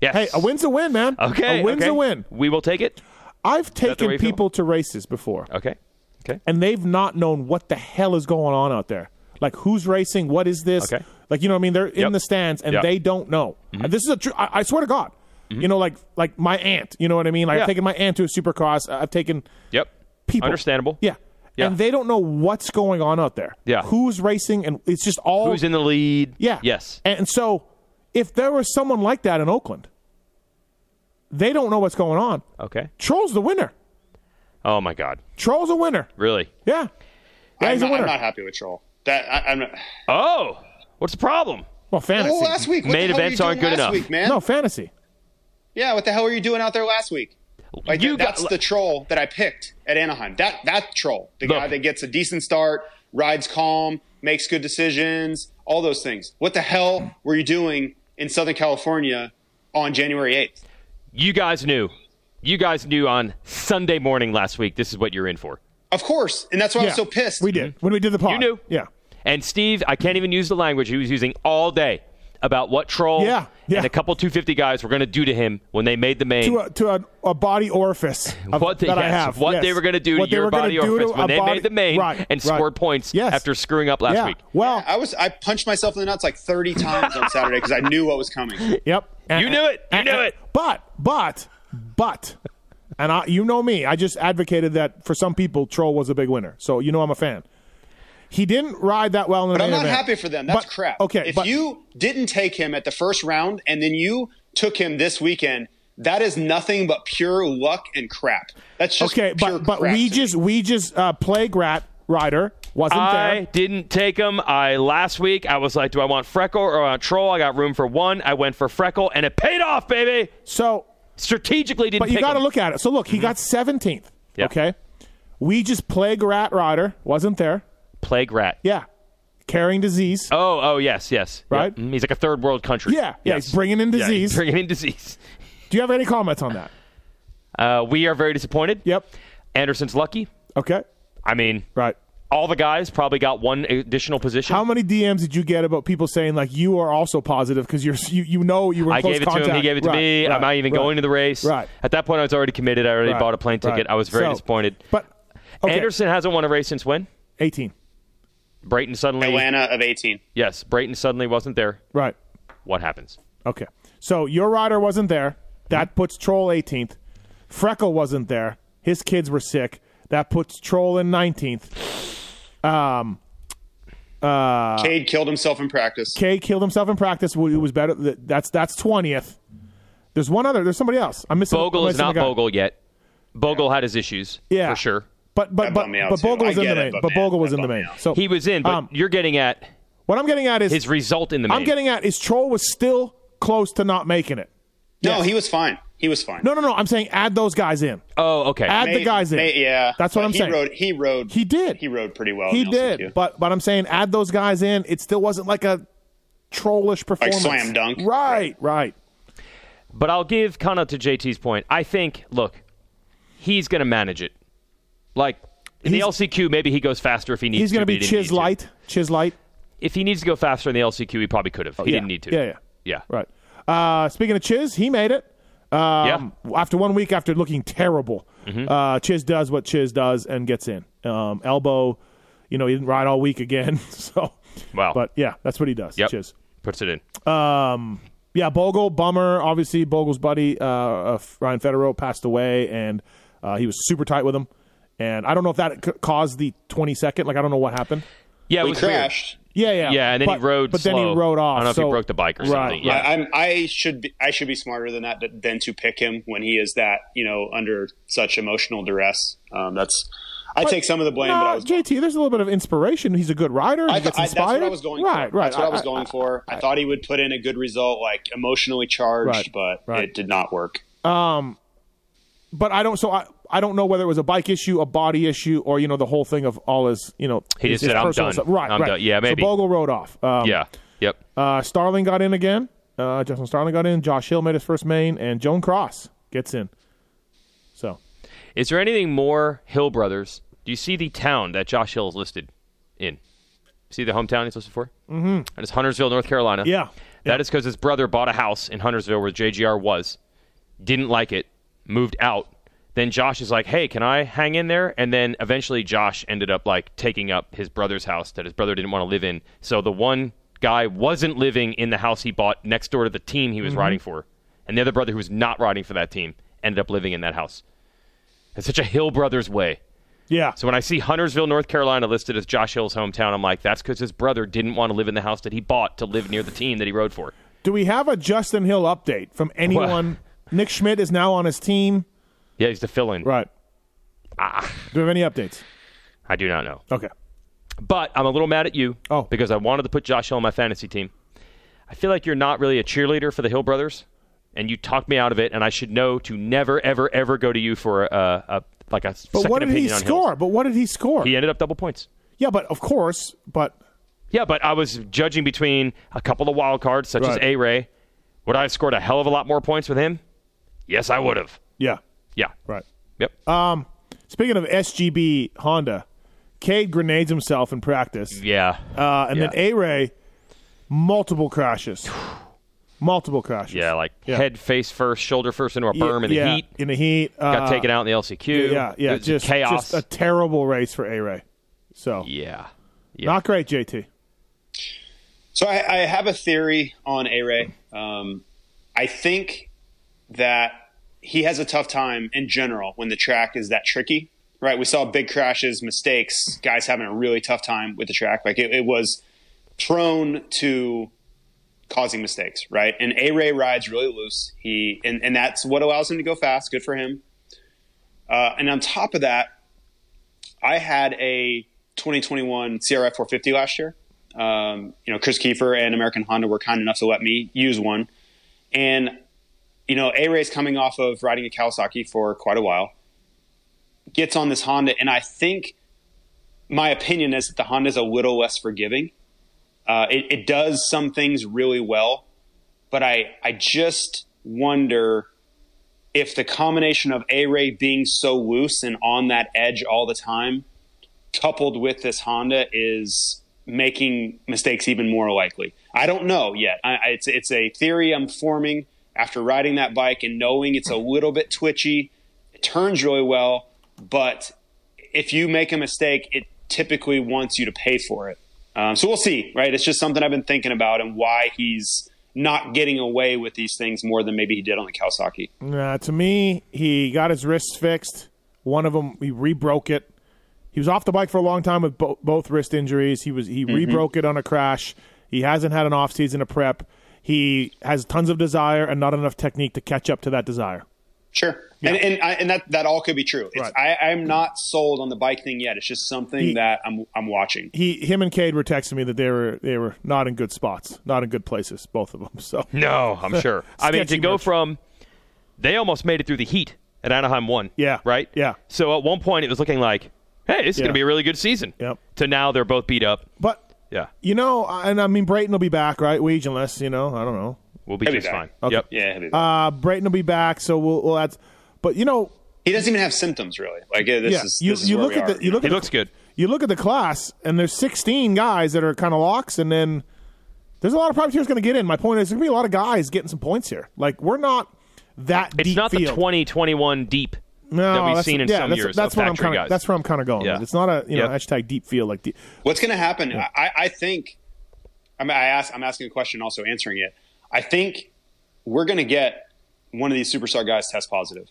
[SPEAKER 4] yes.
[SPEAKER 1] Hey, a win's a win, man.
[SPEAKER 4] Okay.
[SPEAKER 1] a win's
[SPEAKER 4] okay.
[SPEAKER 1] a win.
[SPEAKER 4] We will take it.
[SPEAKER 1] I've
[SPEAKER 4] the way
[SPEAKER 1] taken
[SPEAKER 4] you feel?
[SPEAKER 1] people to races before,
[SPEAKER 4] Okay. Okay.
[SPEAKER 1] and they've not known what the hell is going on out there. Like who's racing? What is this?
[SPEAKER 4] Okay.
[SPEAKER 1] Like you know what I mean? They're in
[SPEAKER 4] Yep.
[SPEAKER 1] the stands and
[SPEAKER 4] Yep. Mm-hmm.
[SPEAKER 1] they don't know. This is a true. I, I swear to God. You know, like like my aunt. You know what I mean? Like
[SPEAKER 4] Yeah.
[SPEAKER 1] I've taken my aunt to a supercross. I've taken
[SPEAKER 4] Yep.
[SPEAKER 1] people.
[SPEAKER 4] Understandable.
[SPEAKER 1] Yeah.
[SPEAKER 4] Yeah.
[SPEAKER 1] And they don't know what's going on out there.
[SPEAKER 4] Yeah.
[SPEAKER 1] Who's racing and it's just all
[SPEAKER 4] Who's in the lead?
[SPEAKER 1] Oh. Yeah.
[SPEAKER 4] Yes.
[SPEAKER 1] And so if there was someone like that in Oakland, they don't know what's going on.
[SPEAKER 4] Okay.
[SPEAKER 1] Troll's the winner.
[SPEAKER 4] Oh my God.
[SPEAKER 1] Troll's a winner.
[SPEAKER 4] Really?
[SPEAKER 1] Yeah. Yeah,
[SPEAKER 5] I'm
[SPEAKER 1] he's a
[SPEAKER 5] not, I'm
[SPEAKER 1] winner.
[SPEAKER 5] not happy with Troll. That I, I'm. Not,
[SPEAKER 4] Oh. What's the problem?
[SPEAKER 1] well, fantasy.
[SPEAKER 5] well, last week, what
[SPEAKER 4] Main
[SPEAKER 5] the hell
[SPEAKER 4] events
[SPEAKER 5] were you
[SPEAKER 4] aren't
[SPEAKER 5] doing
[SPEAKER 4] good
[SPEAKER 5] last
[SPEAKER 4] enough.
[SPEAKER 5] Week, man.
[SPEAKER 1] No, fantasy.
[SPEAKER 5] Yeah, what the hell were you doing out there last week? Like
[SPEAKER 4] You
[SPEAKER 5] you
[SPEAKER 4] got-
[SPEAKER 5] that's the troll that I picked at Anaheim. That that troll, the guy
[SPEAKER 4] Look.
[SPEAKER 5] that gets a decent start, rides calm, makes good decisions, all those things. What the hell were you doing in Southern California on January eighth?
[SPEAKER 4] You guys knew. You guys knew on Sunday morning last week. This is what you're in for.
[SPEAKER 5] Of course, and that's why I'm so pissed.
[SPEAKER 1] We did when we did the pod.
[SPEAKER 4] Mm-hmm. You knew.
[SPEAKER 1] Yeah.
[SPEAKER 4] And Steve, I can't even use the language he was using all day about what troll
[SPEAKER 1] Yeah, yeah.
[SPEAKER 4] and a couple 250 guys were going to do to him when they made the main.
[SPEAKER 1] To a, to a, a body
[SPEAKER 4] (laughs)
[SPEAKER 1] orifice of,
[SPEAKER 4] what they,
[SPEAKER 1] that I
[SPEAKER 4] yes,
[SPEAKER 1] have.
[SPEAKER 4] what
[SPEAKER 1] Yes.
[SPEAKER 4] they were going to do
[SPEAKER 1] What
[SPEAKER 4] to
[SPEAKER 1] they
[SPEAKER 4] your
[SPEAKER 1] were gonna
[SPEAKER 4] body
[SPEAKER 1] do to
[SPEAKER 4] orifice
[SPEAKER 1] a
[SPEAKER 4] when they
[SPEAKER 1] body-
[SPEAKER 4] made the main
[SPEAKER 1] right,
[SPEAKER 4] and
[SPEAKER 1] right.
[SPEAKER 4] scored points
[SPEAKER 1] Yes.
[SPEAKER 4] after screwing up last
[SPEAKER 1] yeah.
[SPEAKER 4] week.
[SPEAKER 1] Well,
[SPEAKER 5] I was I punched myself in the nuts like 30 times on Saturday because I knew what was coming.
[SPEAKER 1] Yep. And-
[SPEAKER 4] You knew it. You
[SPEAKER 1] and-
[SPEAKER 4] knew
[SPEAKER 1] and-
[SPEAKER 4] it.
[SPEAKER 1] But, but, but, and I, you know me, I just advocated that for some people, Troll was a big winner. So you know I'm a fan. He didn't ride that well in the
[SPEAKER 5] But I'm
[SPEAKER 1] main
[SPEAKER 5] not
[SPEAKER 1] event.
[SPEAKER 5] happy for them. That's
[SPEAKER 1] But-
[SPEAKER 5] crap.
[SPEAKER 1] Okay.
[SPEAKER 5] If
[SPEAKER 1] but,
[SPEAKER 5] you didn't take him at the first round and then you took him this weekend, that is nothing but pure luck and crap. That's just
[SPEAKER 1] okay,
[SPEAKER 5] pure
[SPEAKER 1] but, but
[SPEAKER 5] crap.
[SPEAKER 1] we just, we just, uh, plague rat rider wasn't
[SPEAKER 4] I
[SPEAKER 1] there.
[SPEAKER 4] didn't take him. I last week I was like, do I want Freckle or I want Troll? I got room for one. I went for Freckle, and it paid off, baby.
[SPEAKER 1] So,
[SPEAKER 4] Strategically didn't.
[SPEAKER 1] but you
[SPEAKER 4] pick
[SPEAKER 1] got to
[SPEAKER 4] him. Mm-hmm.
[SPEAKER 1] look at it. So look, he got 17th.
[SPEAKER 4] Yeah.
[SPEAKER 1] Okay. We just plague rat rider wasn't there.
[SPEAKER 4] Plague Rat.
[SPEAKER 1] Yeah. Carrying disease.
[SPEAKER 4] Oh, oh, yes, yes. Yeah.
[SPEAKER 1] Right?
[SPEAKER 4] Mhm. He's like a third world country.
[SPEAKER 1] Yeah, yeah, he's bringing in
[SPEAKER 4] Yeah, he's
[SPEAKER 1] disease.
[SPEAKER 4] bringing in disease.
[SPEAKER 1] Do you have any comments on that?
[SPEAKER 4] Uh, we are very disappointed.
[SPEAKER 1] Yep.
[SPEAKER 4] Anderson's lucky.
[SPEAKER 1] Okay.
[SPEAKER 4] I mean,
[SPEAKER 1] Right.
[SPEAKER 4] all the guys probably got one additional position.
[SPEAKER 1] How many DMs did you get about people saying like you are also positive because you're you, you know you were in
[SPEAKER 4] I
[SPEAKER 1] close
[SPEAKER 4] gave it
[SPEAKER 1] contact.
[SPEAKER 4] to him. He gave it to
[SPEAKER 1] Right,
[SPEAKER 4] me.
[SPEAKER 1] right,
[SPEAKER 4] I'm not even
[SPEAKER 1] right,
[SPEAKER 4] going to the race.
[SPEAKER 1] Right.
[SPEAKER 4] At that point, I was already committed. I already
[SPEAKER 1] right,
[SPEAKER 4] bought a plane
[SPEAKER 1] right.
[SPEAKER 4] ticket. I was very
[SPEAKER 1] So-
[SPEAKER 4] disappointed.
[SPEAKER 1] But okay,
[SPEAKER 4] Anderson hasn't won a race since when?
[SPEAKER 1] 18.
[SPEAKER 4] Brayton suddenly.
[SPEAKER 5] Atlanta of 18.
[SPEAKER 4] Yes, Brayton suddenly wasn't there.
[SPEAKER 1] Right.
[SPEAKER 4] What happens?
[SPEAKER 1] Okay. So your rider wasn't there.
[SPEAKER 4] Hmm?
[SPEAKER 1] That puts Troll 18th. Freckle wasn't there. His kids were sick. That puts Troll in 19th.
[SPEAKER 5] Cade killed himself in practice.
[SPEAKER 1] K killed himself in practice. Who was better? That's that's 20th. There's one other. There's somebody else. I'm missing. I'm
[SPEAKER 4] Bogle is
[SPEAKER 1] missing a
[SPEAKER 4] not
[SPEAKER 1] guy.
[SPEAKER 4] Bogle yet. Bogle had his issues.
[SPEAKER 1] Yeah.
[SPEAKER 4] for sure.
[SPEAKER 1] But but
[SPEAKER 5] That
[SPEAKER 1] but,
[SPEAKER 5] bummed me out,
[SPEAKER 1] but
[SPEAKER 5] too.
[SPEAKER 1] Bogle
[SPEAKER 5] I
[SPEAKER 1] was in
[SPEAKER 5] get
[SPEAKER 1] the
[SPEAKER 5] it,
[SPEAKER 1] main.
[SPEAKER 5] but
[SPEAKER 1] But
[SPEAKER 5] man,
[SPEAKER 1] Bogle was
[SPEAKER 5] that
[SPEAKER 1] in the
[SPEAKER 5] bummed
[SPEAKER 1] main.
[SPEAKER 5] me out.
[SPEAKER 1] So
[SPEAKER 4] He was in, but
[SPEAKER 1] um,
[SPEAKER 4] you're getting at
[SPEAKER 1] what I'm getting at is
[SPEAKER 4] his result in the main.
[SPEAKER 1] I'm getting at is Troll was still close to not making it.
[SPEAKER 5] No, he was fine. He was fine.
[SPEAKER 1] No, no, no. I'm saying add those guys in.
[SPEAKER 4] oh, okay.
[SPEAKER 1] Add the guys in.
[SPEAKER 5] May- yeah,
[SPEAKER 1] that's what
[SPEAKER 5] But
[SPEAKER 1] I'm
[SPEAKER 5] he
[SPEAKER 1] saying.
[SPEAKER 5] Rode, he rode.
[SPEAKER 1] He did.
[SPEAKER 5] He rode pretty well.
[SPEAKER 1] he
[SPEAKER 5] in Nelson,
[SPEAKER 1] did,
[SPEAKER 5] too.
[SPEAKER 1] but but I'm saying add those guys in. It still wasn't like a trollish performance.
[SPEAKER 5] slam dunk.
[SPEAKER 1] Right, right.
[SPEAKER 4] But I'll give kind of to JT's point. I think, look, he's going to manage it. Like in the
[SPEAKER 1] He's-
[SPEAKER 4] LCQ, maybe he goes faster if he needs.
[SPEAKER 1] He's going
[SPEAKER 4] to,
[SPEAKER 1] to be
[SPEAKER 4] but he didn't
[SPEAKER 1] Chiz
[SPEAKER 4] need to.
[SPEAKER 1] light, Chiz light.
[SPEAKER 4] If he needs to go faster in the LCQ, he probably could have. He
[SPEAKER 1] Oh, yeah.
[SPEAKER 4] didn't need to.
[SPEAKER 1] Yeah, yeah.
[SPEAKER 4] yeah.
[SPEAKER 1] Right. Uh, speaking of Chiz, he made it. Um, After one week, after looking terrible,
[SPEAKER 4] Mm-hmm.
[SPEAKER 1] uh, Chiz does what Chiz does and gets in. Um, elbow, you know, he didn't ride all week again. (laughs) So,
[SPEAKER 4] Wow.
[SPEAKER 1] But yeah, that's what he does.
[SPEAKER 4] Yep.
[SPEAKER 1] Chiz.
[SPEAKER 4] Puts it in.
[SPEAKER 1] Yeah, Bogle, bummer. Obviously, Bogle's buddy, uh, uh, Ryan Federer, passed away, and uh, he was super tight with him. And I don't know if that c- caused the 22nd. Like, I don't know what happened.
[SPEAKER 4] Yeah, it
[SPEAKER 5] he
[SPEAKER 4] was weird.
[SPEAKER 5] crashed.
[SPEAKER 1] Yeah, yeah.
[SPEAKER 4] Yeah, and then he
[SPEAKER 1] But-
[SPEAKER 4] rode
[SPEAKER 1] But then
[SPEAKER 4] slow.
[SPEAKER 1] he rode off.
[SPEAKER 4] I don't know if he
[SPEAKER 1] so-
[SPEAKER 4] broke the bike or something. Yeah.
[SPEAKER 5] I, I'm, I should be. I should be smarter than that than to pick him when he is that you know under such emotional duress. Um, that's. I take some of the blame,
[SPEAKER 1] Nah,
[SPEAKER 5] but I was.
[SPEAKER 1] JT, there's a little bit of inspiration. He's a good rider. He
[SPEAKER 5] I
[SPEAKER 1] gets
[SPEAKER 5] I- that's
[SPEAKER 1] inspired.
[SPEAKER 5] what I was going
[SPEAKER 1] right,
[SPEAKER 5] for.
[SPEAKER 1] Right,
[SPEAKER 5] That's what I, was
[SPEAKER 1] I-
[SPEAKER 5] going for. I, thought he would put in a good result, like emotionally charged,
[SPEAKER 1] Right,
[SPEAKER 5] but
[SPEAKER 1] right.
[SPEAKER 5] it did not work.
[SPEAKER 1] but I don't. So I, I don't know whether it was a bike issue, a body issue, or you know the whole thing of all his you know.
[SPEAKER 4] He
[SPEAKER 1] his,
[SPEAKER 4] just said,
[SPEAKER 1] his
[SPEAKER 4] "I'm
[SPEAKER 1] personal
[SPEAKER 4] done.
[SPEAKER 1] Stuff. Right,
[SPEAKER 4] I'm
[SPEAKER 1] right.
[SPEAKER 4] done." Yeah, maybe.
[SPEAKER 1] So Bogle rode off. Um,
[SPEAKER 4] yeah. Yep.
[SPEAKER 1] Uh, Starling got in again. Uh, Justin Starling got in. Josh Hill made his first main, and Joan Cross gets in. So
[SPEAKER 4] Is there anything more Hill Brothers? Do you see the town that Josh Hill is listed in? See the hometown he's listed for? Mm-hmm. That is Huntersville, North Carolina.
[SPEAKER 1] yeah,
[SPEAKER 4] That is because his brother bought a house in Huntersville where JGR was, didn't like it, moved out. Then Josh is like, "Hey, can I hang in there?" And then eventually Josh ended up like taking up his brother's house that his brother didn't want to live in. So the one guy wasn't living in the house he bought next door to the team he was
[SPEAKER 1] Mm-hmm.
[SPEAKER 4] riding for, and the other brother who was not riding for that team ended up living in that house. It's such a Hill Brothers way.
[SPEAKER 1] yeah.
[SPEAKER 4] So when I see Huntersville, North Carolina listed as Josh Hill's hometown, I'm like, that's because his brother didn't want to live in the house that he bought to live near the team that he rode for.
[SPEAKER 1] Do we have a Justin Hill update from anyone? Nick Schmidt is now on his team.
[SPEAKER 4] Yeah, he's the fill-in.
[SPEAKER 1] Right.
[SPEAKER 4] Ah.
[SPEAKER 1] Do we have any updates?
[SPEAKER 4] I do not know.
[SPEAKER 1] Okay.
[SPEAKER 4] But I'm a little mad at you
[SPEAKER 1] Oh.
[SPEAKER 4] because I wanted to put Josh Hill on my fantasy team. I feel like you're not really a cheerleader for the Hill brothers, and you talked me out of it. And I should know to never, ever, ever go to you for a, a like a
[SPEAKER 1] But
[SPEAKER 4] second
[SPEAKER 1] what did he
[SPEAKER 4] opinion on Hills.
[SPEAKER 1] score? But what did he score?
[SPEAKER 4] He ended up double points.
[SPEAKER 1] Yeah, but of course, but
[SPEAKER 4] Yeah, but I was judging between a couple of wild cards, such as
[SPEAKER 1] Right.
[SPEAKER 4] A Ray. Would I have scored a hell of a lot more points with him? Yes, I would have.
[SPEAKER 1] yeah,
[SPEAKER 4] Yeah.
[SPEAKER 1] right. Uh, Um,
[SPEAKER 4] Yep.
[SPEAKER 1] Speaking of SGB Honda, Cade grenades himself in practice,
[SPEAKER 4] yeah.
[SPEAKER 1] uh, and then
[SPEAKER 4] yeah.
[SPEAKER 1] A Ray, multiple crashes, multiple crashes.
[SPEAKER 4] yeah, like
[SPEAKER 1] yeah.
[SPEAKER 4] head face first, shoulder first into a
[SPEAKER 1] Yeah,
[SPEAKER 4] berm in the
[SPEAKER 1] yeah,
[SPEAKER 4] heat.
[SPEAKER 1] in the heat
[SPEAKER 4] Got
[SPEAKER 1] uh,
[SPEAKER 4] taken out in the LCQ.
[SPEAKER 1] Yeah, yeah,
[SPEAKER 4] It was
[SPEAKER 1] just
[SPEAKER 4] chaos.
[SPEAKER 1] just a terrible race for A Ray. So
[SPEAKER 4] yeah.
[SPEAKER 1] not great, JT.
[SPEAKER 5] So I, I have a theory on A Ray. Um, I think that he has a tough time in general when the track is that tricky, right? We saw big crashes, mistakes, guys having a really tough time with the track. Like it, it was prone to causing mistakes, right? And A Ray rides really loose. He and, and that's what allows him to go fast. Good for him. Uh, and on top of that, I had a 2021 CRF 450 last year um, you know, Chris Kiefer and American Honda were kind enough to let me use one. And, you know, A Ray's coming off of riding a Kawasaki for quite a while, gets on this Honda, and I think my opinion is that the Honda's a little less forgiving. Uh, it, it does some things really well, but I, I just wonder if the combination of A Ray being so loose and on that edge all the time coupled with this Honda is making mistakes even more likely. I don't know yet. I, I- it's it's a theory I'm forming after riding that bike and knowing it's a little bit twitchy. It turns really well, but if you make a mistake, it typically wants you to pay for it. Um, so we'll see, right? It's just something I've been thinking about and why he's not getting away with these things more than maybe he did on the Kawasaki.
[SPEAKER 1] Nah, Uh, to me, he got his wrists fixed. One of them, he rebroke it. He was off the bike for a long time with bo- both wrist injuries. He was he rebroke it on a crash. He hasn't had an off season of prep. He has tons of desire and not enough technique to catch up to that desire.
[SPEAKER 5] Sure. And and, I, and that, that all could be true. It's,
[SPEAKER 1] Right.
[SPEAKER 5] I, I'm not sold on the bike thing yet. It's just something
[SPEAKER 1] He-
[SPEAKER 5] that I'm I'm watching.
[SPEAKER 1] He, him, and Cade were texting me that they were they were not in good spots, not in good places, both of them. (laughs) So
[SPEAKER 4] No, I'm sure. I mean, to
[SPEAKER 1] Sketchy
[SPEAKER 4] go
[SPEAKER 1] merch.
[SPEAKER 4] from they almost made it through the heat at Anaheim one.
[SPEAKER 1] Yeah,
[SPEAKER 4] Right.
[SPEAKER 1] yeah.
[SPEAKER 4] So at one point it was looking like, hey, this is
[SPEAKER 1] Yeah.
[SPEAKER 4] gonna be a really good season.
[SPEAKER 1] Yep.
[SPEAKER 4] To now they're both beat up.
[SPEAKER 1] but
[SPEAKER 4] Yeah.
[SPEAKER 1] you know, I- and I mean Brayton will be back, right? Weege, unless you know, I don't know.
[SPEAKER 4] We'll be
[SPEAKER 5] He'll be
[SPEAKER 4] just fine.
[SPEAKER 5] back.
[SPEAKER 4] Yep.
[SPEAKER 5] Yeah.
[SPEAKER 1] Uh, Brayton will be back, so we'll, we'll add. But you know,
[SPEAKER 5] he doesn't even have symptoms really. Like uh, this
[SPEAKER 1] yeah,
[SPEAKER 5] is
[SPEAKER 1] you,
[SPEAKER 5] this is
[SPEAKER 1] you
[SPEAKER 5] where
[SPEAKER 1] look
[SPEAKER 5] we
[SPEAKER 1] at
[SPEAKER 5] are.
[SPEAKER 1] the you look
[SPEAKER 4] He
[SPEAKER 1] at the-
[SPEAKER 4] looks good.
[SPEAKER 1] you look at the class, and there's 16 guys that are kind of locks, and then there's a lot of privateers going to get in. My point is, there's going to be a lot of guys getting some points here. Like we're not that
[SPEAKER 4] It's
[SPEAKER 1] deep
[SPEAKER 4] not
[SPEAKER 1] field.
[SPEAKER 4] the 2021 deep
[SPEAKER 1] no,
[SPEAKER 4] that we've
[SPEAKER 1] that's-
[SPEAKER 4] seen in
[SPEAKER 1] yeah,
[SPEAKER 4] some
[SPEAKER 1] that's,
[SPEAKER 4] years.
[SPEAKER 1] That's
[SPEAKER 4] of
[SPEAKER 1] where I'm
[SPEAKER 4] factory
[SPEAKER 1] kind of
[SPEAKER 4] guys.
[SPEAKER 1] that's where I'm kind of going.
[SPEAKER 4] Yeah.
[SPEAKER 1] with. It's not a you know
[SPEAKER 4] Yep.
[SPEAKER 1] hashtag deep field like deep.
[SPEAKER 5] What's going to happen? I, I think. I mean, I ask. I'm asking a question, also answering it. I think we're going to get one of these superstar guys test positive.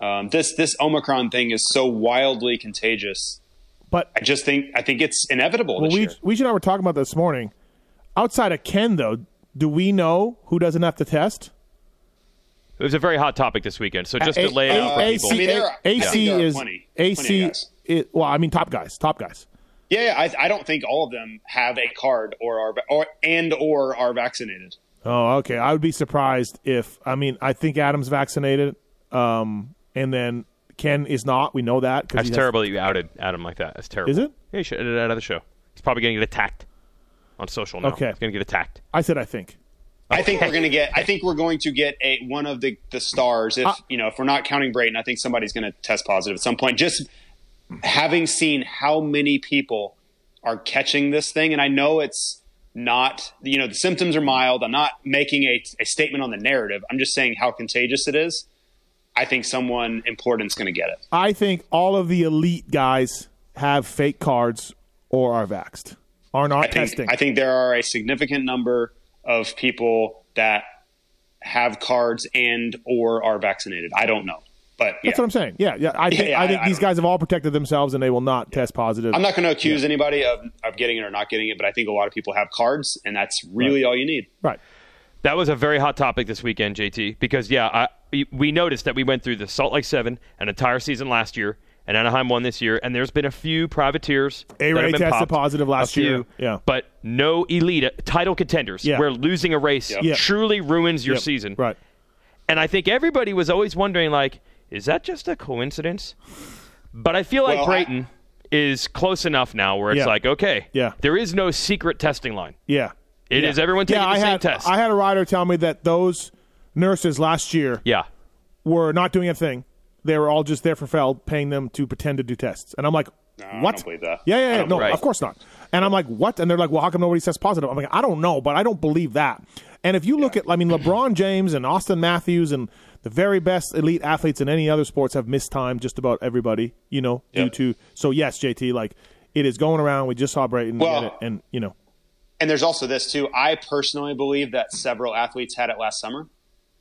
[SPEAKER 5] Um, this this Omicron thing is so wildly contagious.
[SPEAKER 1] But
[SPEAKER 5] I just think I think it's inevitable
[SPEAKER 1] well,
[SPEAKER 5] this
[SPEAKER 1] we
[SPEAKER 5] year.
[SPEAKER 1] we and I were talking about this morning. Outside of Ken, though, do we know who doesn't have to test?
[SPEAKER 4] It was a very hot topic this weekend. So just
[SPEAKER 1] A-
[SPEAKER 4] to lay it out for
[SPEAKER 1] A-
[SPEAKER 4] people.
[SPEAKER 5] I mean, there are- I
[SPEAKER 1] AC
[SPEAKER 5] think there are
[SPEAKER 1] is
[SPEAKER 5] plenty- plenty
[SPEAKER 1] AC.
[SPEAKER 5] of guys.
[SPEAKER 1] is- Well, I mean, top guys, top guys.
[SPEAKER 5] Yeah, yeah, I, I don't think all of them have a card or are or and or are vaccinated.
[SPEAKER 1] Oh, okay. I would be surprised if I mean I think Adam's vaccinated, um, and then Ken is not. We know that. 'cause
[SPEAKER 4] That's
[SPEAKER 1] he has-
[SPEAKER 4] terrible that you outed Adam like that. That's terrible.
[SPEAKER 1] Is it?
[SPEAKER 4] Yeah, you should edit that out of the show. He's probably going to get attacked on social now.
[SPEAKER 1] Okay.
[SPEAKER 4] He's going to get attacked.
[SPEAKER 1] I said I think.
[SPEAKER 5] I think we're gonna get. I think we're going to get a one of the the stars. If you know, if we're not counting Brayton, I think somebody's going to test positive at some point. Just having seen how many people are catching this thing, and I know it's not. You know, the symptoms are mild. I'm not making a, a statement on the narrative. I'm just saying how contagious it is. I think someone important's going to get it.
[SPEAKER 1] I think all of the elite guys have fake cards or are vaxxed, are not
[SPEAKER 5] I think-
[SPEAKER 1] testing.
[SPEAKER 5] I think there are a significant number of people that have cards and or are vaccinated. I don't know, but yeah.
[SPEAKER 1] That's what I'm saying. Yeah, yeah. I think
[SPEAKER 5] yeah,
[SPEAKER 1] I
[SPEAKER 5] I-
[SPEAKER 1] think
[SPEAKER 5] I
[SPEAKER 1] these
[SPEAKER 5] don't know.
[SPEAKER 1] guys have all protected themselves and they will not test positive.
[SPEAKER 5] I'm not going to accuse anybody of, of getting it or not getting it, but I think a lot of people have cards, and that's really all you need.
[SPEAKER 1] right.
[SPEAKER 4] That was a very hot topic this weekend, JT, because, yeah, I, we- we noticed that we went through the Salt Lake 7 an entire season last year, and Anaheim won this year, and there's been a few privateers. that have
[SPEAKER 1] A-Ray
[SPEAKER 4] been
[SPEAKER 1] tested
[SPEAKER 4] popped,
[SPEAKER 1] positive last
[SPEAKER 4] a few,
[SPEAKER 1] year. Yeah.
[SPEAKER 4] But no elite uh, title contenders
[SPEAKER 1] Yeah.
[SPEAKER 4] where losing a race
[SPEAKER 1] Yeah.
[SPEAKER 4] truly ruins your
[SPEAKER 1] Yep.
[SPEAKER 4] season.
[SPEAKER 1] Right.
[SPEAKER 4] And I think everybody was always wondering, like, is that just a coincidence? But I feel like
[SPEAKER 5] Well, I-
[SPEAKER 4] Brayton is close enough now where it's
[SPEAKER 1] Yeah.
[SPEAKER 4] like, okay,
[SPEAKER 1] Yeah.
[SPEAKER 4] there is no secret testing line.
[SPEAKER 1] Yeah.
[SPEAKER 4] It is
[SPEAKER 1] yeah.
[SPEAKER 4] everyone taking
[SPEAKER 1] yeah,
[SPEAKER 4] the
[SPEAKER 1] I
[SPEAKER 4] same
[SPEAKER 1] had,
[SPEAKER 4] test.
[SPEAKER 1] I had a rider tell me that those nurses last year
[SPEAKER 4] yeah.
[SPEAKER 1] were not doing a thing. They were all just there for Feld, paying them to pretend to do tests. And I'm like,
[SPEAKER 5] I
[SPEAKER 1] what?
[SPEAKER 5] don't believe that.
[SPEAKER 1] Yeah,
[SPEAKER 5] I
[SPEAKER 1] yeah, yeah.
[SPEAKER 5] don't
[SPEAKER 1] No,
[SPEAKER 4] believe
[SPEAKER 1] of
[SPEAKER 4] that.
[SPEAKER 1] course not. And I'm like, what? And they're like, well, how come nobody tests positive? I'm like, I don't know, but I don't believe that. And if you look at, I mean, LeBron James and Austin Matthews and the very best elite athletes in any other sports have missed time just about everybody, you know, due to. So, yes, JT, like, it is going around. We just saw Brayton
[SPEAKER 5] Well-
[SPEAKER 1] get it. And, you know,
[SPEAKER 5] And there's also this too. I personally believe that several athletes had it last summer,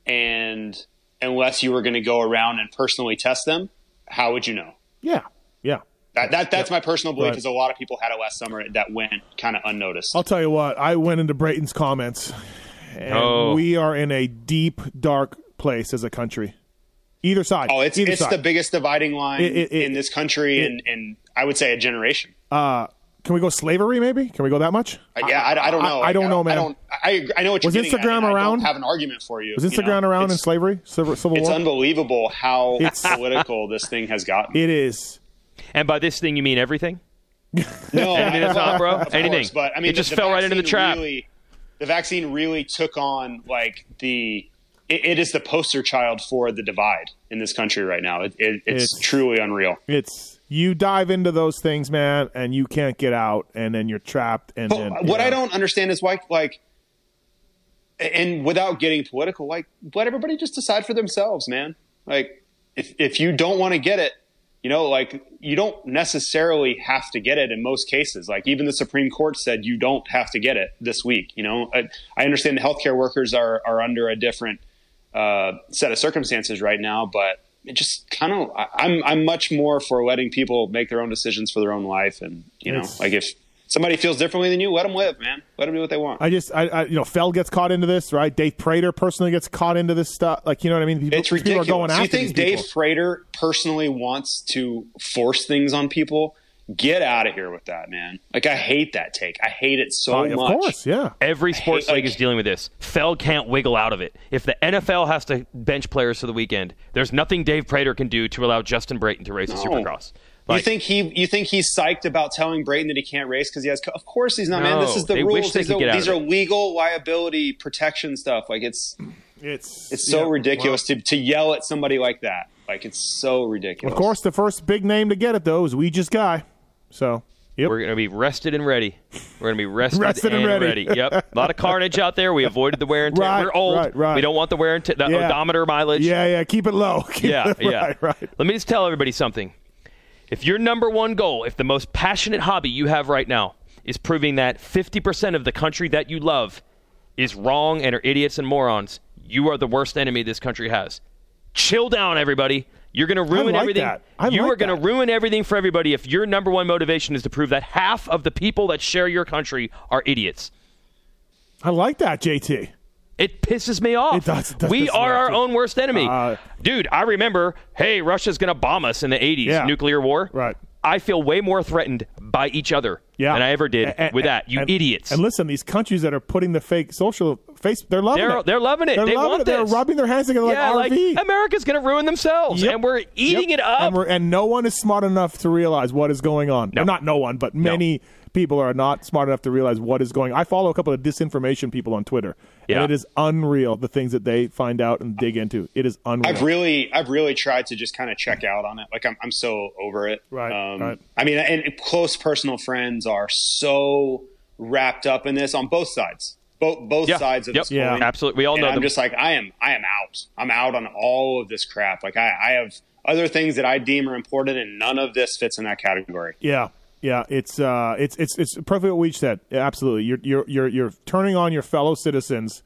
[SPEAKER 5] and unless you were going to go around and personally test them, how would you know?
[SPEAKER 1] yeah, yeah.
[SPEAKER 5] That, that that's my personal belief.
[SPEAKER 1] Right.
[SPEAKER 5] Is a lot of people had it last summer that went kind of unnoticed.
[SPEAKER 1] I'll tell you what, I went into Brayton's comments, and
[SPEAKER 4] Oh.
[SPEAKER 1] we are in a deep, dark place as a country. Either side.
[SPEAKER 5] Oh, it's
[SPEAKER 1] either
[SPEAKER 5] it's
[SPEAKER 1] side.
[SPEAKER 5] the biggest dividing line
[SPEAKER 1] It- it- it-
[SPEAKER 5] in this country, and, and I would say a generation.
[SPEAKER 1] Can we go slavery? Maybe can we go that much?
[SPEAKER 5] Uh, yeah, I, I don't know.
[SPEAKER 1] I, I don't know, man.
[SPEAKER 5] I don't. I, I know what
[SPEAKER 1] Was
[SPEAKER 5] you're getting at,
[SPEAKER 1] Instagram
[SPEAKER 5] and I
[SPEAKER 1] around?
[SPEAKER 5] don't have an argument for you.
[SPEAKER 1] Was
[SPEAKER 5] you know?
[SPEAKER 1] Instagram around in
[SPEAKER 5] It's-
[SPEAKER 1] slavery, civil, civil
[SPEAKER 5] It's
[SPEAKER 1] war?
[SPEAKER 5] unbelievable how
[SPEAKER 1] (laughs) It's-
[SPEAKER 5] political this thing has gotten.
[SPEAKER 1] it is.
[SPEAKER 4] And by this thing, you mean everything?
[SPEAKER 5] no,
[SPEAKER 4] Anything that's not, bro?
[SPEAKER 5] (laughs) Of
[SPEAKER 4] Anything.
[SPEAKER 5] course, but I mean,
[SPEAKER 4] it just
[SPEAKER 5] the, the
[SPEAKER 4] fell right into the
[SPEAKER 5] vaccine
[SPEAKER 4] trap.
[SPEAKER 5] Really, the vaccine really took on like the. It, it is the poster child for the divide in this country right now. It, it, it's,
[SPEAKER 1] It's-
[SPEAKER 5] truly unreal.
[SPEAKER 1] It's you dive into those things, man, and you can't get out, and then you're trapped. And then,
[SPEAKER 5] But what
[SPEAKER 1] yeah.
[SPEAKER 5] I don't understand is why, like, and without getting political, like, let everybody just decide for themselves, man. Like, if if you don't want to get it, you know, like, you don't necessarily have to get it in most cases. Like, even the Supreme Court said you don't have to get it this week. You know, I, I understand the healthcare workers are are under a different uh, set of circumstances right now, but. It just kind of, I'm I'm much more for letting people make their own decisions for their own life, and you know,
[SPEAKER 1] It's-
[SPEAKER 5] like if somebody feels differently than you, let them live, man. Let them do what they want.
[SPEAKER 1] I just, I, I, you know, Fell gets caught into this, right? Dave Prater personally gets caught into this stuff. Like, you know what I mean? People,
[SPEAKER 5] it's ridiculous.
[SPEAKER 1] People are going
[SPEAKER 5] Do you
[SPEAKER 1] after
[SPEAKER 5] think
[SPEAKER 1] these
[SPEAKER 5] Dave
[SPEAKER 1] people.
[SPEAKER 5] Frater personally wants to force things on people? Get out of here with that, man. Like I hate that take. I hate it so
[SPEAKER 1] Oh,
[SPEAKER 5] much.
[SPEAKER 1] of course, yeah.
[SPEAKER 4] Every sports
[SPEAKER 5] like-
[SPEAKER 4] league is dealing with this. Fell can't wiggle out of it. If the NFL has to bench players for the weekend, there's nothing Dave Prater can do to allow Justin Brayton to race a Supercross.
[SPEAKER 5] you think he? You think he's psyched about telling Brayton that he can't race because he has? co- Of course he's not, man.
[SPEAKER 4] No,
[SPEAKER 5] This is the
[SPEAKER 4] they wish
[SPEAKER 5] rules.
[SPEAKER 4] they
[SPEAKER 5] These,
[SPEAKER 4] could
[SPEAKER 5] are,
[SPEAKER 4] get out
[SPEAKER 5] these
[SPEAKER 4] of
[SPEAKER 5] are
[SPEAKER 4] it.
[SPEAKER 5] legal liability protection stuff. Like it's
[SPEAKER 1] It's
[SPEAKER 5] it's so
[SPEAKER 1] yeah,
[SPEAKER 5] ridiculous
[SPEAKER 1] well,
[SPEAKER 5] to to yell at somebody like that. Like it's so ridiculous.
[SPEAKER 1] of course, the first big name to get it though is We Just Guy. So, yep.
[SPEAKER 4] We're going to be rested and ready. We're going to be
[SPEAKER 1] (laughs)
[SPEAKER 4] rested,
[SPEAKER 1] Rested and
[SPEAKER 4] and,
[SPEAKER 1] ready.
[SPEAKER 4] ready. Yep. A lot of carnage out there. We avoided the wear and tear.
[SPEAKER 1] (laughs) Right,
[SPEAKER 4] We're old.
[SPEAKER 1] right, right.
[SPEAKER 4] We don't want the wear and tear, the
[SPEAKER 1] Yeah.
[SPEAKER 4] odometer mileage.
[SPEAKER 1] yeah, yeah. Keep it low. (laughs) Keep
[SPEAKER 4] (laughs) Yeah,
[SPEAKER 1] it-
[SPEAKER 4] yeah.
[SPEAKER 1] Right, right.
[SPEAKER 4] Let me just tell everybody something. If your number one goal, if the most passionate hobby you have right now is proving that 50% of the country that you love is wrong and are idiots and morons, you are the worst enemy this country has. Chill down, everybody. You're going to ruin
[SPEAKER 1] like
[SPEAKER 4] everything.
[SPEAKER 1] that. I
[SPEAKER 4] you
[SPEAKER 1] like
[SPEAKER 4] are going
[SPEAKER 1] that.
[SPEAKER 4] to ruin everything for everybody if your number one motivation is to prove that half of the people that share your country are idiots.
[SPEAKER 1] I like that, JT.
[SPEAKER 4] It pisses me off.
[SPEAKER 1] It does- it does piss me
[SPEAKER 4] we are
[SPEAKER 1] off,
[SPEAKER 4] our
[SPEAKER 1] too.
[SPEAKER 4] own worst enemy.
[SPEAKER 1] Uh,
[SPEAKER 4] Dude, I remember, hey, Russia's going to bomb us in the 80s,
[SPEAKER 1] Yeah.
[SPEAKER 4] nuclear war.
[SPEAKER 1] Right.
[SPEAKER 4] I feel way more threatened by each other
[SPEAKER 1] Yeah.
[SPEAKER 4] than I ever did
[SPEAKER 1] And-
[SPEAKER 4] with that. You
[SPEAKER 1] and-
[SPEAKER 4] idiots.
[SPEAKER 1] And listen, these countries that are putting the fake social face, they're loving
[SPEAKER 4] They're-
[SPEAKER 1] it.
[SPEAKER 4] they're loving it.
[SPEAKER 1] They're
[SPEAKER 4] They
[SPEAKER 1] loving
[SPEAKER 4] want
[SPEAKER 1] it. They're
[SPEAKER 4] this.
[SPEAKER 1] rubbing their hands together like
[SPEAKER 4] yeah, like,
[SPEAKER 1] RV.
[SPEAKER 4] America's going to ruin themselves,
[SPEAKER 1] Yep.
[SPEAKER 4] and we're eating
[SPEAKER 1] Yep.
[SPEAKER 4] it up.
[SPEAKER 1] And, we're, and no one is smart enough to realize what is going on.
[SPEAKER 4] No.
[SPEAKER 1] Or Not no one, but many people are not smart enough to realize what is going. I follow a couple of disinformation people on Twitter,
[SPEAKER 4] Yeah.
[SPEAKER 1] and it is unreal the things that they find out and dig into. It is unreal.
[SPEAKER 5] I've really, I've really tried to just kind of check out on it. Like I'm, I'm so over it.
[SPEAKER 1] Right,
[SPEAKER 5] Um,
[SPEAKER 1] right.
[SPEAKER 5] I mean, and close personal friends are so wrapped up in this on both sides, both both
[SPEAKER 4] Yeah.
[SPEAKER 5] sides of
[SPEAKER 4] Yep.
[SPEAKER 5] this.
[SPEAKER 1] Yeah.
[SPEAKER 5] coin.
[SPEAKER 4] Absolutely. We all
[SPEAKER 5] And
[SPEAKER 4] know
[SPEAKER 5] I'm
[SPEAKER 4] them.
[SPEAKER 5] just like, I am, I am out. I'm out on all of this crap. Like I, I have other things that I deem are important, and none of this fits in that category.
[SPEAKER 1] Yeah, yeah, it's uh, it's it's it's perfectly what we said. Yeah, absolutely, you're you're you're you're turning on your fellow citizens.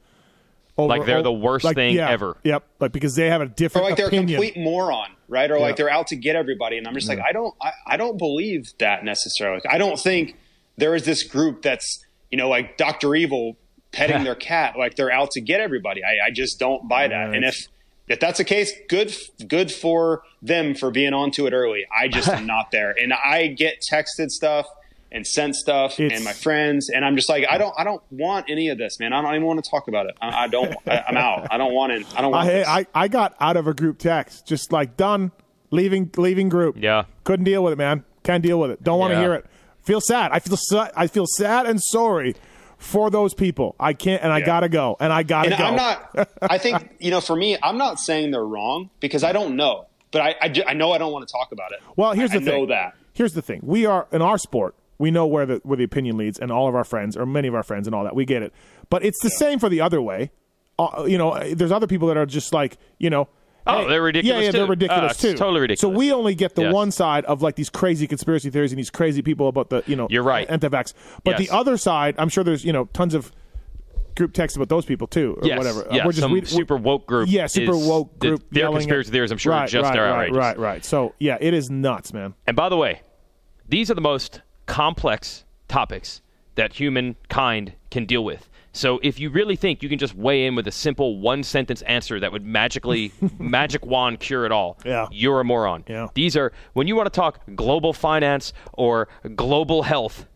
[SPEAKER 1] Over,
[SPEAKER 4] Like they're
[SPEAKER 1] o-
[SPEAKER 4] the worst
[SPEAKER 1] like,
[SPEAKER 4] thing
[SPEAKER 1] yeah,
[SPEAKER 4] ever.
[SPEAKER 1] Yep, like because they have a
[SPEAKER 5] Or
[SPEAKER 1] different
[SPEAKER 5] like they're a
[SPEAKER 1] opinion.
[SPEAKER 5] complete moron, right? Or like they're out to get everybody. And I'm just like, I don't, I, I don't believe that necessarily. Like, I don't think there is this group that's, you know, like Doctor Evil
[SPEAKER 1] (laughs)
[SPEAKER 5] petting their cat, like they're out to get everybody. I, I just don't buy that. And if if that's the case, good, f- good for them for being onto it early. I
[SPEAKER 1] (laughs)
[SPEAKER 5] just am not there, and I get texted stuff and sent stuff
[SPEAKER 1] It's-
[SPEAKER 5] and my friends and i'm just like i don't i don't want any of this man i don't even want to talk about it i, I don't I, i'm out i don't want it i don't want
[SPEAKER 1] (laughs) I,
[SPEAKER 5] this.
[SPEAKER 1] I I got out of a group text, just like done, leaving leaving group.
[SPEAKER 4] Yeah.
[SPEAKER 1] couldn't deal with it, man. Can't deal with it. Don't want to
[SPEAKER 4] Yeah.
[SPEAKER 1] hear it. Feel sad. I feel sa- I feel sad and sorry for those people. I can't, and I gotta go, and I gotta
[SPEAKER 5] And
[SPEAKER 1] go.
[SPEAKER 5] I'm not. I think you know. For me, I'm not saying they're wrong because I don't know, but I I, ju- I know I don't want to talk about it.
[SPEAKER 1] Well, here's
[SPEAKER 5] I,
[SPEAKER 1] the thing.
[SPEAKER 5] I know that.
[SPEAKER 1] Here's the thing. We are in our sport. We know where the where the opinion leads, and all of our friends, or many of our friends, and all that. We get it. But it's the same for the other way. Uh, you know, uh, there's other people that are just like you know.
[SPEAKER 4] Oh,
[SPEAKER 1] hey,
[SPEAKER 4] they're ridiculous
[SPEAKER 1] Yeah, yeah, they're
[SPEAKER 4] too.
[SPEAKER 1] ridiculous
[SPEAKER 4] Uh, it's
[SPEAKER 1] too.
[SPEAKER 4] totally ridiculous.
[SPEAKER 1] So we only get the
[SPEAKER 4] Yes.
[SPEAKER 1] one side of like these crazy conspiracy theories and these crazy people about the you know
[SPEAKER 4] You're right.
[SPEAKER 1] anti-vax. But
[SPEAKER 4] Yes.
[SPEAKER 1] the other side, I'm sure there's you know tons of group texts about those people too, or
[SPEAKER 4] Yes,
[SPEAKER 1] whatever. Uh,
[SPEAKER 4] yes,
[SPEAKER 1] we're just
[SPEAKER 4] some
[SPEAKER 1] we- we-
[SPEAKER 4] super woke group
[SPEAKER 1] Yeah, super
[SPEAKER 4] is-
[SPEAKER 1] woke
[SPEAKER 4] th-
[SPEAKER 1] group.
[SPEAKER 4] their
[SPEAKER 1] yelling at-
[SPEAKER 4] conspiracy theories, I'm sure, are
[SPEAKER 1] right,
[SPEAKER 4] just
[SPEAKER 1] right, right,
[SPEAKER 4] outrageous.
[SPEAKER 1] right, right. So yeah, it is nuts, man.
[SPEAKER 4] And by the way, these are the most complex topics that humankind can deal with. So if you really think you can just weigh in with a simple one sentence answer that
[SPEAKER 1] (laughs)
[SPEAKER 4] would magically magic wand cure it all,
[SPEAKER 1] Yeah.
[SPEAKER 4] you're a moron.
[SPEAKER 1] Yeah.
[SPEAKER 4] These are when you want to talk global finance or global health,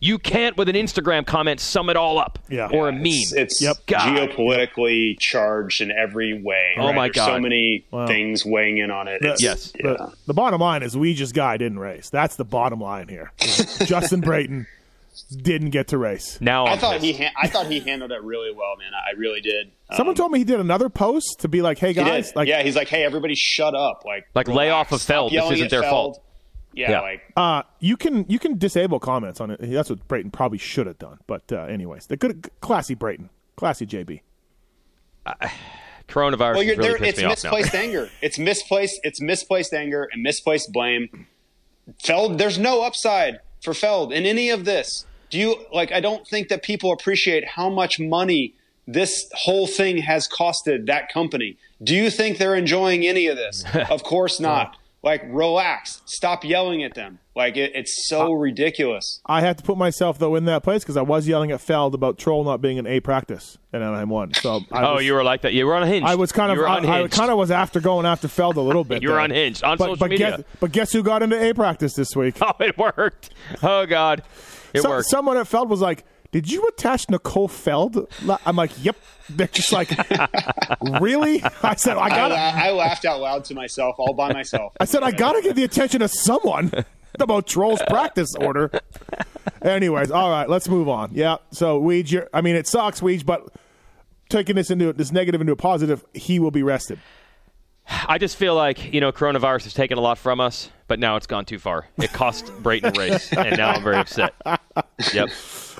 [SPEAKER 4] you can't with an Instagram comment sum it all up
[SPEAKER 1] Yeah.
[SPEAKER 4] or a meme.
[SPEAKER 5] It's, it's
[SPEAKER 1] Yep.
[SPEAKER 4] God.
[SPEAKER 5] geopolitically charged in every way.
[SPEAKER 4] Oh,
[SPEAKER 5] right?
[SPEAKER 4] my
[SPEAKER 5] There's
[SPEAKER 4] God.
[SPEAKER 5] So many things weighing in on it. It's-
[SPEAKER 4] yes.
[SPEAKER 5] yeah.
[SPEAKER 1] The, the bottom line is we just guy didn't race. That's the bottom line here. Justin Brayton didn't get to race.
[SPEAKER 4] Now
[SPEAKER 5] I
[SPEAKER 4] I'm
[SPEAKER 5] thought
[SPEAKER 4] pissed.
[SPEAKER 5] he ha- I thought he handled it really well, man. I I really did. Um,
[SPEAKER 1] Someone told me he did another post to be like, "Hey
[SPEAKER 5] he did.
[SPEAKER 1] guys, like
[SPEAKER 5] yeah, he's like, hey, everybody, shut up, like
[SPEAKER 4] Like, lay
[SPEAKER 5] relax.
[SPEAKER 4] off of
[SPEAKER 5] Stop
[SPEAKER 4] Feld. This
[SPEAKER 5] yelling
[SPEAKER 4] isn't
[SPEAKER 5] at
[SPEAKER 4] their
[SPEAKER 5] Feld.
[SPEAKER 4] fault.
[SPEAKER 5] Yeah,
[SPEAKER 4] Yeah.
[SPEAKER 5] like
[SPEAKER 1] uh, you can you can disable comments on it." That's what Brayton probably should have done. But uh, anyways, the good classy Brayton, classy JB.
[SPEAKER 4] coronavirus
[SPEAKER 5] Well, you're,
[SPEAKER 4] has really
[SPEAKER 5] there,
[SPEAKER 4] pissed
[SPEAKER 5] it's
[SPEAKER 4] me off now.
[SPEAKER 5] misplaced anger. It's misplaced. It's misplaced anger and misplaced blame. Feld, there's no upside for Feld in any of this. Do you like? I don't think that people appreciate how much money this
[SPEAKER 4] (laughs)
[SPEAKER 5] whole thing has costed that company. Do you think they're enjoying any of this? of course not. Like, relax. Stop yelling at them. Like, it, it's so
[SPEAKER 4] Uh,
[SPEAKER 5] ridiculous.
[SPEAKER 1] I had to put myself though in that place because I was yelling at Feld about Troll not being an A practice in Anaheim one. So I
[SPEAKER 4] Oh,
[SPEAKER 1] was,
[SPEAKER 4] you were like that. You were unhinged.
[SPEAKER 1] I was kind of
[SPEAKER 4] You were
[SPEAKER 1] I- I,
[SPEAKER 4] unhinged.
[SPEAKER 1] kind of was after going after Feld a little bit.
[SPEAKER 4] (laughs) You were
[SPEAKER 1] there.
[SPEAKER 4] unhinged on
[SPEAKER 1] but,
[SPEAKER 4] social
[SPEAKER 1] but
[SPEAKER 4] media.
[SPEAKER 1] Guess, but guess who got into A practice this
[SPEAKER 4] (laughs)
[SPEAKER 1] week?
[SPEAKER 4] Oh, it worked. Oh God, it
[SPEAKER 1] So-
[SPEAKER 4] worked.
[SPEAKER 1] Someone at Feld was like, "Did you attach Nicole Feld?" La- I'm like, "Yep." (laughs) They're just like, "Really?" I said, "I
[SPEAKER 5] I,
[SPEAKER 1] got."
[SPEAKER 5] la-
[SPEAKER 1] to
[SPEAKER 5] I laughed out loud to myself all
[SPEAKER 4] (laughs)
[SPEAKER 5] by myself.
[SPEAKER 1] I said, "I got to get the attention of someone." (laughs) About trolls practice order. Anyways, all right, let's move on. Yeah, so Weege, you're- I mean, it sucks, Weege, but taking this into this negative into a positive, he will be rested.
[SPEAKER 4] I just feel like you know coronavirus has taken a lot from us, but now it's gone too far. It cost Brayton a race, and now I'm very upset. Yep.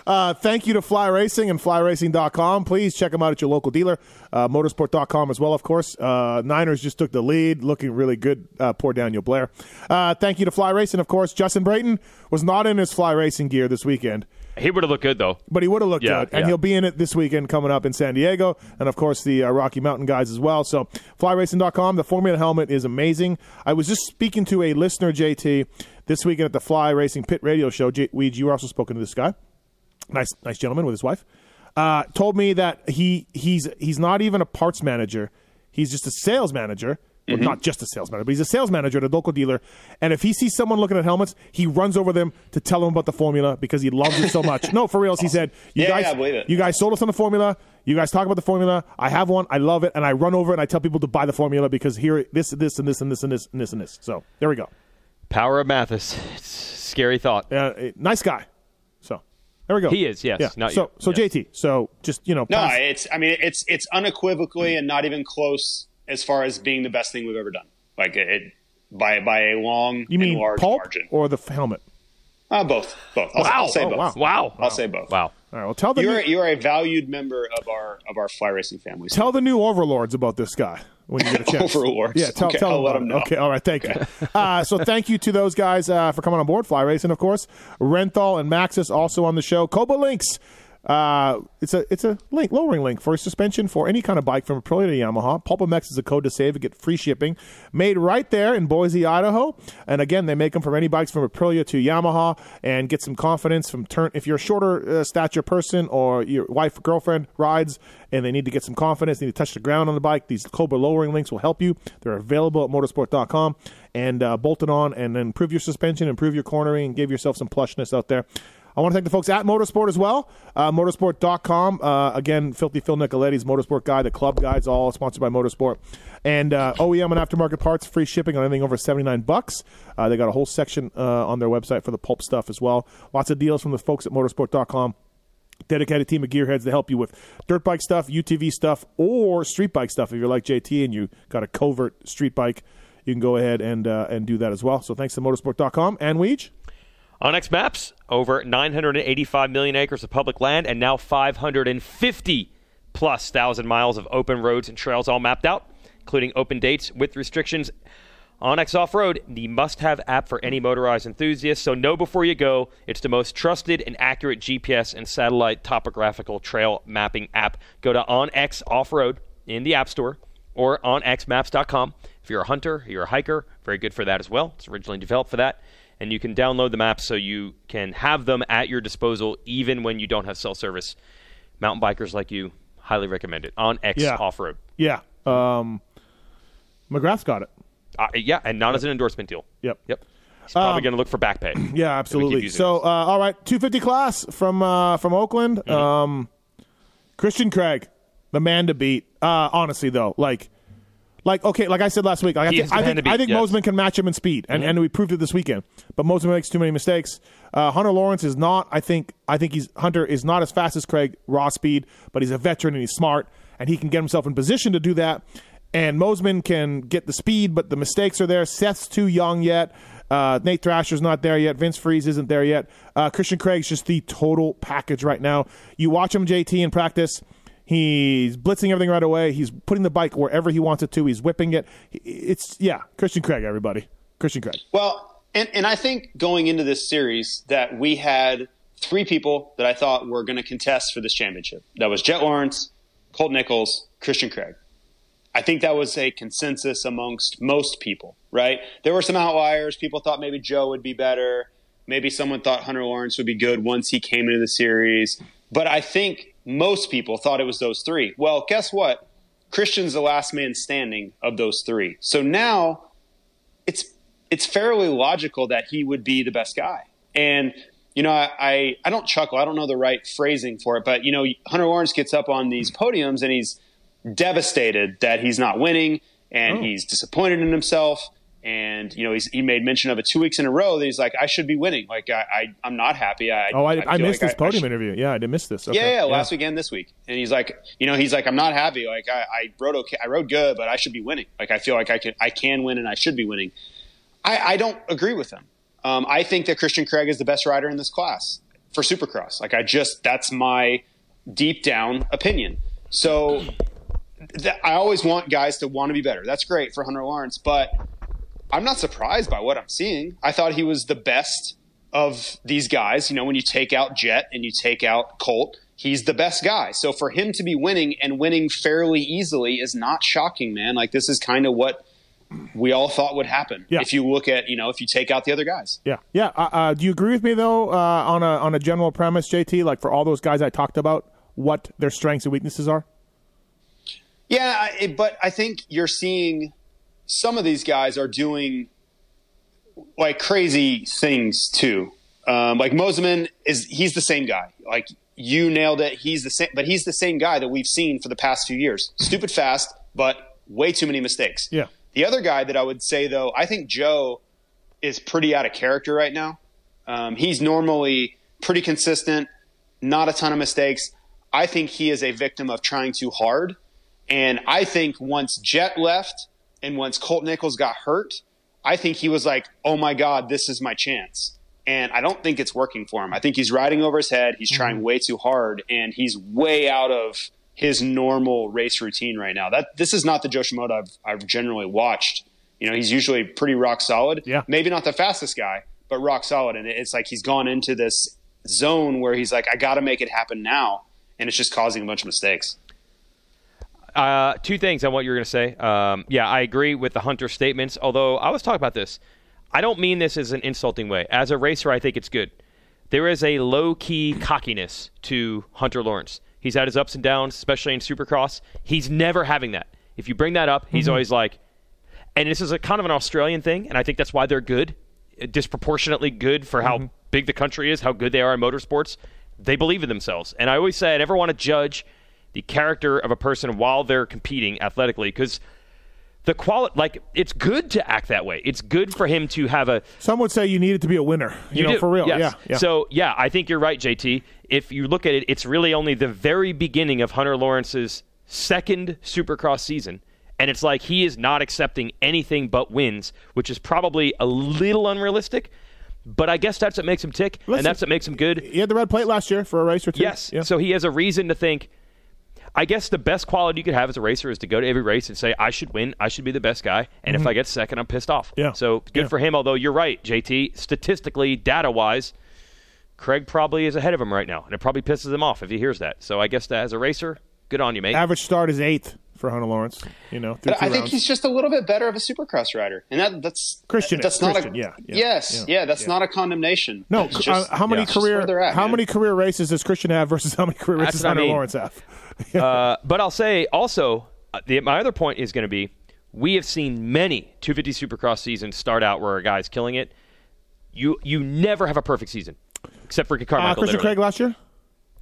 [SPEAKER 1] Uh, thank you to Fly Racing and flyracing.com. Please check them out at your local dealer, uh, motorsport.com as well, of course. Uh, Niners just took the lead, looking really good. Uh, poor Daniel Blair. Uh, thank you to Fly Racing, of course. Justin Brayton was not in his Fly Racing gear this weekend,
[SPEAKER 4] He would have looked good though.
[SPEAKER 1] but he would have looked
[SPEAKER 4] Yeah,
[SPEAKER 1] good, and
[SPEAKER 4] yeah.
[SPEAKER 1] he'll be in it this weekend coming up in San Diego, and of course the uh, Rocky Mountain guys as well. So flyracing.com, the Formula helmet is amazing. I was just speaking to a listener, JT, this weekend at the Fly Racing Pit Radio Show. J- Weege, you were also spoken to this guy nice nice gentleman with his wife, uh, told me that he he's he's not even a parts manager. He's just a sales manager.
[SPEAKER 5] Mm-hmm.
[SPEAKER 1] Well, not just a sales manager, but he's a sales manager at a local dealer. And if he sees someone looking at helmets, he runs over them to tell them about the formula because he loves it so much. No, for reals, he said, "You
[SPEAKER 5] Yeah,
[SPEAKER 1] guys,
[SPEAKER 5] yeah, I believe it.
[SPEAKER 1] you guys sold us on the formula. You guys talk about the formula. I have one. I love it, and I run over and I tell people to buy the formula because here, this, this, and this, and this, and this, and this, and this. So there we go.
[SPEAKER 4] Power of Mathis. It's a scary thought.
[SPEAKER 1] Uh, eh, nice guy. So there we go.
[SPEAKER 4] He is, yes,
[SPEAKER 1] Yeah.
[SPEAKER 4] not
[SPEAKER 1] so
[SPEAKER 4] you.
[SPEAKER 1] so
[SPEAKER 4] Yes.
[SPEAKER 1] JT. So just you know.
[SPEAKER 5] No,
[SPEAKER 1] pass-
[SPEAKER 5] it's. I mean, it's it's unequivocally and not even close as far as being the best thing we've ever done. Like it, it by by a long
[SPEAKER 1] You mean
[SPEAKER 5] and large
[SPEAKER 1] pulp
[SPEAKER 5] margin.
[SPEAKER 1] or the f- helmet?
[SPEAKER 5] Uh, both, both. I'll, I'll say
[SPEAKER 1] Oh, wow.
[SPEAKER 5] both.
[SPEAKER 4] Wow.
[SPEAKER 5] I'll say both.
[SPEAKER 4] Wow.
[SPEAKER 1] All right. Well, tell the
[SPEAKER 5] You are
[SPEAKER 1] new,
[SPEAKER 5] you are a valued member of our of our fly racing family.
[SPEAKER 1] tell the new overlords about this guy when
[SPEAKER 5] (laughs)
[SPEAKER 1] you get a chance.
[SPEAKER 5] Overlords.
[SPEAKER 1] Yeah. Tell,
[SPEAKER 5] Okay,
[SPEAKER 1] tell
[SPEAKER 5] I'll
[SPEAKER 1] them
[SPEAKER 5] let
[SPEAKER 1] about
[SPEAKER 5] them
[SPEAKER 1] it.
[SPEAKER 5] know.
[SPEAKER 1] Okay. All right. Thank you. (laughs) Uh, so thank you to those guys uh, for coming on board. Fly Racing, of course. Renthal and Maxis also on the show. Koba Links. Uh, it's a it's a link lowering link for suspension for any kind of bike from Aprilia to Yamaha. Pulpamex is a code to save and get free shipping. Made right there in Boise, Idaho. And again, they make them from any bikes from Aprilia to Yamaha and get some confidence from turn. If you're a shorter uh, stature person or your wife, girlfriend rides and they need to get some confidence, they need to touch the ground on the bike, these Cobra lowering links will help you. They're available at motorsport.com and uh, bolt it on and then improve your suspension, improve your cornering, and give yourself some plushness out there. I want to thank the folks at Motorsport as well. Uh, motorsport.com. Uh, again, Filthy Phil Nicoletti's Motorsport Guy, the club guides, all sponsored by Motorsport. And uh, OEM and aftermarket parts, free shipping on anything over 79 bucks. Uh, they got a whole section uh, on their website for the pulp stuff as well. Lots of deals from the folks at motorsport.com dedicated team of gearheads to help you with dirt bike stuff, UTV stuff, or street bike stuff. If you're like JT and you got a covert street bike, you can go ahead and uh, and do that as well. So thanks to motorsport.com and Weege.
[SPEAKER 4] Onyx Maps, over 985 million acres of public land and now 550 plus thousand miles of open roads and trails all mapped out, including open dates with restrictions. Onyx Off Road, the must have app for any motorized enthusiast, so know before you go, it's the most trusted and accurate GPS and satellite topographical trail mapping app. Go to Onyx Off Road in the App Store or on xmaps.com. If you're a hunter, you're a hiker, very good for that as well. It's originally developed for that. And you can download the maps so you can have them at your disposal even when you don't have cell service. Mountain bikers like you, highly recommend it. On X
[SPEAKER 1] Yeah.
[SPEAKER 4] off road.
[SPEAKER 1] Yeah. Um, McGrath's got it.
[SPEAKER 4] Uh, yeah, and not as an endorsement deal.
[SPEAKER 1] Yep.
[SPEAKER 4] Yep. He's probably going to look for back pay.
[SPEAKER 1] Yeah, absolutely.
[SPEAKER 4] using
[SPEAKER 1] So,
[SPEAKER 4] this.
[SPEAKER 1] uh, all right, 250 class from uh, from Oakland. Um, Christian Craig, the man to beat. Uh, honestly, though, like, like okay, like I said last week, like, I,
[SPEAKER 4] He
[SPEAKER 1] thi-
[SPEAKER 4] is the
[SPEAKER 1] I
[SPEAKER 4] man
[SPEAKER 1] think
[SPEAKER 4] to beat,
[SPEAKER 1] I think
[SPEAKER 4] yes.
[SPEAKER 1] Mosman can match him in speed, and, and we proved it this weekend. But Mosman makes too many mistakes. Uh, Hunter Lawrence is not. I think I think he's Hunter is not as fast as Craig raw speed, but he's a veteran and he's smart, and he can get himself in position to do that. And Mosman can get the speed, but the mistakes are there. Seth's too young yet. Uh, Nate Thrasher's not there yet. Vince Freeze isn't there yet. Uh, Christian Craig's just the total package right now. You watch him, JT, in practice. He's blitzing everything right away. He's putting the bike wherever he wants it to. He's whipping it. It's yeah, Christian Craig, everybody. Christian Craig.
[SPEAKER 5] Well, and, and I think going into this series that we had three people that I thought were going to contest for this championship. That was Jet Lawrence, Colt Nichols, Christian Craig. I think that was a consensus amongst most people, right? There were some outliers. People thought maybe Joe would be better. Maybe someone thought Hunter Lawrence would be good once he came into the series. But I think most people thought it was those three. Well, guess what? Christian's the last man standing of those three. So now it's it's fairly logical that he would be the best guy. And you know, I, I I don't chuckle. I don't know the right phrasing for it, but you know, Hunter Lawrence gets up on these podiums and he's devastated that he's not winning
[SPEAKER 1] Oh.
[SPEAKER 5] and he's disappointed in himself. And you know, he's, he made mention of it two weeks in a row that he's like, I should be winning. Like I, I I'm not happy. I
[SPEAKER 1] Oh, I, I,
[SPEAKER 5] feel
[SPEAKER 1] missed
[SPEAKER 5] like
[SPEAKER 1] this podium
[SPEAKER 5] should-
[SPEAKER 1] interview. Yeah, I did miss this. Okay.
[SPEAKER 5] yeah, yeah, last week and this week. And he's like, you know, he's like, I'm not happy. Like I, I rode okay, I rode good, but I should be winning. Like I feel like I can, I can win, and I should be winning. I, I don't agree with him. Um, I think that Christian Craig is the best rider in this class for Supercross. Like I just, that's my deep down opinion. So th- I always want guys to want to be better. That's great for Hunter Lawrence, but I'm not surprised by what I'm seeing. I thought he was the best of these guys. You know, when you take out Jet and you take out Colt, he's the best guy. So for him to be winning and winning fairly easily is not shocking, man. Like this is kind of what we all thought would happen
[SPEAKER 1] Yeah.
[SPEAKER 5] if you look at, you know, if you take out the other guys.
[SPEAKER 1] Yeah, yeah. Uh, uh, do you agree with me though uh, on a on a general premise, JT? Like for all those guys I talked about, what their strengths and weaknesses are.
[SPEAKER 5] Yeah, I- it, but I think you're seeing some of these guys are doing like crazy things too. Um, like Moseman is he's the same guy. Like you nailed it. He's the same, but he's the same guy that we've seen for the past few years. Stupid fast, but way too many mistakes.
[SPEAKER 1] Yeah.
[SPEAKER 5] The other guy that I would say though, I think Joe is pretty out of character right now. Um, he's normally pretty consistent, not a ton of mistakes. I think he is a victim of trying too hard. And I think once Jet left and once Colt Nichols got hurt, I think he was like, oh my God, this is my chance. And I don't think it's working for him. I think he's riding over his head. He's trying way too hard and he's way out of his normal race routine right now. That this is not the Joe Shimoda I've, I've generally watched. You know, he's usually pretty rock solid.
[SPEAKER 1] Yeah.
[SPEAKER 5] Maybe not the fastest guy, but rock solid. And it's like he's gone into this zone where he's like, I got to make it happen now. And it's just causing a bunch of mistakes.
[SPEAKER 4] Uh, two things on what you were going to say. Um, yeah, I agree with the Hunter statements, although I was talking about this. I don't mean this as an insulting way. As a racer, I think it's good. There is a low key cockiness to Hunter Lawrence. He's had his ups and downs, especially in supercross. He's never having that. If you bring that up, he's always like, and this is a kind of an Australian thing, and I think that's why they're good, uh, disproportionately good for how big the country is, how good they are in motorsports. They believe in themselves, and I always say I never want to judge the character of a person while they're competing athletically because the quality, like it's good to act that way. It's good for him to have a
[SPEAKER 1] Some would say you needed to be a winner. You, know,
[SPEAKER 4] do,
[SPEAKER 1] for real.
[SPEAKER 4] yes.
[SPEAKER 1] Yeah, yeah.
[SPEAKER 4] So yeah, I think you're right, JT. If you look at it, it's really only the very beginning of Hunter Lawrence's second Supercross season, and it's like he is not accepting anything but wins, which is probably a little unrealistic. But I guess that's what makes him tick,
[SPEAKER 1] Listen,
[SPEAKER 4] and that's what makes him good.
[SPEAKER 1] he had the red plate last year for a race or two.
[SPEAKER 4] Yes.
[SPEAKER 1] Yeah.
[SPEAKER 4] So he has a reason to think. I guess the best quality you could have as a racer is to go to every race and say, I should win. I should be the best guy. And if I get second, I'm pissed off.
[SPEAKER 1] Mm-hmm. Yeah.
[SPEAKER 4] So good
[SPEAKER 1] Yeah.
[SPEAKER 4] for him. Although you're right, JT, statistically, data wise, Craig probably is ahead of him right now. And it probably pisses him off if he hears that. So I guess that as a racer, good on you, mate.
[SPEAKER 1] average start is eighth for Hunter Lawrence. You know, through
[SPEAKER 5] But
[SPEAKER 1] two
[SPEAKER 5] I think
[SPEAKER 1] rounds.
[SPEAKER 5] he's just a little bit better of a supercross rider, and that that's
[SPEAKER 1] Christian is.
[SPEAKER 5] That's not
[SPEAKER 1] Christian,
[SPEAKER 5] a
[SPEAKER 1] yeah, yeah,
[SPEAKER 5] yes,
[SPEAKER 1] yeah,
[SPEAKER 5] yeah. that's not a condemnation.
[SPEAKER 1] no.
[SPEAKER 5] It's
[SPEAKER 1] c-
[SPEAKER 5] just-
[SPEAKER 1] uh, how many
[SPEAKER 5] it's just where
[SPEAKER 1] career
[SPEAKER 5] they're at,
[SPEAKER 1] how
[SPEAKER 5] man.
[SPEAKER 1] many career races does Christian have versus how many career
[SPEAKER 4] That's
[SPEAKER 1] races
[SPEAKER 4] what I
[SPEAKER 1] Hunter
[SPEAKER 4] mean.
[SPEAKER 1] Lawrence have? (laughs)
[SPEAKER 4] Uh, but I'll say also, uh, the, my other point is going to be we have seen many 250 Supercross seasons start out where a guy's killing it. You you never have a perfect season, except for
[SPEAKER 1] Uh,
[SPEAKER 4] Carmichael.
[SPEAKER 1] Christian
[SPEAKER 4] literally.
[SPEAKER 1] Craig last year.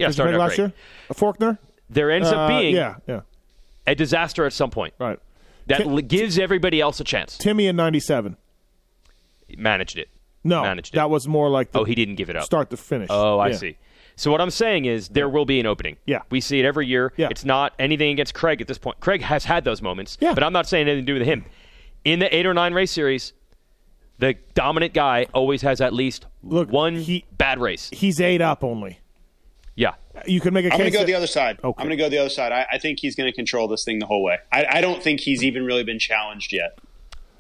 [SPEAKER 4] yeah,
[SPEAKER 1] Christian
[SPEAKER 4] started
[SPEAKER 1] Craig
[SPEAKER 4] out
[SPEAKER 1] last
[SPEAKER 4] great.
[SPEAKER 1] year. A Faulkner.
[SPEAKER 4] There ends
[SPEAKER 1] Uh,
[SPEAKER 4] up being
[SPEAKER 1] yeah, yeah,
[SPEAKER 4] a disaster at some point
[SPEAKER 1] right.
[SPEAKER 4] that
[SPEAKER 1] Ti-
[SPEAKER 4] l- gives everybody else a chance.
[SPEAKER 1] Timmy in '97.
[SPEAKER 4] Managed it.
[SPEAKER 1] No,
[SPEAKER 4] Managed it.
[SPEAKER 1] that was more like the
[SPEAKER 4] Oh, he didn't give it up.
[SPEAKER 1] start to finish.
[SPEAKER 4] Oh, I
[SPEAKER 1] Yeah.
[SPEAKER 4] see. So what I'm saying is there will be an opening.
[SPEAKER 1] Yeah.
[SPEAKER 4] We see it every year.
[SPEAKER 1] Yeah.
[SPEAKER 4] It's not anything against Craig at this point. Craig has had those moments.
[SPEAKER 1] Yeah.
[SPEAKER 4] But I'm not saying anything to do with him. In the eight or nine race series, the dominant guy always has at least
[SPEAKER 1] Look,
[SPEAKER 4] one
[SPEAKER 1] he-
[SPEAKER 4] bad race.
[SPEAKER 1] He's eight up only.
[SPEAKER 4] Yeah.
[SPEAKER 1] You can make a
[SPEAKER 5] I'm going
[SPEAKER 1] case.
[SPEAKER 5] to go
[SPEAKER 1] that-
[SPEAKER 5] the other side.
[SPEAKER 1] Okay.
[SPEAKER 5] I'm going to go the other side. I, I think he's going to control this thing the whole way. I, I don't think he's even really been challenged yet.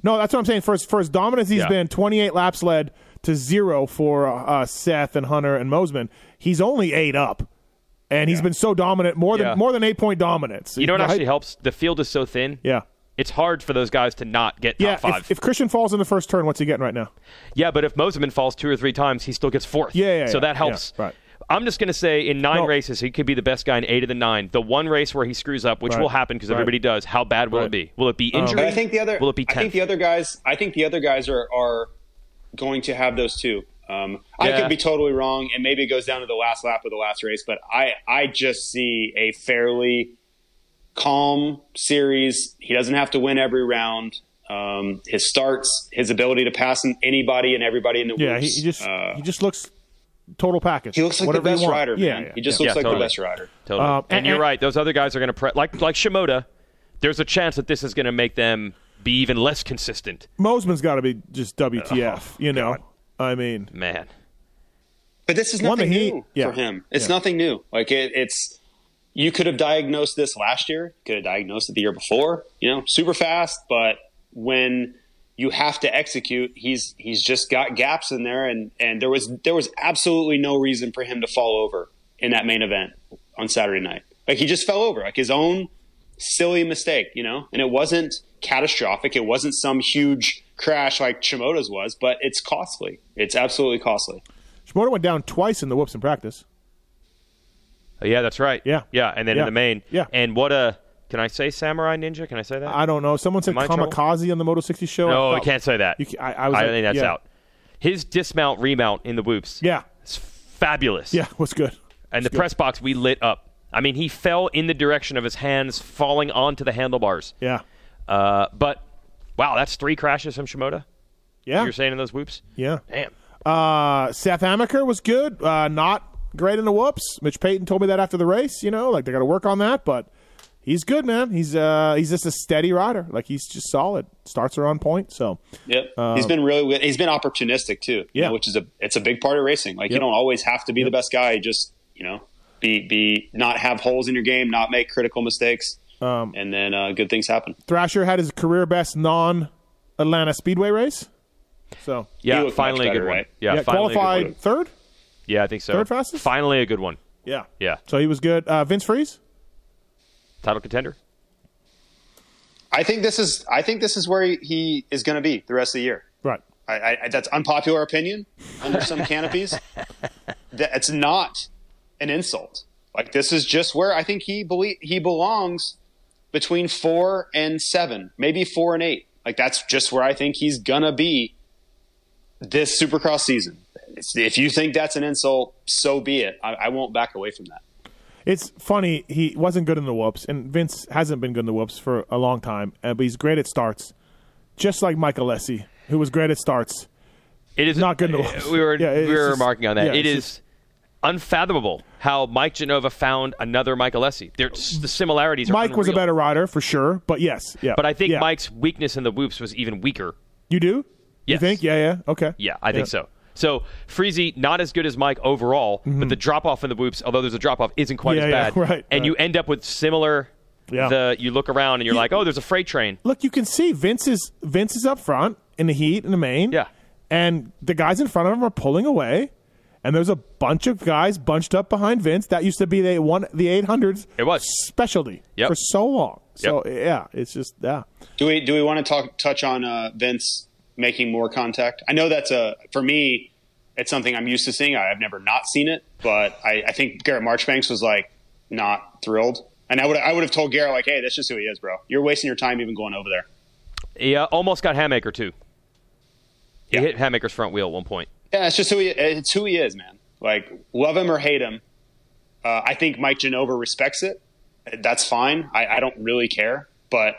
[SPEAKER 1] No, that's what I'm saying. For as, for as dominant as he's
[SPEAKER 4] Yeah.
[SPEAKER 1] been, 28 laps led uh, to zero for uh, Seth and Hunter and Mosman. He's only eight up, and he's been so dominant, more than
[SPEAKER 4] Yeah.
[SPEAKER 1] more than eight point dominance.
[SPEAKER 4] You know what
[SPEAKER 1] Right?
[SPEAKER 4] actually helps? The field is so thin.
[SPEAKER 1] Yeah,
[SPEAKER 4] It's hard for those guys to not get
[SPEAKER 1] yeah.
[SPEAKER 4] top five.
[SPEAKER 1] If, if Christian falls in the first turn, what's he getting right now?
[SPEAKER 4] yeah, but if Moseman falls two or three times, he still gets fourth.
[SPEAKER 1] Yeah, yeah,
[SPEAKER 4] So
[SPEAKER 1] yeah,
[SPEAKER 4] that helps.
[SPEAKER 1] yeah, right.
[SPEAKER 4] I'm just going to say in nine
[SPEAKER 1] No.
[SPEAKER 4] races, he could be the best guy in eight of the nine. The one race where he screws up, which
[SPEAKER 1] Right.
[SPEAKER 4] will happen because
[SPEAKER 1] Right.
[SPEAKER 4] everybody does, how bad will
[SPEAKER 1] Right. Um,
[SPEAKER 4] it be? Will it be injury?
[SPEAKER 5] But I think the other.
[SPEAKER 4] will it be
[SPEAKER 5] I think
[SPEAKER 4] 10th?
[SPEAKER 5] the other guys. I think the other guys are are going to have those too. Um, I
[SPEAKER 4] Yeah.
[SPEAKER 5] could be totally wrong, and maybe it goes down to the last lap of the last race. But I I just see a fairly calm series. He doesn't have to win every round. Um, his starts, his ability to pass in anybody and everybody in the
[SPEAKER 1] Yeah, he,
[SPEAKER 5] whoops,
[SPEAKER 1] he just
[SPEAKER 5] uh,
[SPEAKER 1] he just looks total package.
[SPEAKER 5] he looks like the
[SPEAKER 1] Whatever you
[SPEAKER 5] best
[SPEAKER 1] want.
[SPEAKER 5] rider.
[SPEAKER 1] Yeah,
[SPEAKER 5] man.
[SPEAKER 1] yeah,
[SPEAKER 5] he just
[SPEAKER 1] yeah.
[SPEAKER 5] looks like
[SPEAKER 4] totally.
[SPEAKER 5] the best rider.
[SPEAKER 4] Totally.
[SPEAKER 1] Um,
[SPEAKER 4] and,
[SPEAKER 1] and-
[SPEAKER 4] you're
[SPEAKER 1] and-
[SPEAKER 4] right; those other guys are going to pre- like like Shimoda. There's a chance that this is going to make them be even less consistent.
[SPEAKER 1] Mosman's got to be just WTF.
[SPEAKER 4] Oh,
[SPEAKER 1] you know, I mean,
[SPEAKER 4] Man,
[SPEAKER 5] But this is
[SPEAKER 1] One
[SPEAKER 5] nothing
[SPEAKER 1] that he-
[SPEAKER 5] new
[SPEAKER 1] yeah.
[SPEAKER 5] for him. It's
[SPEAKER 1] Yeah.
[SPEAKER 5] nothing new. Like it, it's you could have diagnosed this last year, could have diagnosed it the year before. You know, super fast, but when you have to execute, he's he's just got gaps in there, and and there was there was absolutely no reason for him to fall over in that main event on Saturday night. Like he just fell over, like his own silly mistake, you know? And it wasn't catastrophic. It wasn't some huge crash like Shimoda's was, but it's costly. It's absolutely costly.
[SPEAKER 1] Shimoda went down twice in the whoops in practice.
[SPEAKER 4] yeah, that's right.
[SPEAKER 1] Yeah.
[SPEAKER 4] yeah, and then
[SPEAKER 1] Yeah.
[SPEAKER 4] in the main,
[SPEAKER 1] Yeah.
[SPEAKER 4] And what a can I say Samurai Ninja? Can I say that?
[SPEAKER 1] I don't know. Someone said
[SPEAKER 4] Am I in trouble?
[SPEAKER 1] kamikaze on the Moto 60 show.
[SPEAKER 4] no,
[SPEAKER 1] I
[SPEAKER 4] I
[SPEAKER 1] thought-
[SPEAKER 4] can't say that.
[SPEAKER 1] You ca- I- I was like,
[SPEAKER 4] think that's
[SPEAKER 1] yeah.
[SPEAKER 4] out. His dismount remount in the whoops.
[SPEAKER 1] Yeah,
[SPEAKER 4] it's fabulous.
[SPEAKER 1] yeah, (laughs) was good.
[SPEAKER 4] and the press box we lit up. I mean, he fell in the direction of his hands falling onto the handlebars.
[SPEAKER 1] Yeah,
[SPEAKER 4] Uh, but wow, that's three crashes from Shimoda.
[SPEAKER 1] yeah,
[SPEAKER 4] You're saying in those whoops?
[SPEAKER 1] yeah.
[SPEAKER 4] Damn.
[SPEAKER 1] Uh, Seth Amaker was good. Uh, not great in the whoops. Mitch Payton told me that after the race. You know, like they got to work on that, but he's good, man. He's uh, he's just a steady rider. Like he's just solid. Starts are on point. So
[SPEAKER 5] Yep. he's been really good. He's been opportunistic too. you
[SPEAKER 1] Um, Yeah.
[SPEAKER 5] know, which is a it's a big part of racing. Like
[SPEAKER 1] Yep.
[SPEAKER 5] you don't always have to be the best guy. Just you know, be be not have holes in your game, not make critical mistakes,
[SPEAKER 1] Um,
[SPEAKER 5] and then uh, good things happen.
[SPEAKER 1] Thrasher had his career best non Atlanta Speedway race. So
[SPEAKER 5] He
[SPEAKER 4] Yeah,
[SPEAKER 5] looked
[SPEAKER 4] finally a
[SPEAKER 5] much
[SPEAKER 4] good
[SPEAKER 5] better,
[SPEAKER 4] one.
[SPEAKER 5] right?
[SPEAKER 4] Yeah, finally a good one.
[SPEAKER 1] qualified third.
[SPEAKER 4] Yeah, I think so.
[SPEAKER 1] Third fastest?
[SPEAKER 4] Finally a good one.
[SPEAKER 1] Yeah,
[SPEAKER 4] Yeah.
[SPEAKER 1] So he was good. Uh, Vince Freeze.
[SPEAKER 4] Title contender.
[SPEAKER 5] I think this is I think this is where he, he is going to be the rest of the year.
[SPEAKER 1] Right.
[SPEAKER 5] I, I, I- that's unpopular opinion under some canopies. That's not an insult. Like this is just where I think he belie- he belongs between four and seven, maybe four and eight. Like that's just where I think he's gonna be this Supercross season. It's, if you think that's an insult, so be it. I, I won't back away from that.
[SPEAKER 1] It's funny. He wasn't good in the whoops, and Vince hasn't been good in the whoops for a long time. uh, but he's great at starts, just like Michael Lessie, who was great at starts.
[SPEAKER 4] It is uh,
[SPEAKER 1] Not good in the whoops.
[SPEAKER 4] We were
[SPEAKER 1] Yeah,
[SPEAKER 4] we
[SPEAKER 1] it's
[SPEAKER 4] were
[SPEAKER 1] just-
[SPEAKER 4] remarking on that.
[SPEAKER 1] yeah,
[SPEAKER 4] it is
[SPEAKER 1] it's just-
[SPEAKER 4] unfathomable how Mike Genova found another Mike Alessi. There's the similarities. Are
[SPEAKER 1] Mike was a
[SPEAKER 4] unreal.
[SPEAKER 1] better rider for sure, but yes, yeah.
[SPEAKER 4] but I think
[SPEAKER 1] yeah.
[SPEAKER 4] Mike's weakness in the whoops was even weaker.
[SPEAKER 1] you do. You
[SPEAKER 4] Yes.
[SPEAKER 1] think? Yeah, yeah. Okay.
[SPEAKER 4] Yeah, I think so. So Freezy not as good as Mike overall, but the drop off in the whoops, although there's a drop off, isn't quite
[SPEAKER 1] Mm-hmm. Yeah,
[SPEAKER 4] as
[SPEAKER 1] yeah, (laughs)
[SPEAKER 4] bad.
[SPEAKER 1] right,
[SPEAKER 4] and
[SPEAKER 1] right.
[SPEAKER 4] you end up with similar.
[SPEAKER 1] Yeah.
[SPEAKER 4] The you look around and you're like, oh, there's a freight train.
[SPEAKER 1] Look, you can see Vince is Vince is up front in the heat in the main.
[SPEAKER 4] Yeah.
[SPEAKER 1] And the guys in front of him are pulling away, and there's a bunch of guys bunched up behind Vince. That used to be the one the 800s.
[SPEAKER 4] It was.
[SPEAKER 1] specialty
[SPEAKER 4] Yep.
[SPEAKER 1] for so long. So yeah, it's just yeah.
[SPEAKER 5] Do we do we want to talk touch on uh, Vince making more contact? I know that's a for me, it's something I'm used to seeing. I, I've never not seen it, but I, I think Garrett Marchbanks was like not thrilled, and I would I would have told Garrett like, hey, that's just who he is, bro. You're wasting your time even going over there.
[SPEAKER 4] Yeah, uh, almost got Hamaker too. He
[SPEAKER 5] Yeah.
[SPEAKER 4] hit Hamaker's front wheel at one point.
[SPEAKER 5] Yeah, it's just who he it's who he is, man. Like love him or hate him, uh, I think Mike Genova respects it. That's fine. I, I don't really care, but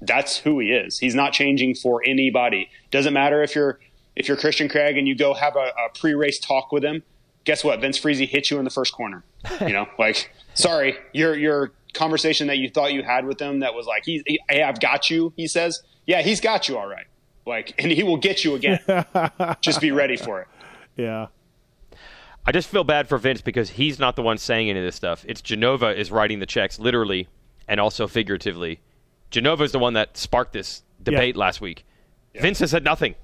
[SPEAKER 5] that's who he is. He's not changing for anybody. Doesn't matter if you're if you're Christian Craig and you go have a, a pre-race talk with him. Guess what? Vince Freezy hit you in the first corner. You know, like sorry, your your conversation that you thought you had with him that was like he, he hey I've got you. He says yeah he's got you all right. Like and he will get you again. Just be ready for it.
[SPEAKER 1] Yeah.
[SPEAKER 4] I just feel bad for Vince because he's not the one saying any of this stuff. It's Genova is writing the checks literally and also figuratively. Genova is the one that sparked this debate last week. Vince has said nothing.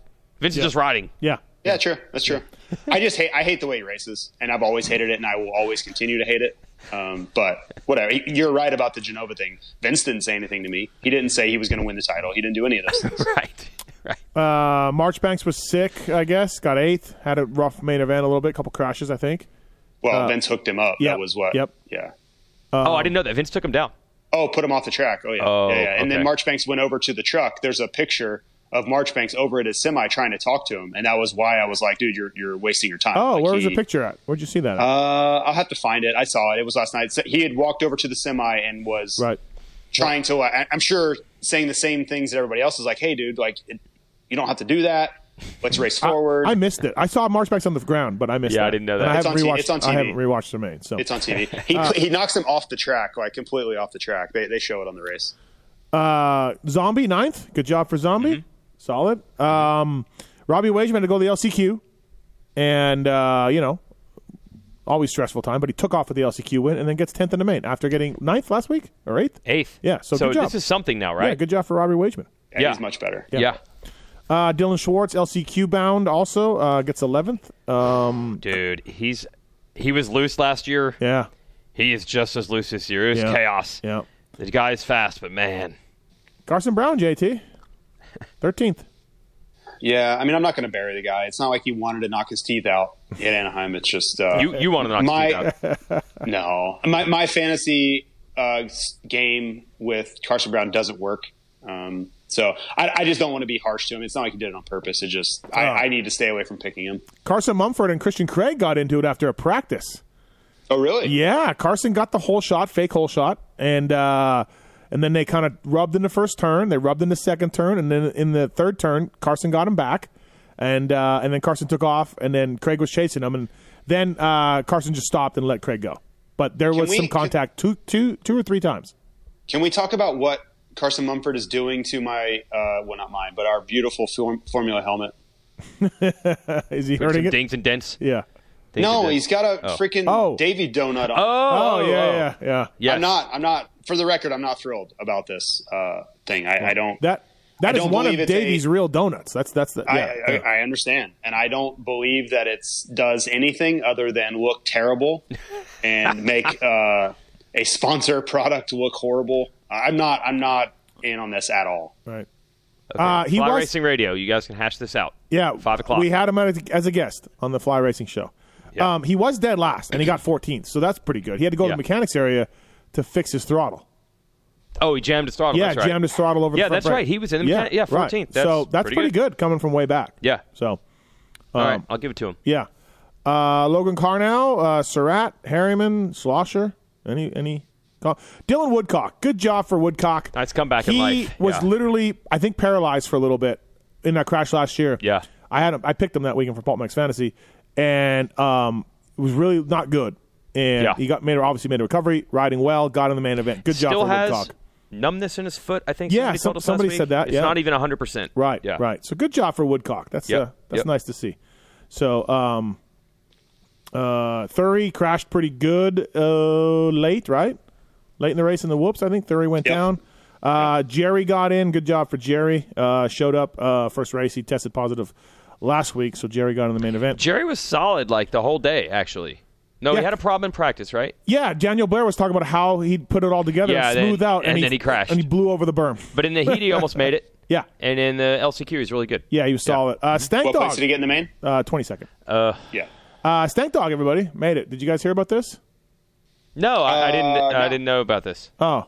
[SPEAKER 4] Vince is just riding. (laughs)
[SPEAKER 1] Yeah.
[SPEAKER 5] Yeah, true. That's true. I just hate I hate the way he races, and I've always hated it, and I will always continue to hate it. Um, but whatever. He- You're right about the Genova thing. Vince didn't say anything to me. He didn't say he was going to win the title. He didn't do any of those things.
[SPEAKER 4] right. Right.
[SPEAKER 1] Uh, Marchbanks was sick, I guess. Got eighth. Had a rough main event a little bit. Couple crashes, I think.
[SPEAKER 5] Well, Vince hooked him up.
[SPEAKER 1] Oh. yep,
[SPEAKER 5] That was what.
[SPEAKER 1] yep.
[SPEAKER 5] Yeah.
[SPEAKER 1] Um,
[SPEAKER 4] oh, I didn't know that. Vince took him down.
[SPEAKER 5] Oh, put him off the track. Oh yeah.
[SPEAKER 4] Oh,
[SPEAKER 5] yeah, yeah. And
[SPEAKER 4] okay.
[SPEAKER 5] then Marchbanks went over to the truck. There's a picture of Marchbanks over at his semi trying to talk to him, and that was why I was like, dude, you're you're wasting your time.
[SPEAKER 1] Oh,
[SPEAKER 5] Like,
[SPEAKER 1] where was
[SPEAKER 5] he-
[SPEAKER 1] the picture at? Where'd you see that? at?
[SPEAKER 5] Uh, I'll have to find it. I saw it. It was last night. So He had walked over to the semi and was
[SPEAKER 1] right.
[SPEAKER 5] trying to. like, I- I'm sure saying the same things that everybody else is like, hey, dude, like it, you don't have to do that. Let's race forward.
[SPEAKER 1] I missed it. I saw Marchbanks on the ground, but I missed.
[SPEAKER 4] Yeah,
[SPEAKER 1] that.
[SPEAKER 4] I didn't know
[SPEAKER 1] And
[SPEAKER 4] that.
[SPEAKER 1] I
[SPEAKER 4] It's
[SPEAKER 1] haven't
[SPEAKER 5] on
[SPEAKER 1] rewatched.
[SPEAKER 5] T- it's on
[SPEAKER 1] I
[SPEAKER 5] TV.
[SPEAKER 1] haven't rewatched the main. So
[SPEAKER 5] it's on TV. He he knocks him off the track, like completely off the track. They they show it on the race.
[SPEAKER 1] Uh, Zombie ninth. Good job for Zombie.
[SPEAKER 4] Mm-hmm.
[SPEAKER 1] Solid. Um, Robbie Wageman had to go to the LCQ, and uh, you know, always stressful time. But he took off with the LCQ win, and then gets tenth in the main after getting ninth last week or eighth.
[SPEAKER 4] Eighth.
[SPEAKER 1] Yeah, so good job.
[SPEAKER 4] this is something now, right?
[SPEAKER 1] Yeah, good job for Robbie Wageman.
[SPEAKER 5] Yeah,
[SPEAKER 4] Yeah.
[SPEAKER 5] he's much better.
[SPEAKER 4] Yeah.
[SPEAKER 1] Uh, Dylan Schwartz, LCQ bound, also uh, gets eleventh. Um,
[SPEAKER 4] Dude, he's he was loose last year.
[SPEAKER 1] yeah,
[SPEAKER 4] He is just as loose this year. It was
[SPEAKER 1] Yeah.
[SPEAKER 4] chaos.
[SPEAKER 1] yeah.
[SPEAKER 4] The guy is fast, but man.
[SPEAKER 1] Carson Brown,
[SPEAKER 4] (laughs)
[SPEAKER 1] JT, thirteenth.
[SPEAKER 5] Yeah, I mean, I'm not going to bury the guy. It's not like he wanted to knock his teeth out at Anaheim. It's just uh,
[SPEAKER 4] You you want to knock his
[SPEAKER 5] My-
[SPEAKER 1] (laughs)
[SPEAKER 4] teeth out.
[SPEAKER 5] no. My my fantasy uh, s- game with Carson Brown doesn't work. Um, so I, I just don't want to be harsh to him. It's not like he did it on purpose. It just I, I need to stay away from picking him.
[SPEAKER 1] Carson Mumford and Christian Craig got into it after a practice.
[SPEAKER 5] Oh, really?
[SPEAKER 1] Yeah, Carson got the whole shot, fake whole shot, and uh, and then they kind of rubbed in the first turn, they rubbed in the second turn, and then in the third turn, Carson got him back, and uh, and then Carson took off, and then Craig was chasing him, and then uh, Carson just stopped and let Craig go. But there was
[SPEAKER 5] we-
[SPEAKER 1] some contact two, two, two or three times. (laughs)
[SPEAKER 5] Can we talk about what Carson Mumford is doing to my uh, well, not mine, but our beautiful form- Formula helmet?
[SPEAKER 1] Is he
[SPEAKER 4] Some
[SPEAKER 1] hurting it?
[SPEAKER 4] dings and dents.
[SPEAKER 1] Yeah.
[SPEAKER 4] Dings and
[SPEAKER 5] no,
[SPEAKER 4] dents.
[SPEAKER 5] he's got a freaking
[SPEAKER 1] Oh.
[SPEAKER 5] Davy donut on.
[SPEAKER 4] Oh,
[SPEAKER 1] Oh, yeah, yeah, yeah.
[SPEAKER 4] Yes.
[SPEAKER 5] I'm not. I'm not. For the record, I'm not thrilled about this uh, thing. I, I don't.
[SPEAKER 1] That that
[SPEAKER 5] I
[SPEAKER 1] is
[SPEAKER 5] don't
[SPEAKER 1] one of
[SPEAKER 5] believe it's a-
[SPEAKER 1] Davy's real donuts. That's that's the yeah.
[SPEAKER 5] I,
[SPEAKER 1] yeah.
[SPEAKER 5] I, I understand, and I don't believe that it does anything other than look
[SPEAKER 4] (laughs)
[SPEAKER 5] terrible and make uh, a sponsor product look horrible. I'm not. I'm not in on this at all.
[SPEAKER 1] right. Uh, he
[SPEAKER 4] Fly
[SPEAKER 1] was
[SPEAKER 4] Racing Radio. You guys can hash this out.
[SPEAKER 1] Yeah,
[SPEAKER 4] Five o'clock.
[SPEAKER 1] We had him as as a guest on the Fly Racing Show. Um, he was dead last, and he got 14th, so that's pretty good. He had to go to
[SPEAKER 4] Yeah.
[SPEAKER 1] the mechanics area to fix his throttle.
[SPEAKER 4] Oh, he jammed his throttle.
[SPEAKER 1] Yeah,
[SPEAKER 4] that's right.
[SPEAKER 1] jammed his throttle over.
[SPEAKER 4] Yeah,
[SPEAKER 1] the front
[SPEAKER 4] that's
[SPEAKER 1] brake.
[SPEAKER 4] right. He was in the mechanic- yeah, 14th.
[SPEAKER 1] Right. so
[SPEAKER 4] That's
[SPEAKER 1] that's
[SPEAKER 4] pretty
[SPEAKER 1] pretty
[SPEAKER 4] good.
[SPEAKER 1] good. coming from way back.
[SPEAKER 4] Yeah.
[SPEAKER 1] So Um,
[SPEAKER 4] All right, I'll give it to him.
[SPEAKER 1] yeah, uh, Logan Carnow, uh, Surratt, Harriman, Slosher. Any any. co- Dylan Woodcock, good job for Woodcock.
[SPEAKER 4] Nice comeback in
[SPEAKER 1] He
[SPEAKER 4] life.
[SPEAKER 1] was
[SPEAKER 4] Yeah.
[SPEAKER 1] literally, I think, paralyzed for a little bit in that crash last year.
[SPEAKER 4] Yeah.
[SPEAKER 1] I had him. I picked him that weekend for Pulp Max Fantasy, and um, it was really not good. And
[SPEAKER 4] Yeah.
[SPEAKER 1] he got made obviously made a recovery, riding well, got in the main event. Good
[SPEAKER 4] Still
[SPEAKER 1] job for
[SPEAKER 4] has
[SPEAKER 1] Woodcock.
[SPEAKER 4] numbness in his foot. I think.
[SPEAKER 1] Yeah,
[SPEAKER 4] somebody,
[SPEAKER 1] some-
[SPEAKER 4] told us
[SPEAKER 1] somebody
[SPEAKER 4] last week.
[SPEAKER 1] said that,
[SPEAKER 4] It's
[SPEAKER 1] yeah.
[SPEAKER 4] not even hundred percent.
[SPEAKER 1] Right,
[SPEAKER 4] Yeah.
[SPEAKER 1] right. So good job for Woodcock. That's
[SPEAKER 4] Yep,
[SPEAKER 1] uh, that's
[SPEAKER 4] yep.
[SPEAKER 1] nice to see. So um, uh, Thury crashed pretty good uh, late, right? Late in the race in the whoops, I think Thury went
[SPEAKER 5] Yep.
[SPEAKER 1] down. Uh, Jerry got in. Good job for Jerry. Uh, showed up uh, first race. He tested positive last week, so Jerry got in the main event.
[SPEAKER 4] Jerry was solid like the whole day actually. No,
[SPEAKER 1] Yeah.
[SPEAKER 4] he had a problem in practice, right?
[SPEAKER 1] Yeah, Daniel Blair was talking about how he'd put it all together
[SPEAKER 4] Yeah,
[SPEAKER 1] and
[SPEAKER 4] then-
[SPEAKER 1] smooth out,
[SPEAKER 4] and then he crashed.
[SPEAKER 1] and he blew over the berm.
[SPEAKER 4] But in
[SPEAKER 1] (laughs)
[SPEAKER 4] the heat, he almost made it.
[SPEAKER 1] Yeah,
[SPEAKER 4] And in the LCQ, he's really good.
[SPEAKER 1] yeah, he was solid. Uh, Stank
[SPEAKER 5] What place
[SPEAKER 1] Dog,
[SPEAKER 5] did he get in the main?
[SPEAKER 1] uh, twenty second.
[SPEAKER 5] Yeah.
[SPEAKER 1] Uh, Stank Dog, everybody made it. Did you guys hear about this?
[SPEAKER 4] No, I, I didn't.
[SPEAKER 5] Uh,
[SPEAKER 4] I
[SPEAKER 5] no.
[SPEAKER 4] didn't know about this.
[SPEAKER 1] Oh,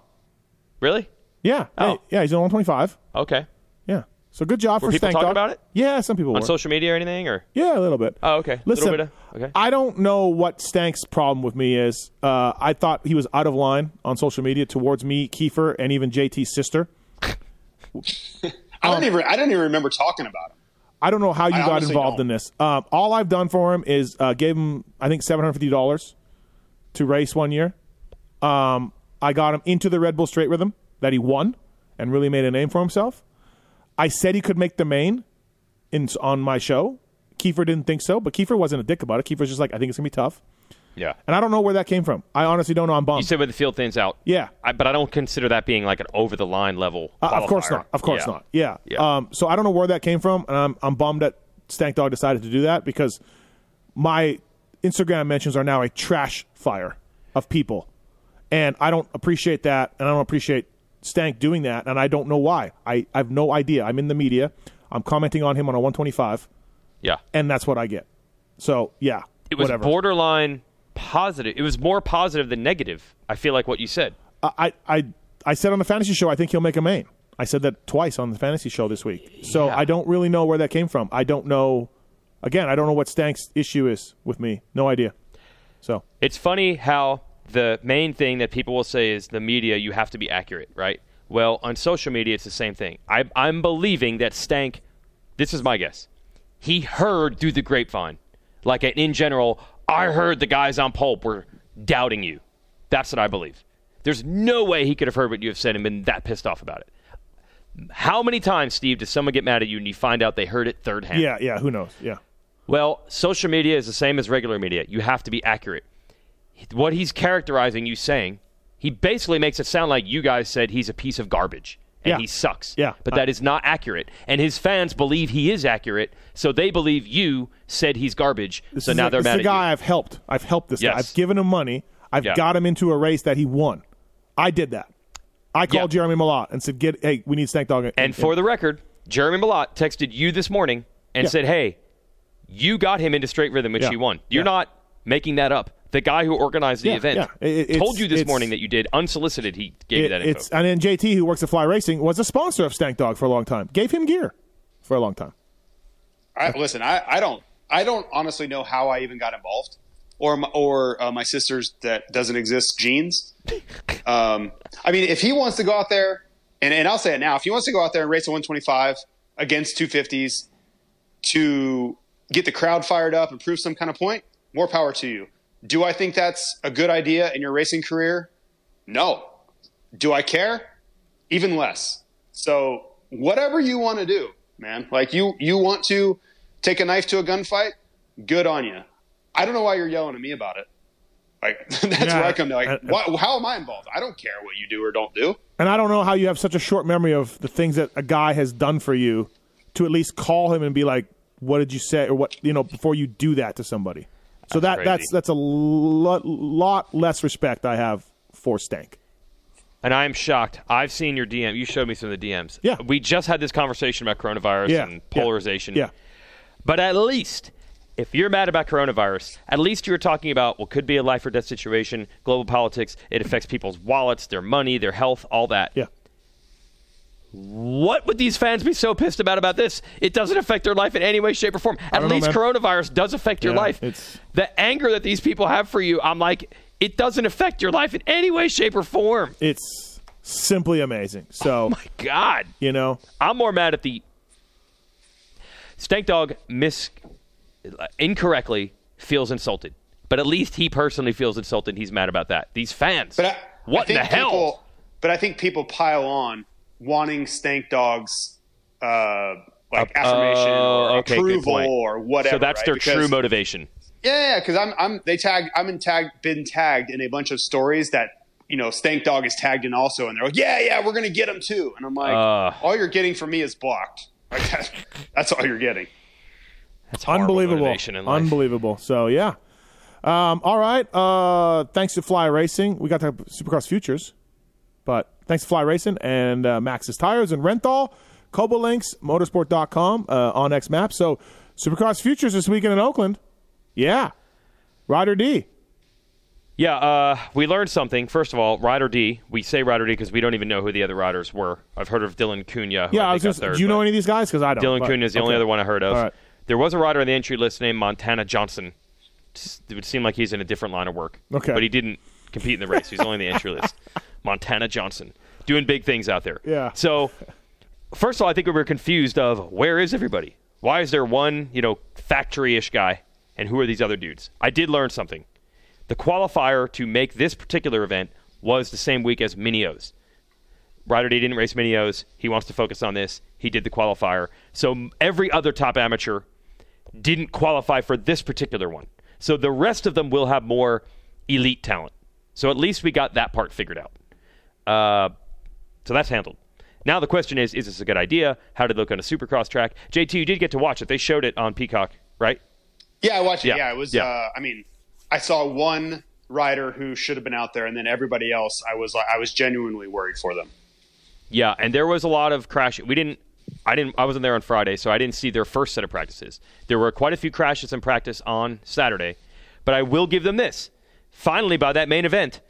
[SPEAKER 4] Really?
[SPEAKER 1] yeah,
[SPEAKER 4] Oh.
[SPEAKER 1] Hey, yeah, he's on one twenty five.
[SPEAKER 4] Okay.
[SPEAKER 1] Yeah, so good job
[SPEAKER 4] Were
[SPEAKER 1] for
[SPEAKER 4] people
[SPEAKER 1] Stank
[SPEAKER 4] talking
[SPEAKER 1] Dog.
[SPEAKER 4] about it?
[SPEAKER 1] Yeah, some people
[SPEAKER 4] On
[SPEAKER 1] were.
[SPEAKER 4] social media or anything, or
[SPEAKER 1] Yeah, a little bit.
[SPEAKER 4] Oh, okay. Little
[SPEAKER 1] Listen,
[SPEAKER 4] bit of- okay.
[SPEAKER 1] I don't know what Stank's problem with me is. Uh, I thought he was out of line on social media towards me, Kiefer, and even JT's sister.
[SPEAKER 5] I
[SPEAKER 1] Um,
[SPEAKER 5] don't even. I don't even remember talking about him.
[SPEAKER 1] I don't know how you
[SPEAKER 5] I
[SPEAKER 1] got
[SPEAKER 5] honestly
[SPEAKER 1] involved
[SPEAKER 5] don't.
[SPEAKER 1] in this. Um, all I've done for him is uh, gave him, I think, seven hundred fifty dollars to race one year. Um, I got him into the Red Bull Straight Rhythm that he won and really made a name for himself. I said he could make the main in on my show. Kiefer didn't think so, but Kiefer wasn't a dick about it. Kiefer's just like, I think it's gonna be tough,
[SPEAKER 4] yeah.
[SPEAKER 1] and I don't know where that came from. I honestly don't know. I'm
[SPEAKER 4] You
[SPEAKER 1] bummed.
[SPEAKER 4] said when the field thins out.
[SPEAKER 1] yeah,
[SPEAKER 4] I, but I don't consider that being like an over the line level.
[SPEAKER 1] Uh, of course
[SPEAKER 4] qualifier.
[SPEAKER 1] not. Of course
[SPEAKER 4] Yeah.
[SPEAKER 1] not. Yeah.
[SPEAKER 4] Yeah.
[SPEAKER 1] Um, so I don't know where that came from, and I'm I'm bummed that Stank Dog decided to do that because my Instagram mentions are now a trash fire. of people. And I don't appreciate that. And I don't appreciate Stank doing that. And I don't know why. I, I have no idea. I'm in the media. I'm commenting on him on a 125.
[SPEAKER 4] Yeah.
[SPEAKER 1] And that's what I get. So, yeah.
[SPEAKER 4] It was
[SPEAKER 1] whatever.
[SPEAKER 4] borderline positive. It was more positive than negative. I feel like what you said.
[SPEAKER 1] I, I, I said on the fantasy show, I think he'll make a main. I said that twice on the fantasy show this week. So I don't really know where that came from. I don't know. Again, I don't know what Stank's issue is with me. No idea. So
[SPEAKER 4] It's funny how the main thing that people will say is the media, you have to be accurate, right? Well, on social media, it's the same thing. I, I'm believing that Stank, this is my guess, he heard through the grapevine. Like in general, I heard the guys on Pulp were doubting you. That's what I believe. There's no way he could have heard what you have said and been that pissed off about it. How many times, Steve, does someone get mad at you and you find out they heard it third hand?
[SPEAKER 1] yeah, yeah. Who knows? Yeah.
[SPEAKER 4] Well, social media is the same as regular media. You have to be accurate. What he's characterizing you saying, he basically makes it sound like you guys said he's a piece of garbage and
[SPEAKER 1] Yeah.
[SPEAKER 4] he sucks.
[SPEAKER 1] Yeah. Uh.
[SPEAKER 4] But that is not accurate. And his fans believe he is accurate, so they believe you said he's garbage. So
[SPEAKER 1] This
[SPEAKER 4] now
[SPEAKER 1] is
[SPEAKER 4] they're
[SPEAKER 1] this is
[SPEAKER 4] mad
[SPEAKER 1] a
[SPEAKER 4] at
[SPEAKER 1] guy
[SPEAKER 4] you.
[SPEAKER 1] I've helped. I've helped this guy.
[SPEAKER 4] Yes.
[SPEAKER 1] I've given him money. I've
[SPEAKER 4] Yeah.
[SPEAKER 1] got him into a race that he won. I did that. I called
[SPEAKER 4] Yeah.
[SPEAKER 1] Jeremy Malott and said, "Get hey, we need Stank Dog."
[SPEAKER 4] And for the record, Jeremy Malott texted you this morning and
[SPEAKER 1] Yeah.
[SPEAKER 4] said, "Hey, you got him into straight rhythm, which
[SPEAKER 1] Yeah.
[SPEAKER 4] he won. You're
[SPEAKER 1] Yeah.
[SPEAKER 4] not making that up. The guy who organized the
[SPEAKER 1] Yeah,
[SPEAKER 4] event
[SPEAKER 1] yeah. It- it-
[SPEAKER 4] told
[SPEAKER 1] it's-
[SPEAKER 4] you this
[SPEAKER 1] it's-
[SPEAKER 4] morning that you did unsolicited. He gave you
[SPEAKER 1] It-
[SPEAKER 4] that info.
[SPEAKER 1] it's and then JT, who works at Fly Racing, was a sponsor of Stank Dog for a long time. Gave him gear for a long time.
[SPEAKER 5] I, listen, I, I don't, I don't honestly know how I even got involved, or my, or uh, my sister's that doesn't exist genes. Um, I mean, if he wants to go out there, and, and I'll say it now, if he wants to go out there and race a 125 against 250s to get the crowd fired up and prove some kind of point, more power to you. Do I think that's a good idea in your racing career? No. Do I care? Even less. So whatever you want to do, man, like you you want to take a knife to a gunfight, good on you. I don't know why you're yelling at me about it. Like (laughs) that's
[SPEAKER 1] Yeah,
[SPEAKER 5] where I come to. Like,
[SPEAKER 1] I- I-
[SPEAKER 5] why, how am I involved? I don't care what you do or don't do.
[SPEAKER 1] And I don't know how you have such a short memory of the things that a guy has done for you to at least call him and be like, "What did you say?" or what you know before you do that to somebody. So that
[SPEAKER 4] crazy.
[SPEAKER 1] that's that's a lot, lot less respect I have for Stank.
[SPEAKER 4] And I am shocked. I've seen your DM. You showed me some of the DMs.
[SPEAKER 1] Yeah.
[SPEAKER 4] We just had this conversation about coronavirus
[SPEAKER 1] Yeah, yeah,
[SPEAKER 4] and polarization.
[SPEAKER 1] yeah.
[SPEAKER 4] But at least, if you're mad about coronavirus, at least you were talking about what could be a life or death situation, global politics. It affects people's wallets, their money, their health, all that.
[SPEAKER 1] Yeah.
[SPEAKER 4] What would these fans be so pissed about about this? It doesn't affect their life in any way, shape, or form. At
[SPEAKER 1] don't know,
[SPEAKER 4] least
[SPEAKER 1] man.
[SPEAKER 4] coronavirus does affect your
[SPEAKER 1] Yeah,
[SPEAKER 4] life.
[SPEAKER 1] it's-
[SPEAKER 4] The anger that these people have for you, I'm like, it doesn't affect your life in any way, shape, or form.
[SPEAKER 1] It's simply amazing.
[SPEAKER 4] (laughs)
[SPEAKER 1] So
[SPEAKER 4] Oh My God.
[SPEAKER 1] you know,
[SPEAKER 4] I'm more mad at the Stank Dog mis incorrectly feels insulted, but at least he personally feels insulted. He's mad about that. These fans,
[SPEAKER 5] But I,
[SPEAKER 4] what
[SPEAKER 5] I think
[SPEAKER 4] in the hell?
[SPEAKER 5] People, but I think people pile on wanting stank dogs. Uh, like affirmation
[SPEAKER 4] Oh,
[SPEAKER 5] or
[SPEAKER 4] okay, good
[SPEAKER 5] approval
[SPEAKER 4] point.
[SPEAKER 5] or whatever.
[SPEAKER 4] so that's
[SPEAKER 5] right?
[SPEAKER 4] their
[SPEAKER 5] Because-
[SPEAKER 4] true motivation.
[SPEAKER 5] Yeah, because I'm I'm they tag I'm in tag been tagged in a bunch of stories that you know Stank Dog is tagged in also, and they're like, yeah, yeah, we're gonna get him too, and I'm like,
[SPEAKER 4] Uh.
[SPEAKER 5] all you're getting from me is blocked. Like that, that's all you're getting.
[SPEAKER 4] That's horrible
[SPEAKER 1] unbelievable,
[SPEAKER 4] motivation in life.
[SPEAKER 1] unbelievable. So yeah. Um, all right. Uh, thanks to Fly Racing, we got to Supercross Futures, but thanks to Fly Racing and uh, Max's Tires and Renthal, Cobolinks, Motorsport.com uh, on X Map. So Supercross Futures this weekend in Oakland. Yeah, Rider D.
[SPEAKER 4] Yeah, uh, we learned something. First of all, Rider D. We say Rider D because we don't even know who the other riders were. I've heard of Dylan Cunha. Who
[SPEAKER 1] Yeah, I,
[SPEAKER 4] I,
[SPEAKER 1] was
[SPEAKER 4] think
[SPEAKER 1] just.
[SPEAKER 4] got third,
[SPEAKER 1] Do you know
[SPEAKER 4] but-
[SPEAKER 1] any of these guys? Because I don't.
[SPEAKER 4] Dylan
[SPEAKER 1] but-
[SPEAKER 4] Kuhn is the only
[SPEAKER 1] okay.
[SPEAKER 4] other one I heard of.
[SPEAKER 1] All right.
[SPEAKER 4] There was a rider on the entry list named Montana Johnson. Just- It would seem like he's in a different line of work.
[SPEAKER 1] Okay.
[SPEAKER 4] But he didn't compete in the race. He's only in the entry list. Montana Johnson. Doing big things out there.
[SPEAKER 1] Yeah.
[SPEAKER 4] So first of all, I think we were confused of where is everybody? Why is there one, you know, factory ish guy and who are these other dudes? I did learn something. The qualifier to make this particular event was the same week as Minios. Ryder D didn't race Minios. He wants to focus on this. He did the qualifier. So m- every other top amateur didn't qualify for this particular one. So the rest of them will have more elite talent. So at least we got that part figured out. Uh, so that's handled. Now the question is: Is this a good idea? How did it look on a Supercross track? JT, you did get to watch it. They showed it on Peacock, right?
[SPEAKER 5] Yeah, I watched it.
[SPEAKER 4] Yeah,
[SPEAKER 5] Yeah, it was.
[SPEAKER 4] yeah.
[SPEAKER 5] Uh, I mean, I saw one rider who should have been out there, and then everybody else, I was like, I was genuinely worried for them.
[SPEAKER 4] Yeah, and there was a lot of crash. We didn't. I didn't. I wasn't there on Friday, so I didn't see their first set of practices. There were quite a few crashes in practice on Saturday, but I will give them this. Finally, by that main event,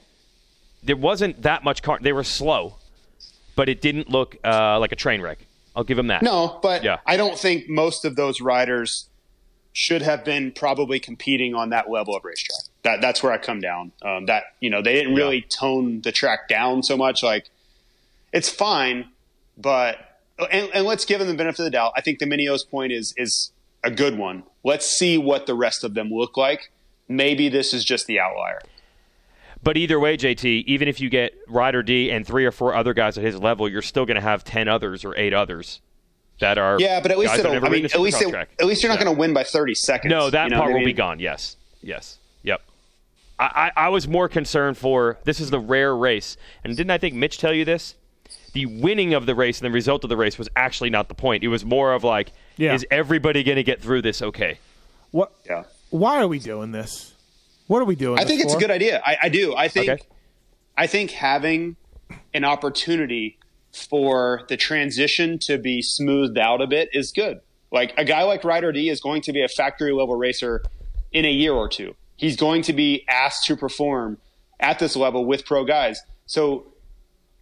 [SPEAKER 4] there wasn't that much car. They were slow, but it didn't look uh, like a train wreck. I'll give them that.
[SPEAKER 5] (laughs) No, but
[SPEAKER 4] Yeah.
[SPEAKER 5] I don't think most of those riders should have been probably competing on that level of racetrack. That that's where I come down. Um, that you know they didn't really tone the track down so much. Like it's fine, but and, and let's give them the benefit of the doubt. I think the Minio's point is is a good one. Let's see what the rest of them look like. Maybe this is just the outlier.
[SPEAKER 4] But either way, JT, even if you get Ryder D and three or four other guys at his level, you're still going to have ten others or eight others that are
[SPEAKER 5] Yeah, but at least
[SPEAKER 4] guys that
[SPEAKER 5] it'll.
[SPEAKER 4] have never
[SPEAKER 5] I mean,
[SPEAKER 4] ridden a
[SPEAKER 5] at least
[SPEAKER 4] supercross
[SPEAKER 5] it,
[SPEAKER 4] track.
[SPEAKER 5] at least you're not
[SPEAKER 4] Yeah.
[SPEAKER 5] going to win by 30 seconds.
[SPEAKER 4] No, that
[SPEAKER 5] You know
[SPEAKER 4] part
[SPEAKER 5] what I
[SPEAKER 4] will be
[SPEAKER 5] mean?
[SPEAKER 4] gone. Yes. Yes. Yep. I, I, I was more concerned for this is the rare race. And didn't I think Mitch tell you this? The winning of the race and the result of the race was actually not the point. It was more of like,
[SPEAKER 1] Yeah.
[SPEAKER 4] is everybody going to get through this okay?
[SPEAKER 1] What?
[SPEAKER 5] Yeah.
[SPEAKER 1] Why are we doing this? What are we doing?
[SPEAKER 5] I think it's a good idea. I, I do. I think
[SPEAKER 4] Okay.
[SPEAKER 5] I think having an opportunity for the transition to be smoothed out a bit is good. Like a guy like Ryder D is going to be a factory level racer in a year or two. He's going to be asked to perform at this level with pro guys. So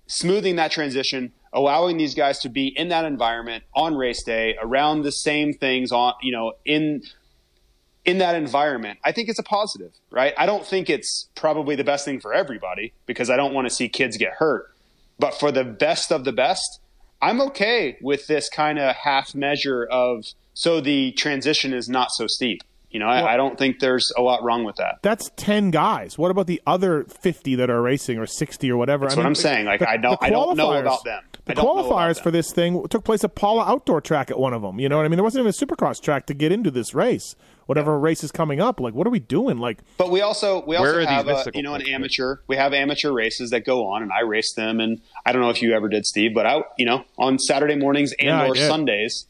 [SPEAKER 5] smoothing that transition, allowing these guys to be in that environment on race day, around the same things on, you know, in in that environment, I think it's a positive, right? I don't think it's probably the best thing for everybody because I don't want to see kids get hurt. But for the best of the best, I'm okay with this kind of half measure of so the transition is not so steep. You know, I, I don't think there's a lot wrong with that.
[SPEAKER 1] That's ten guys. What about the other fifty that are racing, or sixty, or whatever?
[SPEAKER 5] That's what I'm saying. Like, I don't- I don't know
[SPEAKER 1] qualifiers-
[SPEAKER 5] about them.
[SPEAKER 1] The
[SPEAKER 5] I don't know about
[SPEAKER 1] qualifiers
[SPEAKER 5] them.
[SPEAKER 1] for this thing took place at Paula Outdoor Track at one of them. You know what I mean? There wasn't even a Supercross track to get into this race. Whatever race is coming up, like, what are we doing? Like,
[SPEAKER 5] But we also we
[SPEAKER 4] Where
[SPEAKER 5] also
[SPEAKER 4] are these
[SPEAKER 5] have a,
[SPEAKER 4] mystical
[SPEAKER 5] you know an
[SPEAKER 4] places?
[SPEAKER 5] amateur. We have amateur races that go on, and I race them. And I don't know if you ever did, Steve, but I you know on Saturday mornings and
[SPEAKER 1] Yeah, I
[SPEAKER 5] or
[SPEAKER 1] did.
[SPEAKER 5] Sundays,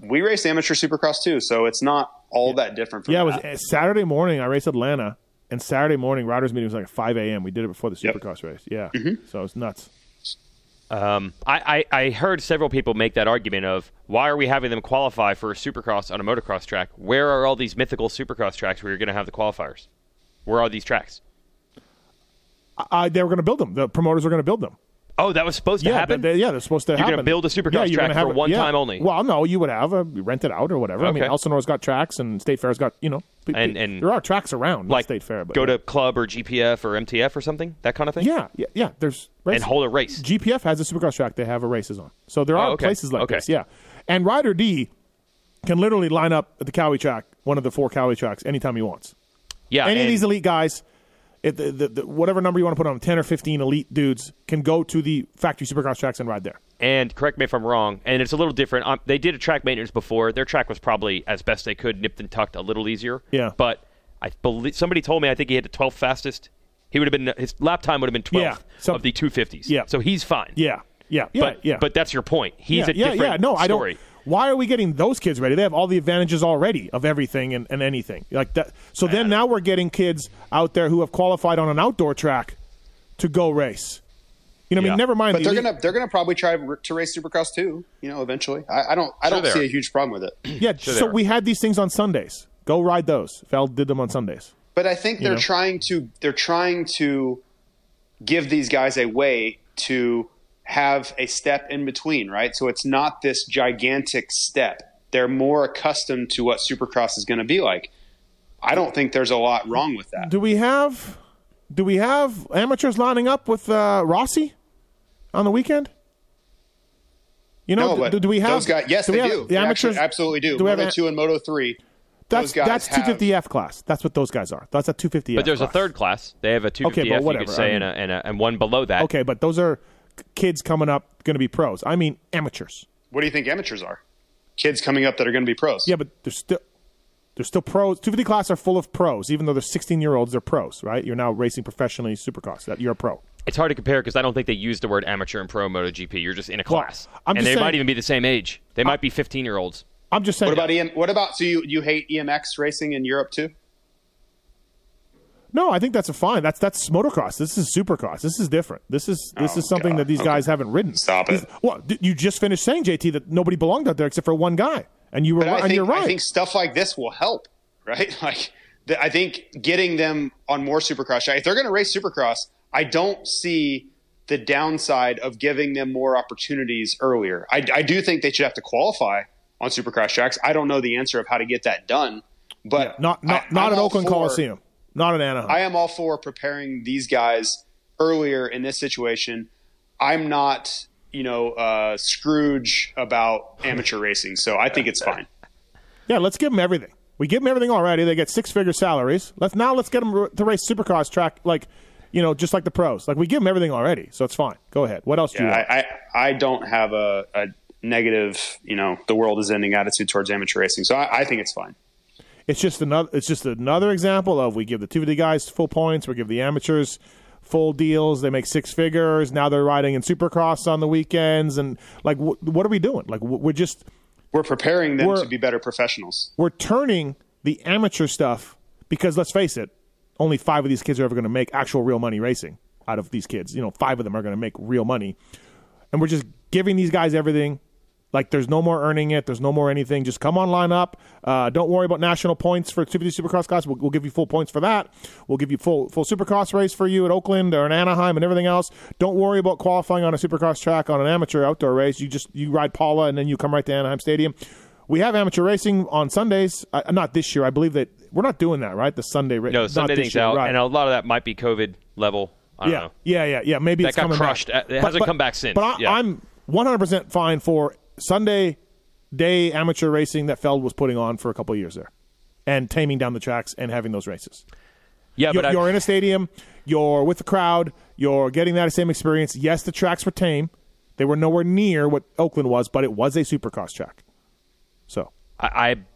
[SPEAKER 5] we race amateur supercross too. So it's not all that different. From
[SPEAKER 1] yeah, it was
[SPEAKER 5] that.
[SPEAKER 1] uh, Saturday morning. I raced Atlanta, and Saturday morning riders meeting was like at five a.m. We did it before the
[SPEAKER 5] Yep. Mm-hmm.
[SPEAKER 1] Supercross race. Yeah, so it was nuts.
[SPEAKER 4] Um, I, I, I heard several people make that argument of why are we having them qualify for a supercross on a motocross track? Where are all these mythical supercross tracks where you're going to have the qualifiers? Where are these tracks?
[SPEAKER 1] Uh, they were going to build them. The promoters were going to build them.
[SPEAKER 4] Oh, that was supposed to
[SPEAKER 1] yeah,
[SPEAKER 4] happen?
[SPEAKER 1] they- they- yeah, they're supposed to
[SPEAKER 4] gonna
[SPEAKER 1] happen.
[SPEAKER 4] build a supercross
[SPEAKER 1] yeah, you're
[SPEAKER 4] track
[SPEAKER 1] gonna have
[SPEAKER 4] for
[SPEAKER 1] it-
[SPEAKER 4] one
[SPEAKER 1] yeah.
[SPEAKER 4] time only.
[SPEAKER 1] Well, no, you would have uh, you rent it out or whatever. I mean,
[SPEAKER 4] Okay.
[SPEAKER 1] Elsinore's got tracks and State Fair's got you know p- p-
[SPEAKER 4] And- and-
[SPEAKER 1] there are tracks around
[SPEAKER 4] like
[SPEAKER 1] State Fair. But
[SPEAKER 4] go to club or GPF or MTF or something, that kind of thing.
[SPEAKER 1] yeah, yeah, yeah. There's races.
[SPEAKER 4] and hold a race. Oh,
[SPEAKER 1] GPF has a supercross track they have a races on. So there are
[SPEAKER 4] okay.
[SPEAKER 1] places like
[SPEAKER 4] Okay.
[SPEAKER 1] this, yeah. And Rider D can literally line up at the Cowie track, one of the four Cowie tracks, anytime he wants.
[SPEAKER 4] yeah,
[SPEAKER 1] Any of
[SPEAKER 4] Uh, and-
[SPEAKER 1] these elite guys, if the, the, the, whatever number you want to put on, 10 or 15 elite dudes can go to the factory supercross tracks and ride there.
[SPEAKER 4] and correct me if I'm wrong, and it's a little different. Um, they did a track maintenance before. Their track was probably as best they could, nipped and tucked, a little easier.
[SPEAKER 1] Yeah.
[SPEAKER 4] But I believe somebody told me I think he had the 12th fastest. He would have been his lap time would have been 12th
[SPEAKER 1] Yeah, some-
[SPEAKER 4] of the 250s.
[SPEAKER 1] Yeah.
[SPEAKER 4] So he's fine.
[SPEAKER 1] Yeah, yeah, yeah,
[SPEAKER 4] But
[SPEAKER 1] yeah.
[SPEAKER 4] but that's your point. He's
[SPEAKER 1] yeah,
[SPEAKER 4] a
[SPEAKER 1] yeah,
[SPEAKER 4] different
[SPEAKER 1] yeah. No, I
[SPEAKER 4] story.
[SPEAKER 1] don't. Why are we getting those kids ready? They have all the advantages already of everything and, and anything like that. So then now we're getting kids out there who have qualified on an outdoor track to go race. You know, what I
[SPEAKER 4] Yeah.
[SPEAKER 1] mean, never mind.
[SPEAKER 5] but
[SPEAKER 1] the
[SPEAKER 5] they're
[SPEAKER 1] elite-
[SPEAKER 5] gonna they're gonna probably try to race supercross too. You know, eventually. I, I don't I don't
[SPEAKER 4] they
[SPEAKER 5] see
[SPEAKER 4] are.
[SPEAKER 5] a huge problem with it.
[SPEAKER 1] Yeah,
[SPEAKER 4] Sure they
[SPEAKER 1] so
[SPEAKER 4] are.
[SPEAKER 1] we had these things on Sundays. Go ride those. Feld did them on Sundays.
[SPEAKER 5] But I think they're
[SPEAKER 1] know?
[SPEAKER 5] trying to they're trying to give these guys a way to have a step in between, right? So it's not this gigantic step. They're more accustomed to what Supercross is going to be like. I don't think there's a lot wrong with that.
[SPEAKER 1] Do we have do we have amateurs lining up with uh, Rossi on the weekend? You know,
[SPEAKER 5] No,
[SPEAKER 1] d-
[SPEAKER 5] but
[SPEAKER 1] do, we have
[SPEAKER 5] those guys? Yes,
[SPEAKER 1] do we
[SPEAKER 5] they
[SPEAKER 1] have
[SPEAKER 5] do.
[SPEAKER 1] The
[SPEAKER 5] They
[SPEAKER 1] amateurs
[SPEAKER 5] actually absolutely do.
[SPEAKER 1] do we have
[SPEAKER 5] Moto
[SPEAKER 1] a-
[SPEAKER 5] two and Moto three.
[SPEAKER 1] That's
[SPEAKER 5] those guys
[SPEAKER 1] that's
[SPEAKER 5] have-
[SPEAKER 1] 250F class. That's what those guys are. That's a 250F.
[SPEAKER 4] But there's a
[SPEAKER 1] class.
[SPEAKER 4] third class. They have a 250F,
[SPEAKER 1] Okay, but
[SPEAKER 4] you
[SPEAKER 1] whatever,
[SPEAKER 4] could say,
[SPEAKER 1] I
[SPEAKER 4] and, a,
[SPEAKER 1] mean-
[SPEAKER 4] and, a, and one below that.
[SPEAKER 1] Okay, but those are k- kids coming up going to be pros. I mean amateurs.
[SPEAKER 5] What do you think amateurs are? Kids coming up that are going to be pros.
[SPEAKER 1] Yeah, but they're still they're still pros. 250 class are full of pros. Even though they're 16 year olds, they're pros, right? You're now racing professionally supercross. That you're a pro.
[SPEAKER 4] It's hard to compare because I don't think they use the word amateur and pro MotoGP. You're just in a class,
[SPEAKER 1] I'm
[SPEAKER 4] and
[SPEAKER 1] just
[SPEAKER 4] they
[SPEAKER 1] saying-
[SPEAKER 4] might even be the same age. They might be 15 year olds.
[SPEAKER 1] I'm just
[SPEAKER 5] E
[SPEAKER 1] saying.
[SPEAKER 5] What about EM, what about so you you hate EMX racing in Europe too?
[SPEAKER 1] No, I think that's a fine. That's that's motocross. This is supercross. This is different. This is this
[SPEAKER 5] Oh,
[SPEAKER 1] is something
[SPEAKER 5] God.
[SPEAKER 1] that these
[SPEAKER 5] Okay.
[SPEAKER 1] guys haven't ridden.
[SPEAKER 5] Stop
[SPEAKER 1] This-
[SPEAKER 5] it.
[SPEAKER 1] Well, d- you just finished saying JT that nobody belonged out there except for one guy, and you were
[SPEAKER 5] But
[SPEAKER 1] ri-
[SPEAKER 5] I
[SPEAKER 1] and
[SPEAKER 5] think,
[SPEAKER 1] you're right.
[SPEAKER 5] I think stuff like this will help, (laughs) right? Like, the, I think getting them on more Supercross, if they're going to race Supercross, I don't see the downside of giving them more opportunities earlier. I, I do think they should have to qualify on Supercross tracks. I don't know the answer of how to get that done, but
[SPEAKER 1] not not
[SPEAKER 5] I-
[SPEAKER 1] not
[SPEAKER 5] I'm
[SPEAKER 1] at
[SPEAKER 5] all
[SPEAKER 1] Oakland
[SPEAKER 5] for-
[SPEAKER 1] Coliseum. Not at Anaheim.
[SPEAKER 5] I am all for preparing these guys earlier in this situation. I'm not, you know, uh, Scrooge about amateur racing, so I think it's fine.
[SPEAKER 1] yeah, let's give them everything. We give them everything already. They get six figure salaries. Let's now let's get them to race supercross track like you know just like the pros. Like we give them everything already, so it's fine. Go ahead. What else do you want?
[SPEAKER 5] I, I I don't have a, a negative, you know, the world is ending attitude towards amateur racing, so I, I think it's fine.
[SPEAKER 1] it's just another it's just another example of we give the two D guys full points, we give the amateurs full deals. They make six figures. Now they're riding in Supercross on the weekends, and like, wh- what are we doing? Like, wh- we're just
[SPEAKER 5] We're preparing them
[SPEAKER 1] We're-
[SPEAKER 5] to be better professionals.
[SPEAKER 1] we're turning the amateur stuff because let's face it, only five of these kids are ever going to make actual real money racing out of these kids. You know, five of them are going to make real money, and we're just giving these guys everything. Like, there's no more earning it. There's no more anything. Just come on, line up. Uh, don't worry about national points for Super Supercross class. We'll, we'll give you full points for that. We'll give you full full Supercross race for you at Oakland or in Anaheim and everything else. Don't worry about qualifying on a Supercross track on an amateur outdoor race. You just you ride Paula and then you come right to Anaheim Stadium. We have amateur racing on Sundays. Uh, not this year. I believe that we're not doing that, right? The Sunday race.
[SPEAKER 4] No, Sunday thing's out, and a lot of that might be COVID level. I don't
[SPEAKER 1] Yeah,
[SPEAKER 4] know.
[SPEAKER 1] yeah, yeah, yeah. Maybe
[SPEAKER 4] That
[SPEAKER 1] it's
[SPEAKER 4] got
[SPEAKER 1] coming
[SPEAKER 4] crushed. Uh,
[SPEAKER 1] Back.
[SPEAKER 4] it hasn't come back since.
[SPEAKER 1] But I,
[SPEAKER 4] Yeah.
[SPEAKER 1] I'm 100 percent fine for Sunday day amateur racing that Feld was putting on for a couple of years there, and taming down the tracks and having those races.
[SPEAKER 4] Yeah,
[SPEAKER 1] You're,
[SPEAKER 4] but I-
[SPEAKER 1] you're in a stadium. You're with the crowd. You're getting that same experience. Yes, the tracks were tame. They were nowhere near what Oakland was, but it was a supercross track. So
[SPEAKER 4] I,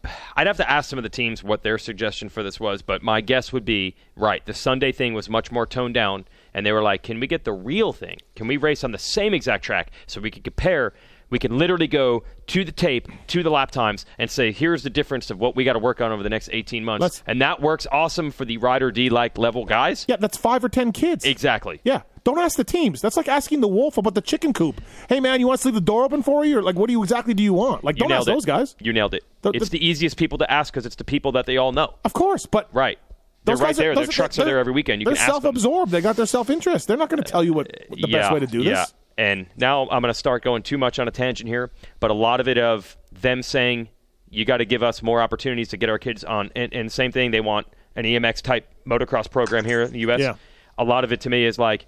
[SPEAKER 4] I I'd have to ask some of the teams what their suggestion for this was, but my guess would be right. The Sunday thing was much more toned down, and they were like, "Can we get the real thing? Can we race on the same exact track so we can compare? We can literally go to the tape, to the lap times, and say, here's the difference of what we got to work on over the next 18 months."
[SPEAKER 1] Let's-
[SPEAKER 4] and that works awesome for the rider D like level guys.
[SPEAKER 1] yeah, that's five or ten kids.
[SPEAKER 4] Exactly.
[SPEAKER 1] Yeah. Don't ask the teams. That's like asking the wolf about the chicken coop. Hey man, you want us to leave the door open for you? Or like, what do you exactly do you want? Like,
[SPEAKER 4] You
[SPEAKER 1] don't ask
[SPEAKER 4] nailed it.
[SPEAKER 1] those guys.
[SPEAKER 4] You nailed it.
[SPEAKER 1] The-
[SPEAKER 4] it's
[SPEAKER 1] the-
[SPEAKER 4] the easiest people to ask because it's the people that they
[SPEAKER 1] (laughs)
[SPEAKER 4] all know.
[SPEAKER 1] Of course, but
[SPEAKER 4] Right. They're
[SPEAKER 1] those
[SPEAKER 4] right
[SPEAKER 1] guys
[SPEAKER 4] there. Their
[SPEAKER 1] those-
[SPEAKER 4] trucks are
[SPEAKER 1] they're-
[SPEAKER 4] there every weekend. You
[SPEAKER 1] they're
[SPEAKER 4] can ask them.
[SPEAKER 1] self-absorbed. They got their self-interest. They're not going to tell you what, what the best way to do
[SPEAKER 4] yeah.
[SPEAKER 1] this.
[SPEAKER 4] And now I'm going to start going too much on a tangent here, but a lot of it of them saying you got to give us more opportunities to get our kids on, and, and same thing they want an EMX type motocross program here in the U.S.
[SPEAKER 1] Yeah.
[SPEAKER 4] A lot of it to me is like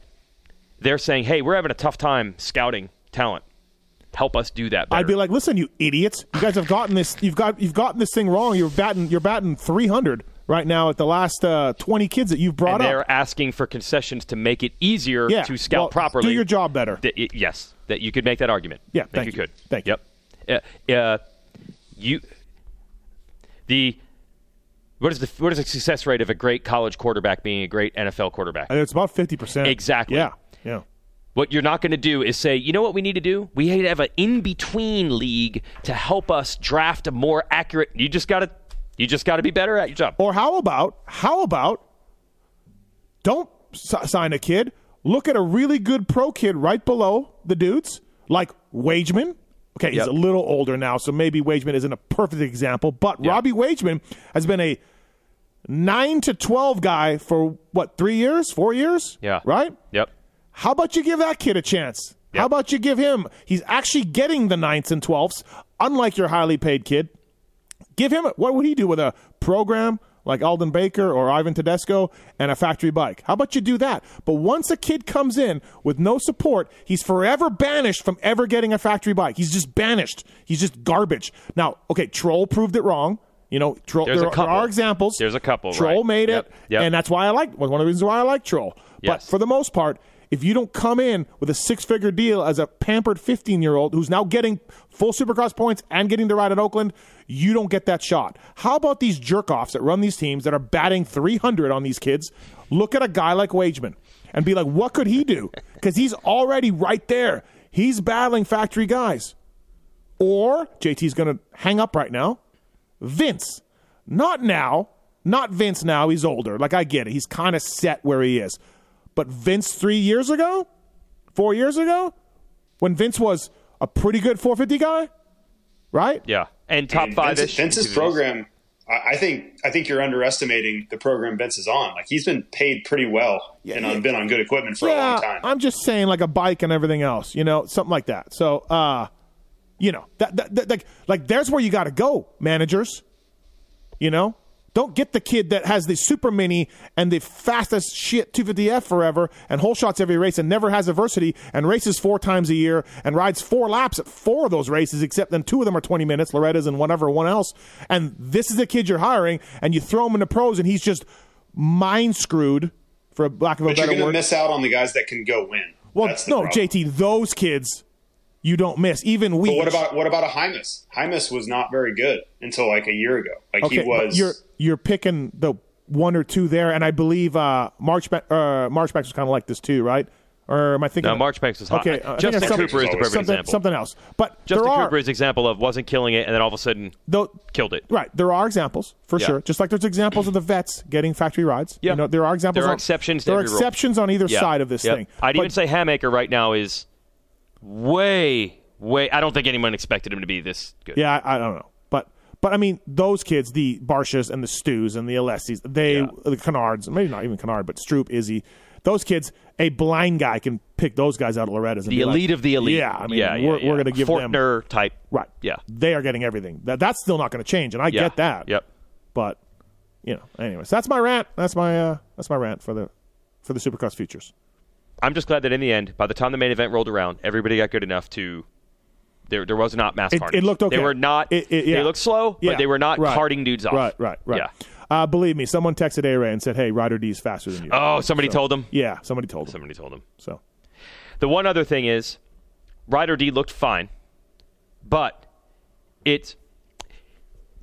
[SPEAKER 4] they're saying, hey, we're having a tough time scouting talent. Help us do that. Better.
[SPEAKER 1] I'd be like, listen, you idiots! You guys have gotten this. You've got you've gotten this thing wrong. You're batting you're batting 300 right now at the last uh, 20 kids that you've brought
[SPEAKER 4] and
[SPEAKER 1] up.
[SPEAKER 4] they're asking for concessions to make it easier
[SPEAKER 1] Yeah.
[SPEAKER 4] to scout
[SPEAKER 1] Well,
[SPEAKER 4] properly.
[SPEAKER 1] do your job better.
[SPEAKER 4] That y- yes, that you could make that argument.
[SPEAKER 1] Yeah,
[SPEAKER 4] I think
[SPEAKER 1] thank
[SPEAKER 4] you,
[SPEAKER 1] you.
[SPEAKER 4] could.
[SPEAKER 1] Thank you.
[SPEAKER 4] yep. Uh, uh, you the what is the what is the success rate of a great college quarterback being a great NFL quarterback?
[SPEAKER 1] And it's about 50 percent.
[SPEAKER 4] Exactly.
[SPEAKER 1] Yeah. Yeah.
[SPEAKER 4] What you're not going to do is say, you know what we need to do? We need to have an in between league to help us draft a more accurate. You just got to you just got to be better at your job.
[SPEAKER 1] Or how about how about don't s- sign a kid? Look at a really good pro kid right below the dudes, like Wageman. Okay, he's
[SPEAKER 4] Yep.
[SPEAKER 1] a little older now, so maybe Wageman isn't a perfect example, but Robbie Wageman has been a nine to twelve guy for what three years, four years?
[SPEAKER 4] Yeah.
[SPEAKER 1] right.
[SPEAKER 4] Yep.
[SPEAKER 1] How about you give that kid a chance? How about you give him? He's actually getting the ninths and twelfths, unlike your highly paid kid. Give him what would he do with a program like Alden Baker or Ivan Tedesco and a factory bike? How about you do that? But once a kid comes in with no support, he's forever banished from ever getting a factory bike. He's just banished. He's just garbage. Now, okay, Troll proved it wrong. You know, Troll.
[SPEAKER 4] There's a
[SPEAKER 1] there, are- there
[SPEAKER 4] couple.
[SPEAKER 1] are examples.
[SPEAKER 4] There's a couple,
[SPEAKER 1] Troll
[SPEAKER 4] right.
[SPEAKER 1] made
[SPEAKER 4] Yep.
[SPEAKER 1] it,
[SPEAKER 4] Yep.
[SPEAKER 1] and that's why I like. One of the reasons why I like Troll. But
[SPEAKER 4] Yes.
[SPEAKER 1] for the most part, if you don't come in with a six figure deal as a pampered 15 year old who's now getting full supercross points and getting to ride at Oakland, you don't get that shot. How about these jerk offs that run these teams that are batting 300 on these kids? Look at a guy like Wageman and be like, what could he do? Because he's already right there. He's battling factory guys. Or JT's going to hang up right now. Vince, not now. Not Vince now, he's older. Like I get it. He's kind of set where he is. But Vince 3 years ago, 4 years ago, when Vince was a pretty good 450 guy, right?
[SPEAKER 4] Yeah, and top five.
[SPEAKER 5] Vince, Vince's program. I I think I think you're underestimating the program Vince is on. Like he's been paid pretty well and on, been on good equipment for a long time.
[SPEAKER 1] I'm just saying, like a bike and everything else, you know, something like that. So, uh, you know, that, that, that like, like there's where you got to go, managers. You know, don't get the kid that has the super mini and the fastest shit 250F forever and whole shots every race and never has adversity and races four times a year and rides four laps at four of those races, except then two of them are 20 minutes, Loretta's and whatever one else. And this is the kid you're hiring, and you throw him in the pros, and he's just mind screwed. For lack of a
[SPEAKER 5] but you're
[SPEAKER 1] better
[SPEAKER 5] going to
[SPEAKER 1] word,
[SPEAKER 5] miss out on the guys that can go win.
[SPEAKER 1] well,
[SPEAKER 5] That's the
[SPEAKER 1] no,
[SPEAKER 5] problem.
[SPEAKER 1] JT, those kids you don't miss. Even we.
[SPEAKER 5] But what about what about a Hymus? Hymus was not very good until like a year ago. Like
[SPEAKER 1] okay,
[SPEAKER 5] he
[SPEAKER 1] but
[SPEAKER 5] was.
[SPEAKER 1] You're you're picking the one or two there, and I believe uh, March uh, Marchbanks was kind of like this too, right? Or am I thinking?
[SPEAKER 4] No, Marchbanks was hot.
[SPEAKER 1] Okay, uh, I think
[SPEAKER 4] Justin
[SPEAKER 1] it's something-
[SPEAKER 4] Cooper is the perfect
[SPEAKER 1] something,
[SPEAKER 4] example.
[SPEAKER 1] Something else, but
[SPEAKER 4] Justin
[SPEAKER 1] there are
[SPEAKER 4] Cooper's example of wasn't killing it and then all of a sudden
[SPEAKER 1] though,
[SPEAKER 4] killed it.
[SPEAKER 1] right. There are examples for
[SPEAKER 4] Yeah.
[SPEAKER 1] sure. Just like there's examples of the vets getting factory rides.
[SPEAKER 4] Yeah.
[SPEAKER 1] you know, there are examples.
[SPEAKER 4] There are
[SPEAKER 1] on-
[SPEAKER 4] exceptions to
[SPEAKER 1] There are
[SPEAKER 4] every rule.
[SPEAKER 1] exceptions on either
[SPEAKER 4] Yeah.
[SPEAKER 1] side of this
[SPEAKER 4] Yep.
[SPEAKER 1] thing.
[SPEAKER 4] I'd
[SPEAKER 1] But
[SPEAKER 4] even say Hamaker right now is way, way. I don't think anyone expected him to be this good.
[SPEAKER 1] Yeah, I, I don't know, but but I mean those kids, the Barshas and the Stews and the Alessis, they
[SPEAKER 4] Yeah.
[SPEAKER 1] the Canards, maybe not even Canard, but Stroop, Izzy, those kids, a blind guy can pick those guys out of Loretta's. And
[SPEAKER 4] The
[SPEAKER 1] be like,
[SPEAKER 4] elite of the elite.
[SPEAKER 1] Yeah, I mean,
[SPEAKER 4] yeah, yeah,
[SPEAKER 1] we're,
[SPEAKER 4] yeah.
[SPEAKER 1] we're going to give them
[SPEAKER 4] Fortner type.
[SPEAKER 1] right.
[SPEAKER 4] Yeah.
[SPEAKER 1] they are getting everything. That that's still not going to change, and I
[SPEAKER 4] Yeah.
[SPEAKER 1] get that.
[SPEAKER 4] Yep.
[SPEAKER 1] But you know, anyways, that's my rant. That's my uh, that's my rant for the for the Supercross futures.
[SPEAKER 4] I'm just glad that in the end, by the time the main event rolled around, everybody got good enough to. There, there was not mass
[SPEAKER 1] It-
[SPEAKER 4] carnage.
[SPEAKER 1] it looked okay.
[SPEAKER 4] They were not.
[SPEAKER 1] It- it- yeah.
[SPEAKER 4] They looked slow,
[SPEAKER 1] Yeah,
[SPEAKER 4] but they were not
[SPEAKER 1] right.
[SPEAKER 4] carting dudes off.
[SPEAKER 1] Right, right, right.
[SPEAKER 4] Yeah.
[SPEAKER 1] Uh, believe me, someone texted A Ray and said, "Hey, Ryder D is faster than you."
[SPEAKER 4] Oh, somebody told them.
[SPEAKER 1] yeah, somebody told him.
[SPEAKER 4] Somebody told them.
[SPEAKER 1] So
[SPEAKER 4] The one other thing is, Ryder D looked fine, but it's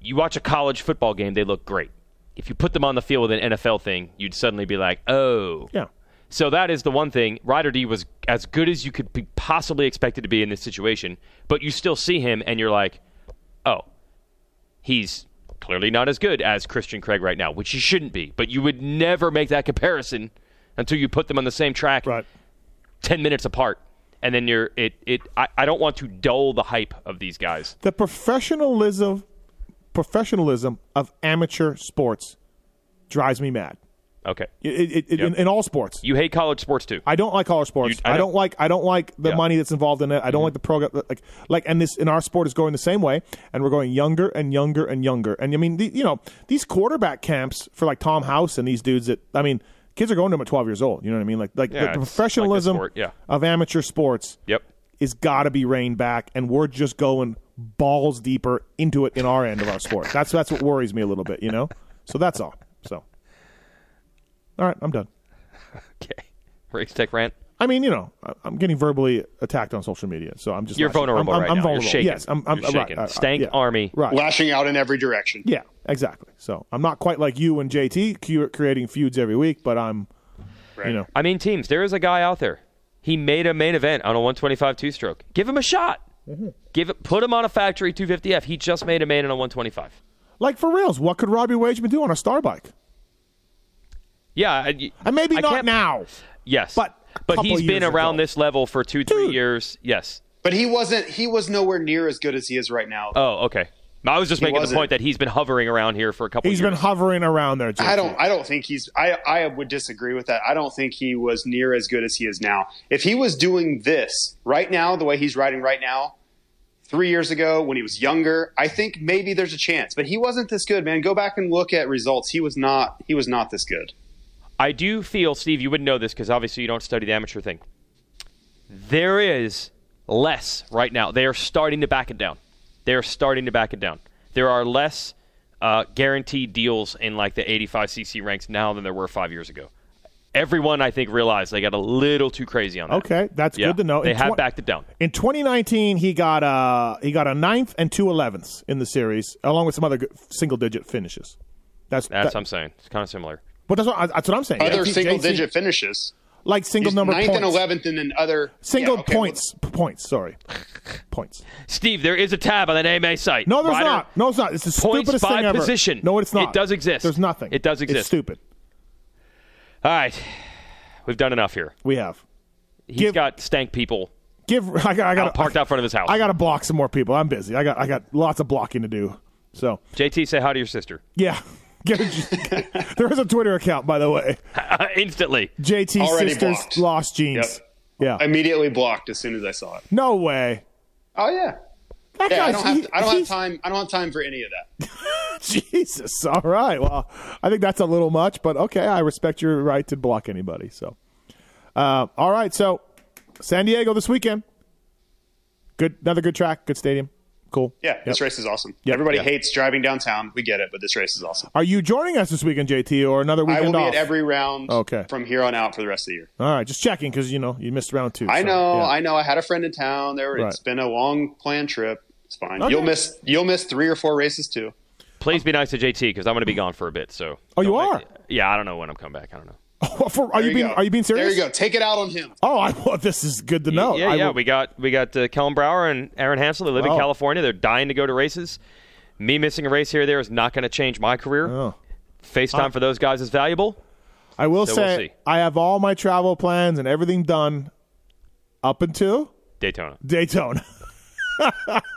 [SPEAKER 4] you watch a college football game, they look great. If you put them on the field with an NFL thing, you'd suddenly be like, oh.
[SPEAKER 1] yeah.
[SPEAKER 4] So that is the one thing. Ryder D was as good as you could be possibly expected to be in this situation, but you still see him and you're like, oh, he's clearly not as good as Christian Craig right now, which he shouldn't be. But you would never make that comparison until you put them on the same track
[SPEAKER 1] Right.
[SPEAKER 4] 10 minutes apart and then you're it it I, I don't want to dull the hype of these guys
[SPEAKER 1] The professionalism professionalism of amateur sports drives me mad.
[SPEAKER 4] okay
[SPEAKER 1] It, it, it, in, in all sports.
[SPEAKER 4] you hate college sports too (laughs)
[SPEAKER 1] I don't like college sports.
[SPEAKER 4] You-
[SPEAKER 1] I,
[SPEAKER 4] I
[SPEAKER 1] don't,
[SPEAKER 4] don't-
[SPEAKER 1] like I don't like the
[SPEAKER 4] Yeah. Mm-hmm.
[SPEAKER 1] money that's involved in it. I don't like the program like like and this in our sport is going the same way and we're going younger and younger and younger. And I mean the, you know these quarterback camps for like Tom House and these dudes that I mean kids are going to them at 12 years old, you know what I mean? Like like
[SPEAKER 4] Yeah,
[SPEAKER 1] the
[SPEAKER 4] it's like a
[SPEAKER 1] professionalism
[SPEAKER 4] sport, yeah.
[SPEAKER 1] of amateur sports
[SPEAKER 4] Yep.
[SPEAKER 1] is got to be reined back and we're just going balls deeper into it in our end of our sport. That's that's what worries me a little bit, you know? So that's all. So All right, I'm done.
[SPEAKER 4] okay race tech rant
[SPEAKER 1] I mean, you know, I- I'm getting verbally attacked on social media, so I'm just
[SPEAKER 4] You're
[SPEAKER 1] lashing-
[SPEAKER 4] vulnerable
[SPEAKER 1] I'm, I'm,
[SPEAKER 4] right
[SPEAKER 1] I'm
[SPEAKER 4] now. You're
[SPEAKER 1] vulnerable.
[SPEAKER 4] shaking.
[SPEAKER 1] Yes, I'm, I'm
[SPEAKER 4] You're
[SPEAKER 1] right,
[SPEAKER 4] shaking.
[SPEAKER 1] right, right,
[SPEAKER 4] Stank
[SPEAKER 1] yeah.
[SPEAKER 4] army.
[SPEAKER 1] Right.
[SPEAKER 5] lashing out in every direction.
[SPEAKER 1] Yeah, exactly. So I'm not quite like you and JT cu- creating feuds every week, but I'm, you know,
[SPEAKER 4] i mean teams there is a guy out there he made a main event on a 125 two stroke give him a shot
[SPEAKER 1] Mm-hmm.
[SPEAKER 4] give it put him on a factory 250f he just made a main in a 125
[SPEAKER 1] like for reals. What could Robbie Wageman do on a star bike?
[SPEAKER 4] yeah I,
[SPEAKER 1] And maybe
[SPEAKER 4] I
[SPEAKER 1] not
[SPEAKER 4] can't-
[SPEAKER 1] now.
[SPEAKER 4] yes
[SPEAKER 1] but a
[SPEAKER 4] but
[SPEAKER 1] couple
[SPEAKER 4] he's been
[SPEAKER 1] years
[SPEAKER 4] around
[SPEAKER 1] ago.
[SPEAKER 4] this level for two three
[SPEAKER 1] Dude.
[SPEAKER 4] years yes
[SPEAKER 5] But he wasn't. He was nowhere near as good as he is right now.
[SPEAKER 4] oh okay i was just making the
[SPEAKER 5] wasn't.
[SPEAKER 4] point that he's been hovering around here for a couple
[SPEAKER 1] He's
[SPEAKER 4] years
[SPEAKER 1] been hovering around there. JT.
[SPEAKER 5] I don't. I don't think he's. I. I would disagree with that. I don't think he was near as good as he is now. If he was doing this right now, the way he's riding right now, three years ago when he was younger, I think maybe there's a chance. But he wasn't this good, man. Go back and look at results. He was not. He was not this good.
[SPEAKER 4] I do feel, Steve, you wouldn't know this because obviously you don't study the amateur thing. There is less right now. They are starting to back it down. They are starting to back it down. There are less uh, guaranteed deals in like the 85cc ranks now than there were five years ago. Everyone, I think, realized they got a little too crazy on that.
[SPEAKER 1] Okay, that's
[SPEAKER 4] Yeah,
[SPEAKER 1] good to know.
[SPEAKER 4] They
[SPEAKER 1] In
[SPEAKER 4] have
[SPEAKER 1] twen-
[SPEAKER 4] backed it down.
[SPEAKER 1] In 2019, he got a he got a ninth and two elevenths in the series, along with some other single digit finishes. That's that-
[SPEAKER 4] That's what I'm saying. It's kind of similar.
[SPEAKER 1] But that's what I- that's what I'm saying.
[SPEAKER 5] Other
[SPEAKER 1] JT
[SPEAKER 5] single digit finishes.
[SPEAKER 1] like single
[SPEAKER 5] He's
[SPEAKER 1] number
[SPEAKER 5] ninth
[SPEAKER 1] points.
[SPEAKER 5] and eleventh, and then other
[SPEAKER 1] Single
[SPEAKER 5] yeah, okay, well,
[SPEAKER 1] points. P- points.
[SPEAKER 5] (laughs)
[SPEAKER 1] Sorry. points.
[SPEAKER 4] Steve, there is a tab on that AMA site.
[SPEAKER 1] No, there's
[SPEAKER 4] Ryder,
[SPEAKER 1] not. No, it's not. It's the
[SPEAKER 4] Points
[SPEAKER 1] stupidest
[SPEAKER 4] by
[SPEAKER 1] thing ever.
[SPEAKER 4] position.
[SPEAKER 1] No, it's not.
[SPEAKER 4] It does exist.
[SPEAKER 1] There's nothing.
[SPEAKER 4] It does exist.
[SPEAKER 1] It's stupid.
[SPEAKER 4] All right, we've done enough here.
[SPEAKER 1] We have.
[SPEAKER 4] He's
[SPEAKER 1] Give-
[SPEAKER 4] got stank people
[SPEAKER 1] Give. (laughs) I got. I got
[SPEAKER 4] out, parked out front of his house.
[SPEAKER 1] I got to block some more people. I'm busy. I got. I got lots of blocking to do. So
[SPEAKER 4] JT, say hi to your sister
[SPEAKER 1] yeah. (laughs) Get a- (laughs) there is a Twitter account, by the way.
[SPEAKER 4] (laughs) instantly.
[SPEAKER 1] JT
[SPEAKER 5] Already
[SPEAKER 1] sisters
[SPEAKER 5] blocked.
[SPEAKER 1] lost jeans. Yeah.
[SPEAKER 5] Immediately blocked as soon as I saw it.
[SPEAKER 1] no way.
[SPEAKER 5] Oh yeah.
[SPEAKER 1] That
[SPEAKER 5] Yeah, I
[SPEAKER 1] guy's-
[SPEAKER 5] don't have
[SPEAKER 1] he-
[SPEAKER 5] to, I don't have
[SPEAKER 1] he's-
[SPEAKER 5] time. I don't have time for any of that.
[SPEAKER 1] (laughs) Jesus. All right. Well, I think that's a little much, but okay. I respect your right to block anybody. So, uh, all right. So, San Diego this weekend. Good. Another good track. Good stadium. Cool.
[SPEAKER 5] Yeah, this
[SPEAKER 1] Yep.
[SPEAKER 5] race is awesome. Everybody hates driving downtown. We get it, but this race is awesome.
[SPEAKER 1] Are you joining us this weekend, JT, or another
[SPEAKER 5] I
[SPEAKER 1] weekend
[SPEAKER 5] will be
[SPEAKER 1] off?
[SPEAKER 5] at every round
[SPEAKER 1] Okay.
[SPEAKER 5] from here on out for the rest of the year.
[SPEAKER 1] all right. Just checking because you know you missed round two.
[SPEAKER 5] I
[SPEAKER 1] so,
[SPEAKER 5] know,
[SPEAKER 1] yeah.
[SPEAKER 5] I know. I had a friend in town. There,
[SPEAKER 1] Right.
[SPEAKER 5] it's been a long planned trip. It's fine.
[SPEAKER 1] Okay.
[SPEAKER 5] You'll miss you'll miss three or four races too.
[SPEAKER 4] Please be nice to JT because I'm going to be gone for a bit. So.
[SPEAKER 1] Oh, you
[SPEAKER 4] Don't
[SPEAKER 1] are.
[SPEAKER 4] make- Yeah, I don't know when I'm coming back. I don't know.
[SPEAKER 1] For- are
[SPEAKER 5] There
[SPEAKER 1] you being
[SPEAKER 5] go.
[SPEAKER 1] Are you being serious?
[SPEAKER 5] There you go. Take it out on him.
[SPEAKER 1] Oh, I, well, this is good to know.
[SPEAKER 4] yeah,
[SPEAKER 1] I
[SPEAKER 4] yeah.
[SPEAKER 1] will-
[SPEAKER 4] We got we got uh, Kellen Brower and Aaron Hansel. They live
[SPEAKER 1] Wow.
[SPEAKER 4] in California. They're dying to go to races. Me missing a race here or there is not going to change my career.
[SPEAKER 1] Oh.
[SPEAKER 4] FaceTime for those guys is valuable.
[SPEAKER 1] I will
[SPEAKER 4] So we'll
[SPEAKER 1] say
[SPEAKER 4] see.
[SPEAKER 1] I have all my travel plans and everything done up until (laughs)
[SPEAKER 4] Daytona.
[SPEAKER 1] Daytona.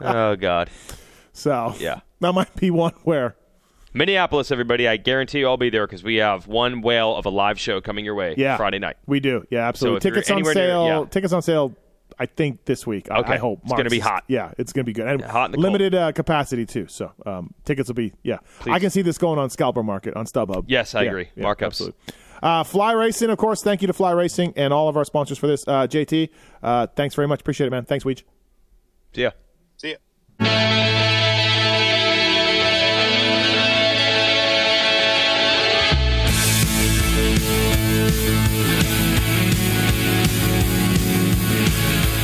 [SPEAKER 4] oh God.
[SPEAKER 1] So
[SPEAKER 4] Yeah.
[SPEAKER 1] that might be one where
[SPEAKER 4] Minneapolis, everybody. I guarantee you I'll be there because we have one whale of a live show coming your way
[SPEAKER 1] yeah
[SPEAKER 4] Friday night.
[SPEAKER 1] we do yeah absolutely
[SPEAKER 4] if you're
[SPEAKER 1] tickets on
[SPEAKER 4] anywhere near-
[SPEAKER 1] sale
[SPEAKER 4] yeah.
[SPEAKER 1] tickets on sale I think this week I,
[SPEAKER 4] Okay.
[SPEAKER 1] I hope
[SPEAKER 4] It's gonna
[SPEAKER 1] Mark's
[SPEAKER 4] be
[SPEAKER 1] is-
[SPEAKER 4] hot.
[SPEAKER 1] yeah it's gonna be good and
[SPEAKER 4] hot in the cold.
[SPEAKER 1] limited uh, capacity too so um, tickets will be yeah I can see this going on scalper market on StubHub
[SPEAKER 4] Yes, I
[SPEAKER 1] Yeah,
[SPEAKER 4] agree.
[SPEAKER 1] yeah,
[SPEAKER 4] Markups.
[SPEAKER 1] absolutely. Uh, Fly Racing, of course. Thank you to Fly Racing and all of our sponsors for this. Uh, JT, uh, thanks very much. Appreciate it, man. Thanks, Weech.
[SPEAKER 4] See ya.
[SPEAKER 5] See ya.